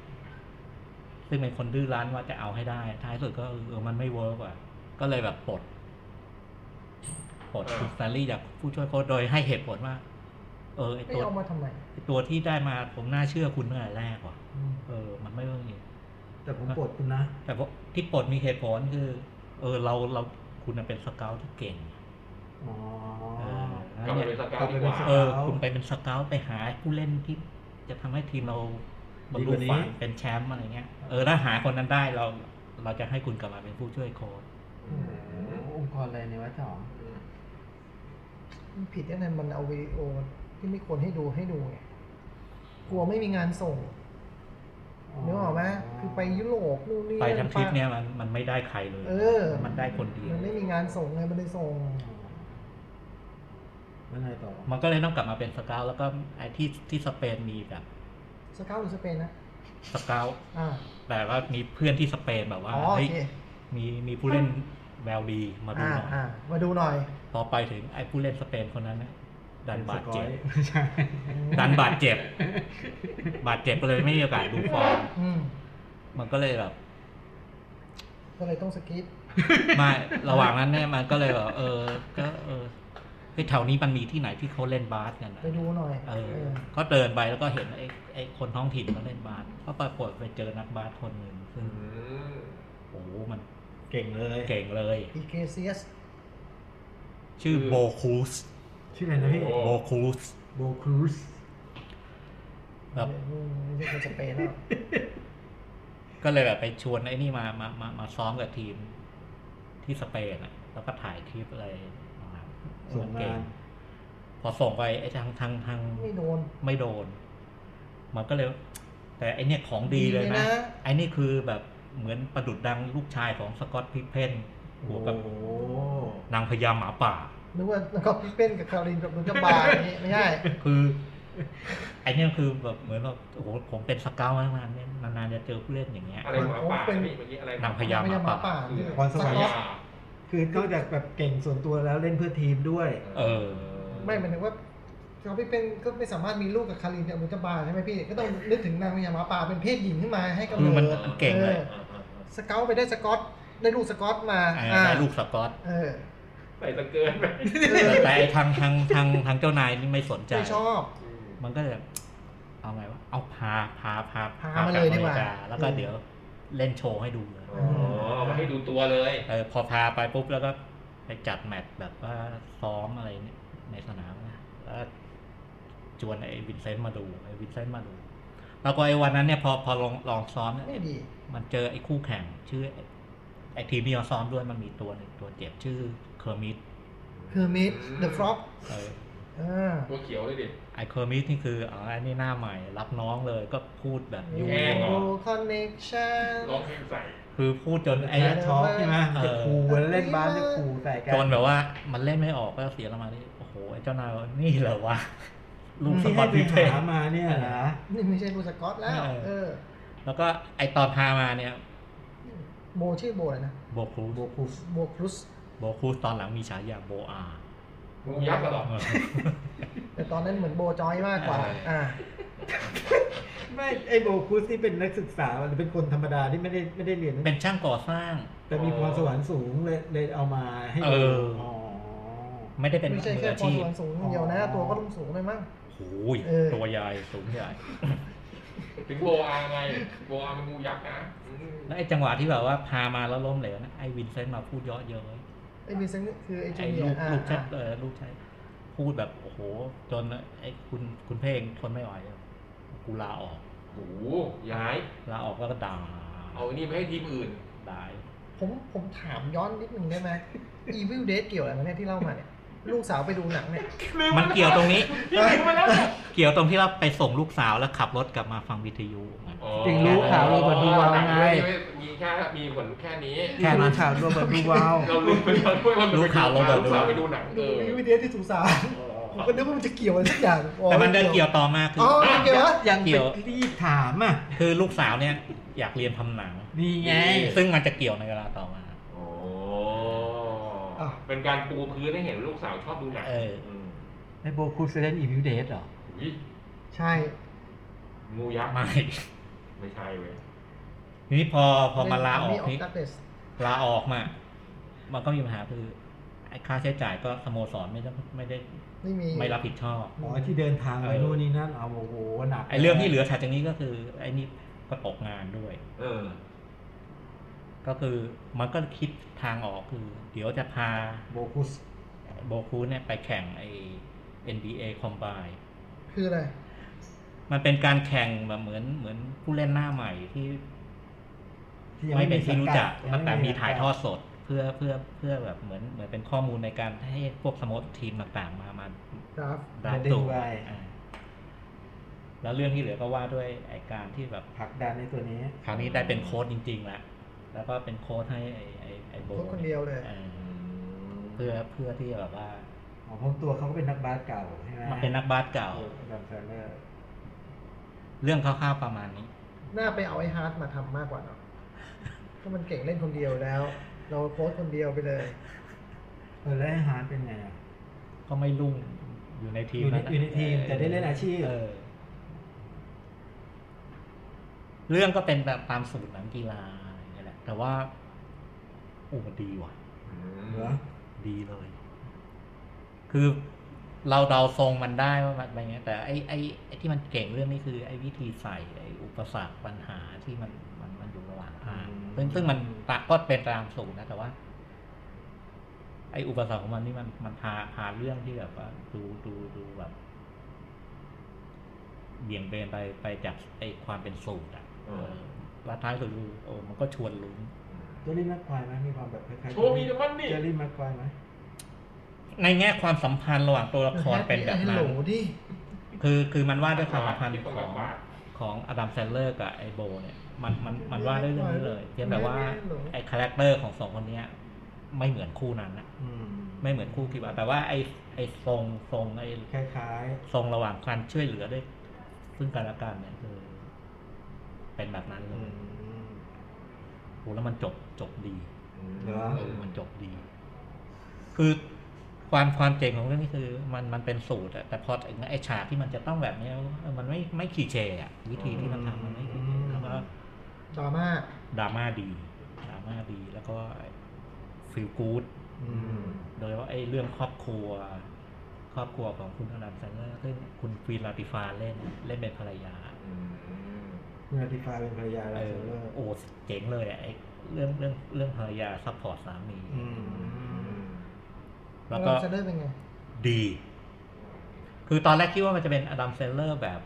S4: ซึ่งเป็นคนดื้อรั้นว่าจะเอาให้ได้ ท้ายสุดก็เออมันไม่เวิร์กว่ะ ก็เลยแบบปลดปลด
S3: อ่า
S4: คุณสแตนลี่จากผู้ช่วยโค้ชโดยให้เหตุผลว่า เออไอ้
S5: ไอ้
S4: ตัว
S5: เอามาทำไม
S4: ไอ้ตัวที่ได้มาผมน่าเชื่อคุณตั้งแต่แรกว่ะ
S6: อืม
S4: เออ มันไม่เวิร์กจริง
S6: แต่ผมปลดคุณนะ
S4: แต่ว่าที่ปลดมีเหตุผลคือ เออเราเราคุณน่ะเป็นสเกลที่เก่ง
S6: อ๋อ
S3: กลับไปเป็นสเกาวดีกว่า
S6: กลับไปเป็นส
S4: เอ
S6: เกา
S4: อคุณไปเป็นสเกาต์ไปหาผู้เล่นที่จะทำให้ทีมเราบรรลุ
S6: ดีกว่านี้
S4: ฝันเป็นแชมป์อะไรเงี้ย เออถ้าหาคนนั้นได้เรา เราจะให้คุณกลับมาเป็นผู้ช่วยโค้ช
S6: อืมองค์กรอะไรเนี่ยวะจ๋อง
S5: มันผิดยังไงมันเอาวิดีโอที่ไม่ควรให้ดูให้ดูไงกลัวไม่มีงานส่ง นึกออกไหมคือไปยุโรปนู่นนี่
S4: ไปทั้งทริปเนี่ย
S5: ป
S4: มันมันไม่ได้ใครเลย
S5: เออ
S4: มันได้คนเดียว
S5: มันไม่มีงานส่งไงมันเลยส่ง
S6: แล้วไงต่อ
S4: มันก็เลยต้องกลับมาเป็นสเกลแล้วก็ไอ้ที่ที่สเปนมีแบบ
S5: สเกาหรือสเปนนะ
S4: สเกล
S5: อ่า
S4: แต่ว่ามีเพื่อนที่สเปนแบบว่า
S5: อ๋อโอ
S4: เฮ้ย
S5: เค
S4: มีมีผู้เล่นแววดีมาดู
S5: อ่า
S4: หน่อย
S5: อ่ามาดูหน่อย
S4: พอไปถึงไอ้ผู้เล่นสเปนคนนั้นนะดันบาดเจ็บ
S6: ไม่ [laughs] ใช่
S4: ดันบาดเจ็บ บาดเจ็บก็เลยไม่มีโอกาสดูฟอร์ม
S5: อืม
S4: มันก็เลยแบบ [laughs]
S5: ก็เลยต้องสกิป
S4: ไมาระหว่างนั้นเนี่ยมันก็เลยแบบเออ ก็เออเฮ้ยแถวนี้มันมีที่ไหนที่เขาเล่นบาสกันนะ
S5: ไปดูหน่อย
S4: เออ
S5: เออ
S4: ก็เดินไปแล้วก็เห็นไอ้ไอ้คนท้องถิ่นเขาเล่นบาสก็ปรากฏไปเจอนักบาสคนหนึ่งซึ่งโอ้โหมัน
S6: เก่งเลย
S4: เก่งเลย
S5: อีเคเซียส
S4: ชื่อโบคูส
S6: ชื่ออะไรนะพี่
S3: โอ้
S4: โบคูส
S6: โบครูส
S4: แบบ
S5: อืมไม่ใช่คนสเปนแล้ว
S4: ก็เลยแบบไปชวนไอ้นี่มามามามาซ้อมกับทีมที่สเปนอ่ะ แล้วก็ถ่ายคลิปอะไรมา
S6: ส่ง
S4: เก่
S6: งาน
S4: พอส่งไปไอ้ทางทางทาง
S5: ไม่โดน
S4: ไม่โดน มันก็เลย แต่ไอเนี่ยของดีเลย
S5: ดีเลย
S4: นะ
S5: นะ
S4: ไอนี่คือแบบเหมือนประดุดดังลูกชายของสกอตพิพเพนบวกกับ
S6: โอ้
S4: นางพญาหมาป่า
S5: นึกว่าแล้วก็พี่เป็นกับคารินกับนุนกับบาร์อย่าง
S4: [laughs]
S5: นี้ไม่ใช่
S4: คือ ไอเนี่ยคือแบบเหมือนแบบโอ้โหผมเป็นสเกลมานานเนี่ยนานๆจะเจอผู้เล่นอย่างเงี้ย
S3: อะไรหมาป่าพี่เมื่อกี้อะไร
S4: นางพญา
S5: ไม่ใช่หมาป่า
S3: คือ
S6: พรสวรรค์
S5: สก๊อต
S6: คือนอกจากแบบเก่งส่วนตัวแล้วเล่นเพื่อทีมด้วย
S4: เออ
S5: ไม่หมายถึงว่าเขาพี่เป็นก็ไม่สามารถมีลูกกับคารินกับนุนกับบาร์ใช่ไหมพี่ ก็ต้องนึกถึงนางพญาหมาป่าเป็นเพศหญิงขึ้นมาให้กำ
S4: คื
S5: เนิ
S4: อมัน
S5: ด
S4: มันเก่งเลย
S5: ออสเกลไปได้สกอตได้ลูกสกอตมา
S4: ไอ้
S5: อ่า
S4: ได้ลูกสกอต
S5: เออ
S3: ใส่ตะเกินไป
S4: แต่ไอ้ทางทางทางทางเจ้านายนี่ไม่สนใจ
S5: ไม่ชอบ
S4: มันก็จะเอาไงวะ เอาพาพาพา
S5: พามาเลยดีกว่า
S4: พไปอเมริแล้วก็เดี๋ยวเล่นโชว์ให้ดูเลย
S3: อ๋อมาให้ดูตัวเลย
S4: เออพอพาไปปุ๊บแล้วก็ไปจัดแมตช์แบบว่าซ้อมอะไรเนี่ยในสนามนะแล้วชวนไอ้วินเซนต์มาดูไอ้วินเซนต์มาดูแล้วก็ไอ้วันนั้นเนี่ยพอพอลองลองซ้อมเนี่ย
S5: ไม่ดี
S4: มันเจอไอ้คู่แข่งชื่อไอ้ไอ้ทีมที่เราซ้อมด้วยมันมีตัวหนึ่งตัวเจ็บชื่อเคอร์มิด
S5: คือมิดเดอะฟล็อก
S4: เออ
S5: อ่า
S3: ตัวเขียวเลยดิ
S4: ไอ้เคอร์มิดนี่คืออ๋อไอ้นี่หน้าใหม่รับน้องเลยก็พูดแบบยุ่ง
S3: แย่งเหรอ
S5: Rainbow Connection
S3: ร้องเพลงใส่
S4: คือพูดจนไอ้
S6: ไอ้ช็อกใช่ไหม
S4: เออ
S6: จะขู่แล้วเล่นบาสจะขู่ใส่กัน
S4: จนแบบว่ามันเล่นไม่ออกก็เสียละมานี่โอ้โหไอ้เจ้านายว่านี่เหรอวะลูกส
S6: ที่
S4: ปอ
S6: ให้
S4: ต
S6: ไป
S4: พิเศษ
S6: หามาเนี่ยนะ
S5: นี่ไม่ใช่ลูกสกอตแล้ว
S4: เออ
S5: เออ
S4: แล้วก็ไอตอนพามาเนี่ย
S5: โบชื่อโบอะไรนะ
S4: โบครู
S6: โบครูส
S5: โบครุส
S4: โบครูตอนหลังมีฉายาโบอา
S3: มึงยักษ์กันหรอ
S4: เออ
S5: แต่ตอนนั้นเหมือนโบจอยมากกว่า อ่า
S6: ไม่ไอ้โบครูสที่เป็นนักศึกษาหรือเป็นคนธรรมดาที่ไม่ได้ไม่ได้เรียน
S4: [laughs] เป็นช่างก่อสร้าง
S6: แต่มีพรสวรรค์สูงเลยเลยเอามาให้ดู
S4: เอออ๋
S6: อ
S4: ไม่ได้เป็น
S5: ไม่ใช่
S4: มือ
S5: แค่
S4: อา
S5: พอ
S4: ชี
S5: ส
S4: พ
S5: วรรค์สูงอย่างเดียวนะ
S6: อ๋อ
S5: ตัวก็ต้องสูงเลยมั้ง
S4: โอ้ย
S5: เออ
S4: ตัวใหญ่สูงใหญ่
S3: ถึงโบอาไง โบอามันงูยักษ์นะอืม
S4: แล้วไอจังหวะที่แบบว่าพามาแล้วล้มเหลวนะไอวินเซนต์มาพูดเยาะเย้ย
S5: ไอ้มีเซนคือไอ้จู
S4: ไอ
S5: เนีย
S4: ลูก
S5: ร์อ่า
S4: ลูกชัด
S5: อ่า
S4: เออลูกชัดพูดแบบโอ้โห จนไอคุณคุณเพลงทนไม่ไหวอะกูลาออก
S3: โหย้าย
S4: ลาออกแล้วก็ด่า
S3: เอาอันนี่ไปให้ทีมอื่น
S4: ด่า
S5: ผมผมถามย้อนนิดนึง
S4: [laughs]
S5: ได้ไหม Evil Dead เกี่ยวอะไรกับเนี่ยที่เล่ามาเนี่ย ลูกสาวไปดูหนังเนี่ย
S4: มันเกี่ยวตรงนี้ เกี่ยวตรงที่เราไปส่งลูกสาวแล้วขับรถกลับมาฟังวิทยุไง
S3: อ๋อ
S6: จริงรู้ข่าวโรเบิร์ตดูวาวไง
S3: มีแค่ มีผลแค่นี้
S4: แค่นั้น
S6: ข่าวโรเบิร์ต [laughs] ดูวาว
S3: เรารู้ไปแล้วด้วยว่ามัน
S4: รู้ข่าวโรเบิร์ตดู
S3: ลูกสาว
S4: วาว
S3: ไปดูหนังเอ
S5: ดู
S3: อ
S5: Evil Dead ที่สุสานผมก็นึกว่ามันจะเกี่ยวอะไรสักอย่างอ๋อ
S4: แต่มันเดินเกี่ยวต่อมาคือ
S5: อ๋อ
S4: อ
S5: เกี่ยวเหรอ
S6: ยัง
S4: เกี่
S6: เป็
S4: ยว
S6: นรีบถามอ่ะ
S4: คือลูกสาวเนี่ยอยากเรียนทำหนัง
S6: นี่ไง
S4: ซึ่งมันจะเกี่ยวในเวลาต่อมา
S3: โอ้
S5: อ่ะ
S3: เป็นการปูพื้นให้เห็นลูกสาวชอบดูหนัง
S4: เออ
S3: ม
S6: ไอ้โบครูสเล่นอีวิวเดทเหรอ
S3: อุ๊ย
S5: ใช่
S3: งูยักษ์
S4: ไม่
S3: ไม่ใช่เว้ย
S4: ทีนี้พอพอมาลาออก
S5: Army of
S4: นี่
S5: Darkness
S4: ลาออกมา มันก็มีปัญหาคือไอ้ค่าใช้จ่ายก็สโมสรไม่ได้ไม่ได้
S5: ไม่มี
S4: ไม่รับผิดชอบ
S6: อ๋อที่เดินทางไป
S4: เออ
S6: นู่นนี่นั่นเอาโอ้โหหนัก
S4: ไอ้เรื่องที่เหลือถัดจากนี้ก็คือ ไอ้นี่ก็ตกงานด้วย
S3: เออ
S4: ก็คือมันก็คิดทางออกคือ เดี๋ยวจะพา
S6: โบครูส
S4: โบคูเนี่ยไปแข่งไอ้ NBA Combine
S5: คืออะไร
S4: มันเป็นการแข่งแบบเหมือนเหมือนผู้เล่นหน้าใหม่ที่
S6: ที่ยัง
S4: ไม่เป็นที่รู้จัก
S6: สังด
S4: แต่มี
S6: งไสังกั
S4: ถ่ายทอดสดเพื่อเพื่อเพื่อแบบเหมือนเหมือนเป็นข้อมูลในการให้พวกสโมสรทีมต่างๆ มามา
S5: ครับ
S4: ดับ
S6: เดิน
S4: ตัว
S6: ไป
S4: อ่า แล้วเรื่องที่เหลือก็ว่าด้วยไอการที่แบบ
S6: ผลักดันในตัวนี้
S4: คราวนี้ได้เป็นโค้ดจริงๆแล้ว แล้วก็เป็นโค้ดให้ไอไอไอโบ
S5: โค้ชคนเดียวเลย
S4: ออเพื่อเพื่อที่แบบว่า
S6: อ๋อเพราะตัวเขาก็เป็นนักบาสเก่าใช่ไหม
S4: มันเป็นนักบาสเก่า
S6: ดัมเซลเลอร์
S4: เรื่องคร่าวๆประมาณนี้
S5: น่าไปเอาไอ้ฮาร์ดมาทำมากกว่าเนาะก็มันเก่งเล่นคนเดียวแล้ว เราโค้ชคนเดียวไปเลย
S6: เออแล้วไอ้ฮาร์ดเป็นไงอะ
S4: ก็ไม่รุ่งอยู่ใน
S6: อ
S4: ทีม
S6: ยู่ใน
S4: แล้วะ
S6: อยู่ในทีมแต่ได้เล่นอาชีพ
S4: เออ เรื่องก็เป็นแบบตามสูตรหนังกีฬาอะไรอย่างเงี้ยแหละ แต่ว่าโอ้มันดีว่ะ
S6: เหรอ
S4: ดีเลย คือเราเดาทรงมันได้ว่ามันเป็นไงแต่ไอ้ไอ้ไอ้ที่มันเก่งเรื่องนี้คือ ไอ้วิธีใส่ไอ้อุปสรรคปัญหาที่มันมันมันอยู่ระหว่างทางซึ่งซึ่งมันตะก็เป็นตามสูตรนะแต่ว่า ไอ้อุปสรรคของมันนี่มันมันพาพาเรื่องที่แบบว่าดูดูดูแบบเบี่ยงเบนไปไปจากไอ้ความเป็นสูตรอ่ะ
S3: อืม
S4: เออแล้วท้ายสุดคือโอ้มันก็ชวนลุ้น
S6: เจอรี่แม็กควายไหมมีความแบบคล้ายๆ
S3: โชว์มีแต่มันดิ
S6: เจอรี่แม็กควายไหม
S4: ในแง่ความสัมพันธ์ระหว่างตัวละครเป็นแบบ
S5: ให้
S4: นั้
S5: หล
S4: น
S5: ดิ
S4: คือคือมันว่าด้วยความสัมพันธ์ของ
S3: บาท
S4: ของอดัมแซนเลอร์กับไอโบเนี่ยมันมันมันว่าด้วยเรื่องนี้เลยเพียงแต่ว่าไอคาแรคเตอร์ของสองคนเนี้ยไม่เหมือนคู่นั้นนะ
S6: อืม
S4: ไม่เหมือนคู่คิดว่า แต่ว่าไอไอทรงทรงไอ
S6: คล้าย
S4: ทรงระหว่างการช่วยเหลือด้วยซึ่งกันและกันเนี่ยคือเป็นแบบนั้น
S6: ๆ
S4: เล
S6: อื
S4: ย
S6: ม
S4: โหแล้วมันจบจบดี
S6: เหรอ
S4: เออมันจบดี คือความความเจ๋งของเรื่องนี้คือ มันมันเป็นสูตรอะแต่พอถึงไอฉากที่มันจะต้องแบบเนี้ยเออมันไม่ไม่ขีเชอะวิธีที่มันทำมันไม่ขีเชแล้วก็
S5: ดราม่า
S4: ดราม่าดี ดราม่าดี แล้วก็ฟีลกู๊ด
S6: อืม
S4: โดยเฉพาะไอ้เรื่องครอบครัว ครอบครัวของคุณอดัมแซนเนอร์ซึ่งคุณฟีลาติฟาเล่น เล่นเป็นภรรยา
S6: คุณอาติฟาเป็นภรรยา
S4: เอ
S6: เราเซล
S4: อ
S6: เลอร์
S4: โอ้เจ๋งเลยอะไอ้เรื่องเรื่องเรื่องภรรยาซัพพอร์ตสามี
S6: อืม
S4: แล้วก็
S5: จะเลิกเป็นไง
S4: ดี คือตอนแรกคิดว่ามันจะเป็นอดัมแซนเนอร์แบบ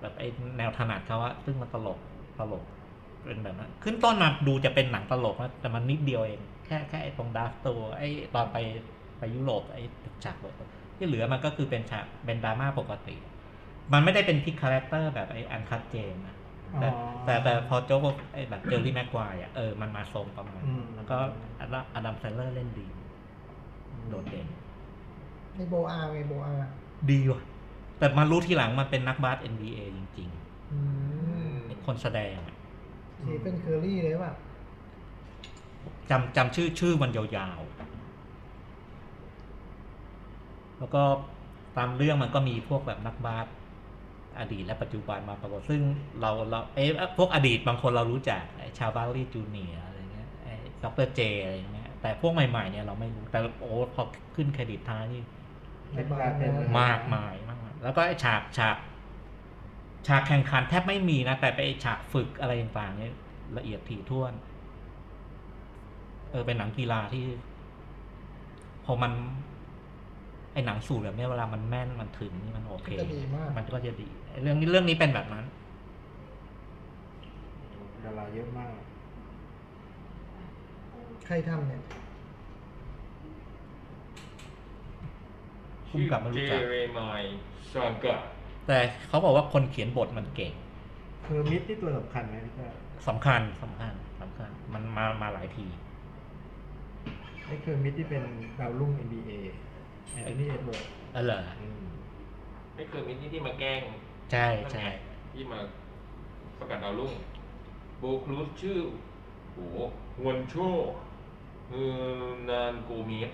S4: แบบไอ้แนวถนัดเขาอะซึ่งมันตลกตลกเป็นแบบนั้นขึ้นต้นมาดูจะเป็นหนังตลกนะแต่มันนิดเดียวเอง แค่แค่ไอ้ตรงดาร์ตัว ไอ้ตอนไปไปยุโรปไอ้ฉากที่เหลือมันก็คือเป็นฉากเป็นดราม่าปกติ มันไม่ได้เป็นพลิกคาแรคเตอร์แบบไอ้อันคัดเจนนะแต่แต่แต่พอโจ๊กไอ้แบบเจอรี่แม็กควายอะเออมันมาทรงประมาณนั้นแล้วก็อดัมอดัมแซนเลอร์เล่นดี โดดเด่น
S5: ในโบอาไงโบอา
S4: ดีว่ะ แต่มารู้ทีหลังมันเป็นนักบาส NBA จริง
S5: อืม
S4: ๆเป็นคนแสดงอะ
S5: สตีเป็นเคอรี่เลยแบบ
S4: จำจำชื่อชื่อมันยาวๆ แล้วก็ตามเรื่องมันก็มีพวกแบบนักบาสอดีตและปัจจุบันมาปรากฏซึ่งเราเราเอ๊ะพวกอดีตบางคนเรารู้จักไอ้ชาวบาลีจูเนียอะไรเงี้ยไอ้ด็อกเตอร์เจอะไรเงี้ยแต่พวกใหม่ๆเนี่ยเราไม่รู้แต่โอ้พอขึ้นเครดิตท้ายนี่
S6: เป็นการเป็น
S4: มากมายมากมายแล้วก็ไอ้ฉากฉาก ฉากแข่งขันแทบไม่มีนะ แต่ไปไอ้ฉากฝึกอะไรต่างๆเนี่ยละเอียดถี่ถ้วน เออเป็นหนังกีฬาที่ พอมัน ไอ้หนังสูตรแบบเนี้ยเวลามันแม่นมันถึงนี่มันโอเค
S5: ก็จะดีมาก
S4: มันก็จะดีไอ้เรื่องนี้เรื่องนี้เป็นแบบนั้น
S6: ดาราเยอะมาก
S5: ใครทำเนี่ย
S4: คุ้มกับไม่รู้
S3: เจ
S4: จัก
S3: เรมายซอนเกอร์
S4: แต่เขาบอกว่าคนเขียนบทมันเก่ง
S6: เทอร์มิตที่ตัวสำคัญไหมพี่เจ้า
S4: สำคัญสำคัญสำคัญ มันมามาหลายที
S6: ไอ้เทอร์มิตที่เป็นดาวรุ่ง NBA แอนนี่เอ็ดเวิร์ด
S4: เออเหรอ
S6: อืม
S3: นี่คือมินที่ที่มาแกล้ง
S4: ใช่ใช่
S3: ที่มาสกัดดาวรุ่ง โบครูสชื่อโหฮวนโชคือนานโกเมีย คุ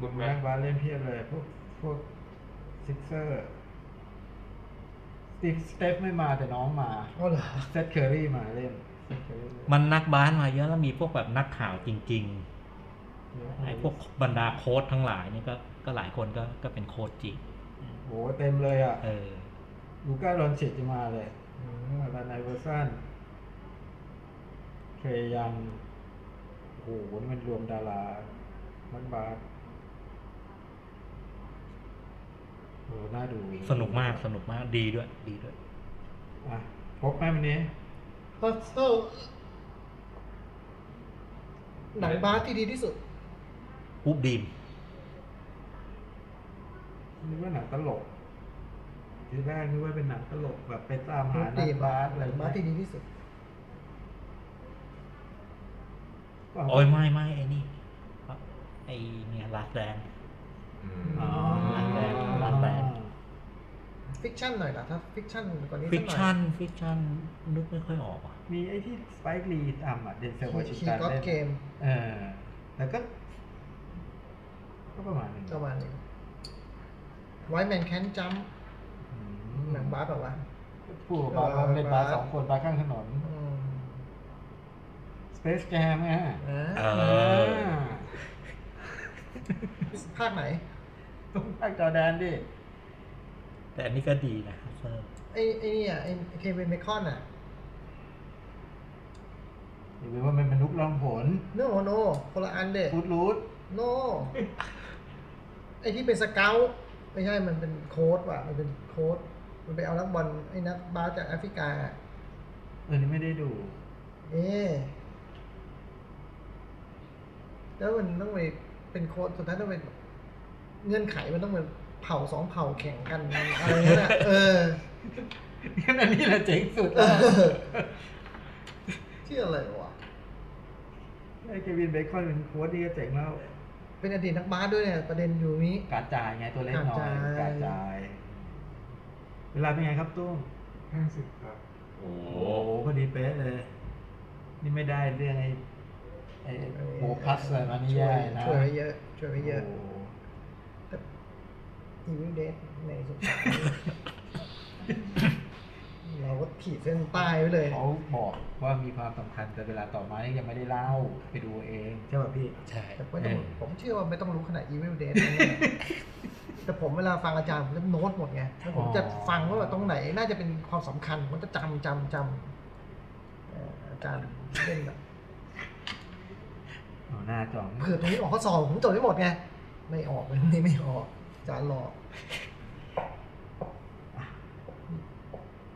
S6: บุ
S3: ณ
S6: ญ
S3: แม็
S6: แม็
S3: ก
S6: กบาสเล่นเพียบเลย พวกพวกซิกเซอร์สตีฟสเตฟไม่มาแต่น้องมา
S5: อ๋อเหรอ
S6: เซตเคอร์รี่มาเล่น Seth Curry
S4: มันนักบ้านมาเยอะแล้วมีพวกแบบนักข่าวจริงๆไอ้พวกบรรดาโค้ดทั้งหลายนี่ก็ก็หลายคนก็ก็เป็นโค้ดจริง
S6: โหเต็มเลยอ่ะ
S4: เออ
S6: ลูก้าดอนเชตจะมาเลยลานายเวอร์ซันเคยยังโหมันรวมดารานักบาสโหน่าดู
S4: สนุกมากสนุกมากดีด้วย ดีด้วย
S6: อ่ะพบไหมวันนี้
S5: พอโซหนังบาสที่ดีที่สุด
S4: ปุ๊บดีม
S6: นึกว่าหนังตลกทีแรกนึกว่าเป็นหนังตลกแบบไปตามหานั
S5: ตี
S6: ก
S5: บา
S6: บา
S5: ส
S6: สอะไร
S5: บาสที่ดีที่สุด
S6: ก็
S4: โอ้ยไม่ไม่ไอ้นี่ไอ้เนี่ยลาแดง
S6: อ๋อ
S4: ร้านแรกร้านแรก
S5: ฟิกชั่นหน่อยเหรอถ้าฟิกชั่นกว่านี้สั
S4: ฟิ
S5: ก
S4: ก
S5: หน่อย
S4: ชันฟิกชันนึกไม่ค่อยออกอ่ะ
S6: มีไอ้ที่สไปค์ลีทำอ่ะเดนเซลวอชิง
S5: คี
S6: ตัน
S5: ก็อต
S6: เล่น
S5: เกม
S6: เออแต่ก็ ก็ประมาณหนึง
S5: ประมาณนี้ไว้แมนแคนจัม
S6: อืม
S5: หนังบาสแบบว่า
S6: ผู้บาสเล่นบาสสองคนบาสข้างถนน
S5: อืม
S6: สเปซแกมไงฮะ
S5: อ่า
S4: เออ
S5: ภาคไหน
S6: ต้องภาคจอแดนดิ
S4: แต่อันนี้ก็ดีนะเซอร์
S5: ไอ้ไอ้เนี่ยไอ้เควินเบคอนอ่ะ
S6: อย่าลืมว่ามันมนุษย์ล่องหน
S5: โนโนคนละอันเด็ก
S6: ฟูดรูท
S5: โนไอ้ที่เป็นสเกลไม่ใช่มันเป็นโค้ดว่ะ มันเป็นโค้ดมันไปเอานักบอลไอ้นักบาสจากแอฟริกา
S6: เออนี่ไม่ได้ดู
S5: เอ๊ะแล้วมันต้องไปเป็นโค้ดสุดท้ายต้องไปเงื่อนไขมันต้องเหมือนเผ่าสองเผ่าแข่งกันอะไรเงี้ยนะเออ [laughs]
S6: งั้น [laughs] อันนี้แหละเจ๋งสุดแล้ว
S5: ที่ออะไรวะ
S6: ไอ้เควินเบคอนเป็นโค้ดนี่ก็เจ๋งแล้ว
S5: เป็นอดีตนักบาสด้วยเนี่ย ประเด็นอยู่ตรงนี้
S6: การจ่ายไงตัวเล็กหน่อย
S5: การจ่าย
S6: การจ่าย เวลาเป็นไงครับตุ้ม
S2: ห้าสิบครับ
S3: โอ้โห
S6: โอ้โหพอดีเป๊ะเลย นี่ไม่ได้เรื่องไอ้ไอ้โบคัสอะไรมานี่
S5: ช่ว
S6: แย่
S5: ย
S6: นะ
S5: ช่วยไว้เยอะ ช่วยไว้เยอะ
S6: โโห
S5: อีวิเดสในสุดท้าย เราก็ขีดเส้น [laughs] ใต้ไว้เลย
S6: เขาบอกว่ามีความสำคัญแต่เวลาต่อมานี่ยังไม่ได้เล่าไปดูเองใช่ป่ะพี่
S4: ใช่
S5: แต่ไม่ต้องผมเชื่อว่าไม่ต้องรู้ขนาด Evil Dead นะเนี่ย [laughs] แต่ผมเวลาฟังอาจารย์ผมจะโน้ตหมดไงแล้วผมจะฟังว่าแบบตรงไหนน่าจะเป็นความสำคัญผมจะจำจำจำเอ่ออาจารย์เล่นแบบ
S6: เอาหน้าจอง
S5: เผื่อตรงนี้ออกข้อสอบผมจดไม่หมดไง ไม่ออกเลยนี่ไม่ออกอาจารย์หลอก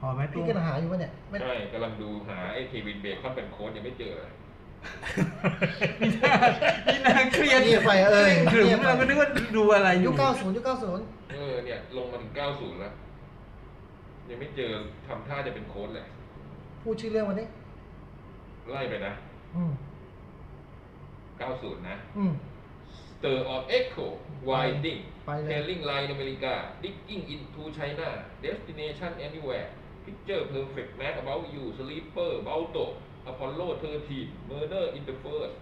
S6: พอไหม
S5: พี่
S6: ตุ้ม
S5: กันหาอยู่ปะเนี่ยไม่
S3: ใช่กำลังดูหาไอ้เควินเบคอนเป็นโค้ดยังไม่เจอเลย
S6: นี่นางเครียด
S5: เงียบไปเอ้ย
S6: ขรึม
S5: เงียบไป
S6: เราก็นึกว่าดูอะไรอ
S5: ยุ
S6: ยู่
S5: คเก้าศูนย์ยุคเก้าศูนย์
S3: เออเนี่ย ลงมาถึงเก้าศูนย์แล้ว ยังไม่เจอทำท่าจะเป็นโค้ดเลย
S5: พูดชื่อเรื่องวันนี้
S3: ไล่ไปนะ
S5: อืม
S3: เก้าศูนย์นะ
S5: อืม
S3: Stir of Echo Winding
S5: ไปเลย
S3: Telling Line America Digging into China Destination Anywhere Picture Perfect Mad About You Sleeper Balto Apollo 13 Murder in the First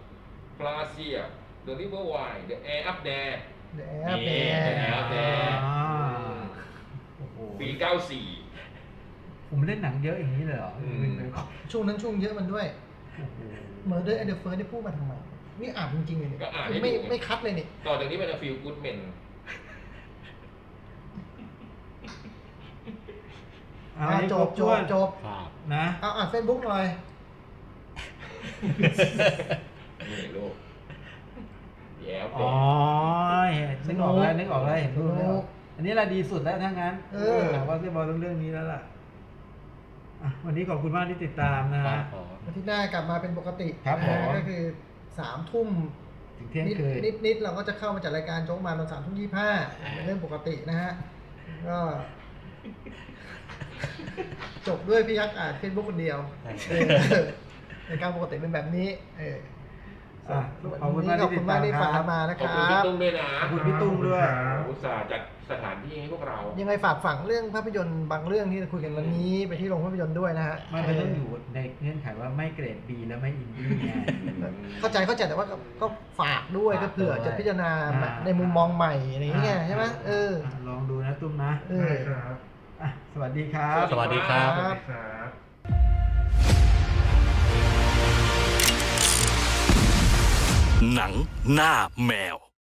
S3: Plasia The River Wide The Air Up There
S5: เดี๋ยวแอบแปล
S3: The Air Up There
S6: อ่า
S3: อืม
S6: โอ้โห
S3: ปี94
S6: ผมเล่นหนังเยอะอย่างนี้เลยเหรอ
S3: อืม
S6: วิ่งไปก่อน
S5: ช่วงนั้นช่วงเยอะมันด้วย
S6: โอ้โห
S5: เมอร์เดอร์แอนเดอร์เฟิร์สได้พูดมาทำไม นี่อ่านจริงๆเลยเนี่ย
S3: ก็อ่านให้
S5: ไม่
S3: ดูไง
S5: ไม่คัดเลยเนี่ย
S3: ต่อจากนี้เป็นฟิลกูดเมน
S6: เอา
S5: อ่ะ
S6: ให้
S5: จ
S6: คร
S5: บบ จ
S6: ถ้ว
S5: บ
S6: น
S5: จบ
S4: ครับ
S6: นะ
S5: เอาอ่านเฟซบุ๊กหน่อย
S3: เหนื่อยโลกแย่ไป
S6: อ๋อเห็นนึกออกแล้วนึกออกแล้วเห็นรูปแล้วอันนี้แหละดีสุดแล้วถ้างั้น
S5: เออ
S6: ว่าเล่นบอลต้องเรื่องนี้แล้วล่ะอ่ะวันนี้ขอบคุณมากที่ติดตามนะฮะ
S5: อาทิตย์หน้ากลับมาเป็นปกติ
S6: ครับผม
S5: นะก็คือสามทุ่ม
S6: ถึงเที่ยง
S5: นิด
S6: คืน
S5: นิดนิดเราก็จะเข้ามาจัดรายการโจ๊กมาตอนสามทุ่มยี่ห้าเรื่องปกตินะฮะ ก็ จบด้วยพี่ยักษ์อ่านเฟซบุ๊กคนเดี
S6: [laughs]
S5: ยวเออรายการปกติเป็นแบบนี้ เออ
S6: อ่ะขอบคุณมาก
S5: วันนี้ขอบ
S6: ที่
S5: คุ
S6: ติด
S5: ณมา
S6: ตาม
S5: กที่
S6: ค
S5: ฝาก
S6: รับ
S5: มานะ
S3: ข
S5: ค
S3: อบคุณ
S5: รั
S3: พี่
S5: บ
S3: ตุ้มด้วยนะ
S6: ขอบคุณพี่ตุ้มด้วย
S3: อุตส่าห์จัดสถานที่ให้พวกเรา
S5: ยังไงฝากฝังเรื่องภาพยนตร์บางเรื่องที่คุยกันวันนี้ ไปที่โรงภาพยนตร์ด้วยนะฮะ
S6: มันก็ต้องอยู่ในเงื่อนไขว่าไม่เกรด B และไม่อินดี้ไง
S5: เข้าใจเข้าใจแต่ว่าก็ก็ฝากด้วยก็เผื่อจะพิจารณา
S6: อ่า
S5: ในมุมมองใหม่อะไรอย่างเงี้ยใช่ไหมเออ
S6: ลองดูนะตุ้มนะ
S5: เอ
S2: ได้
S5: อ
S2: ครับ
S6: อ่ะสวัสดีครับ
S4: สวัสดีครั
S5: ครับ บ
S2: ได้ครับ
S1: หนังหน้าแมว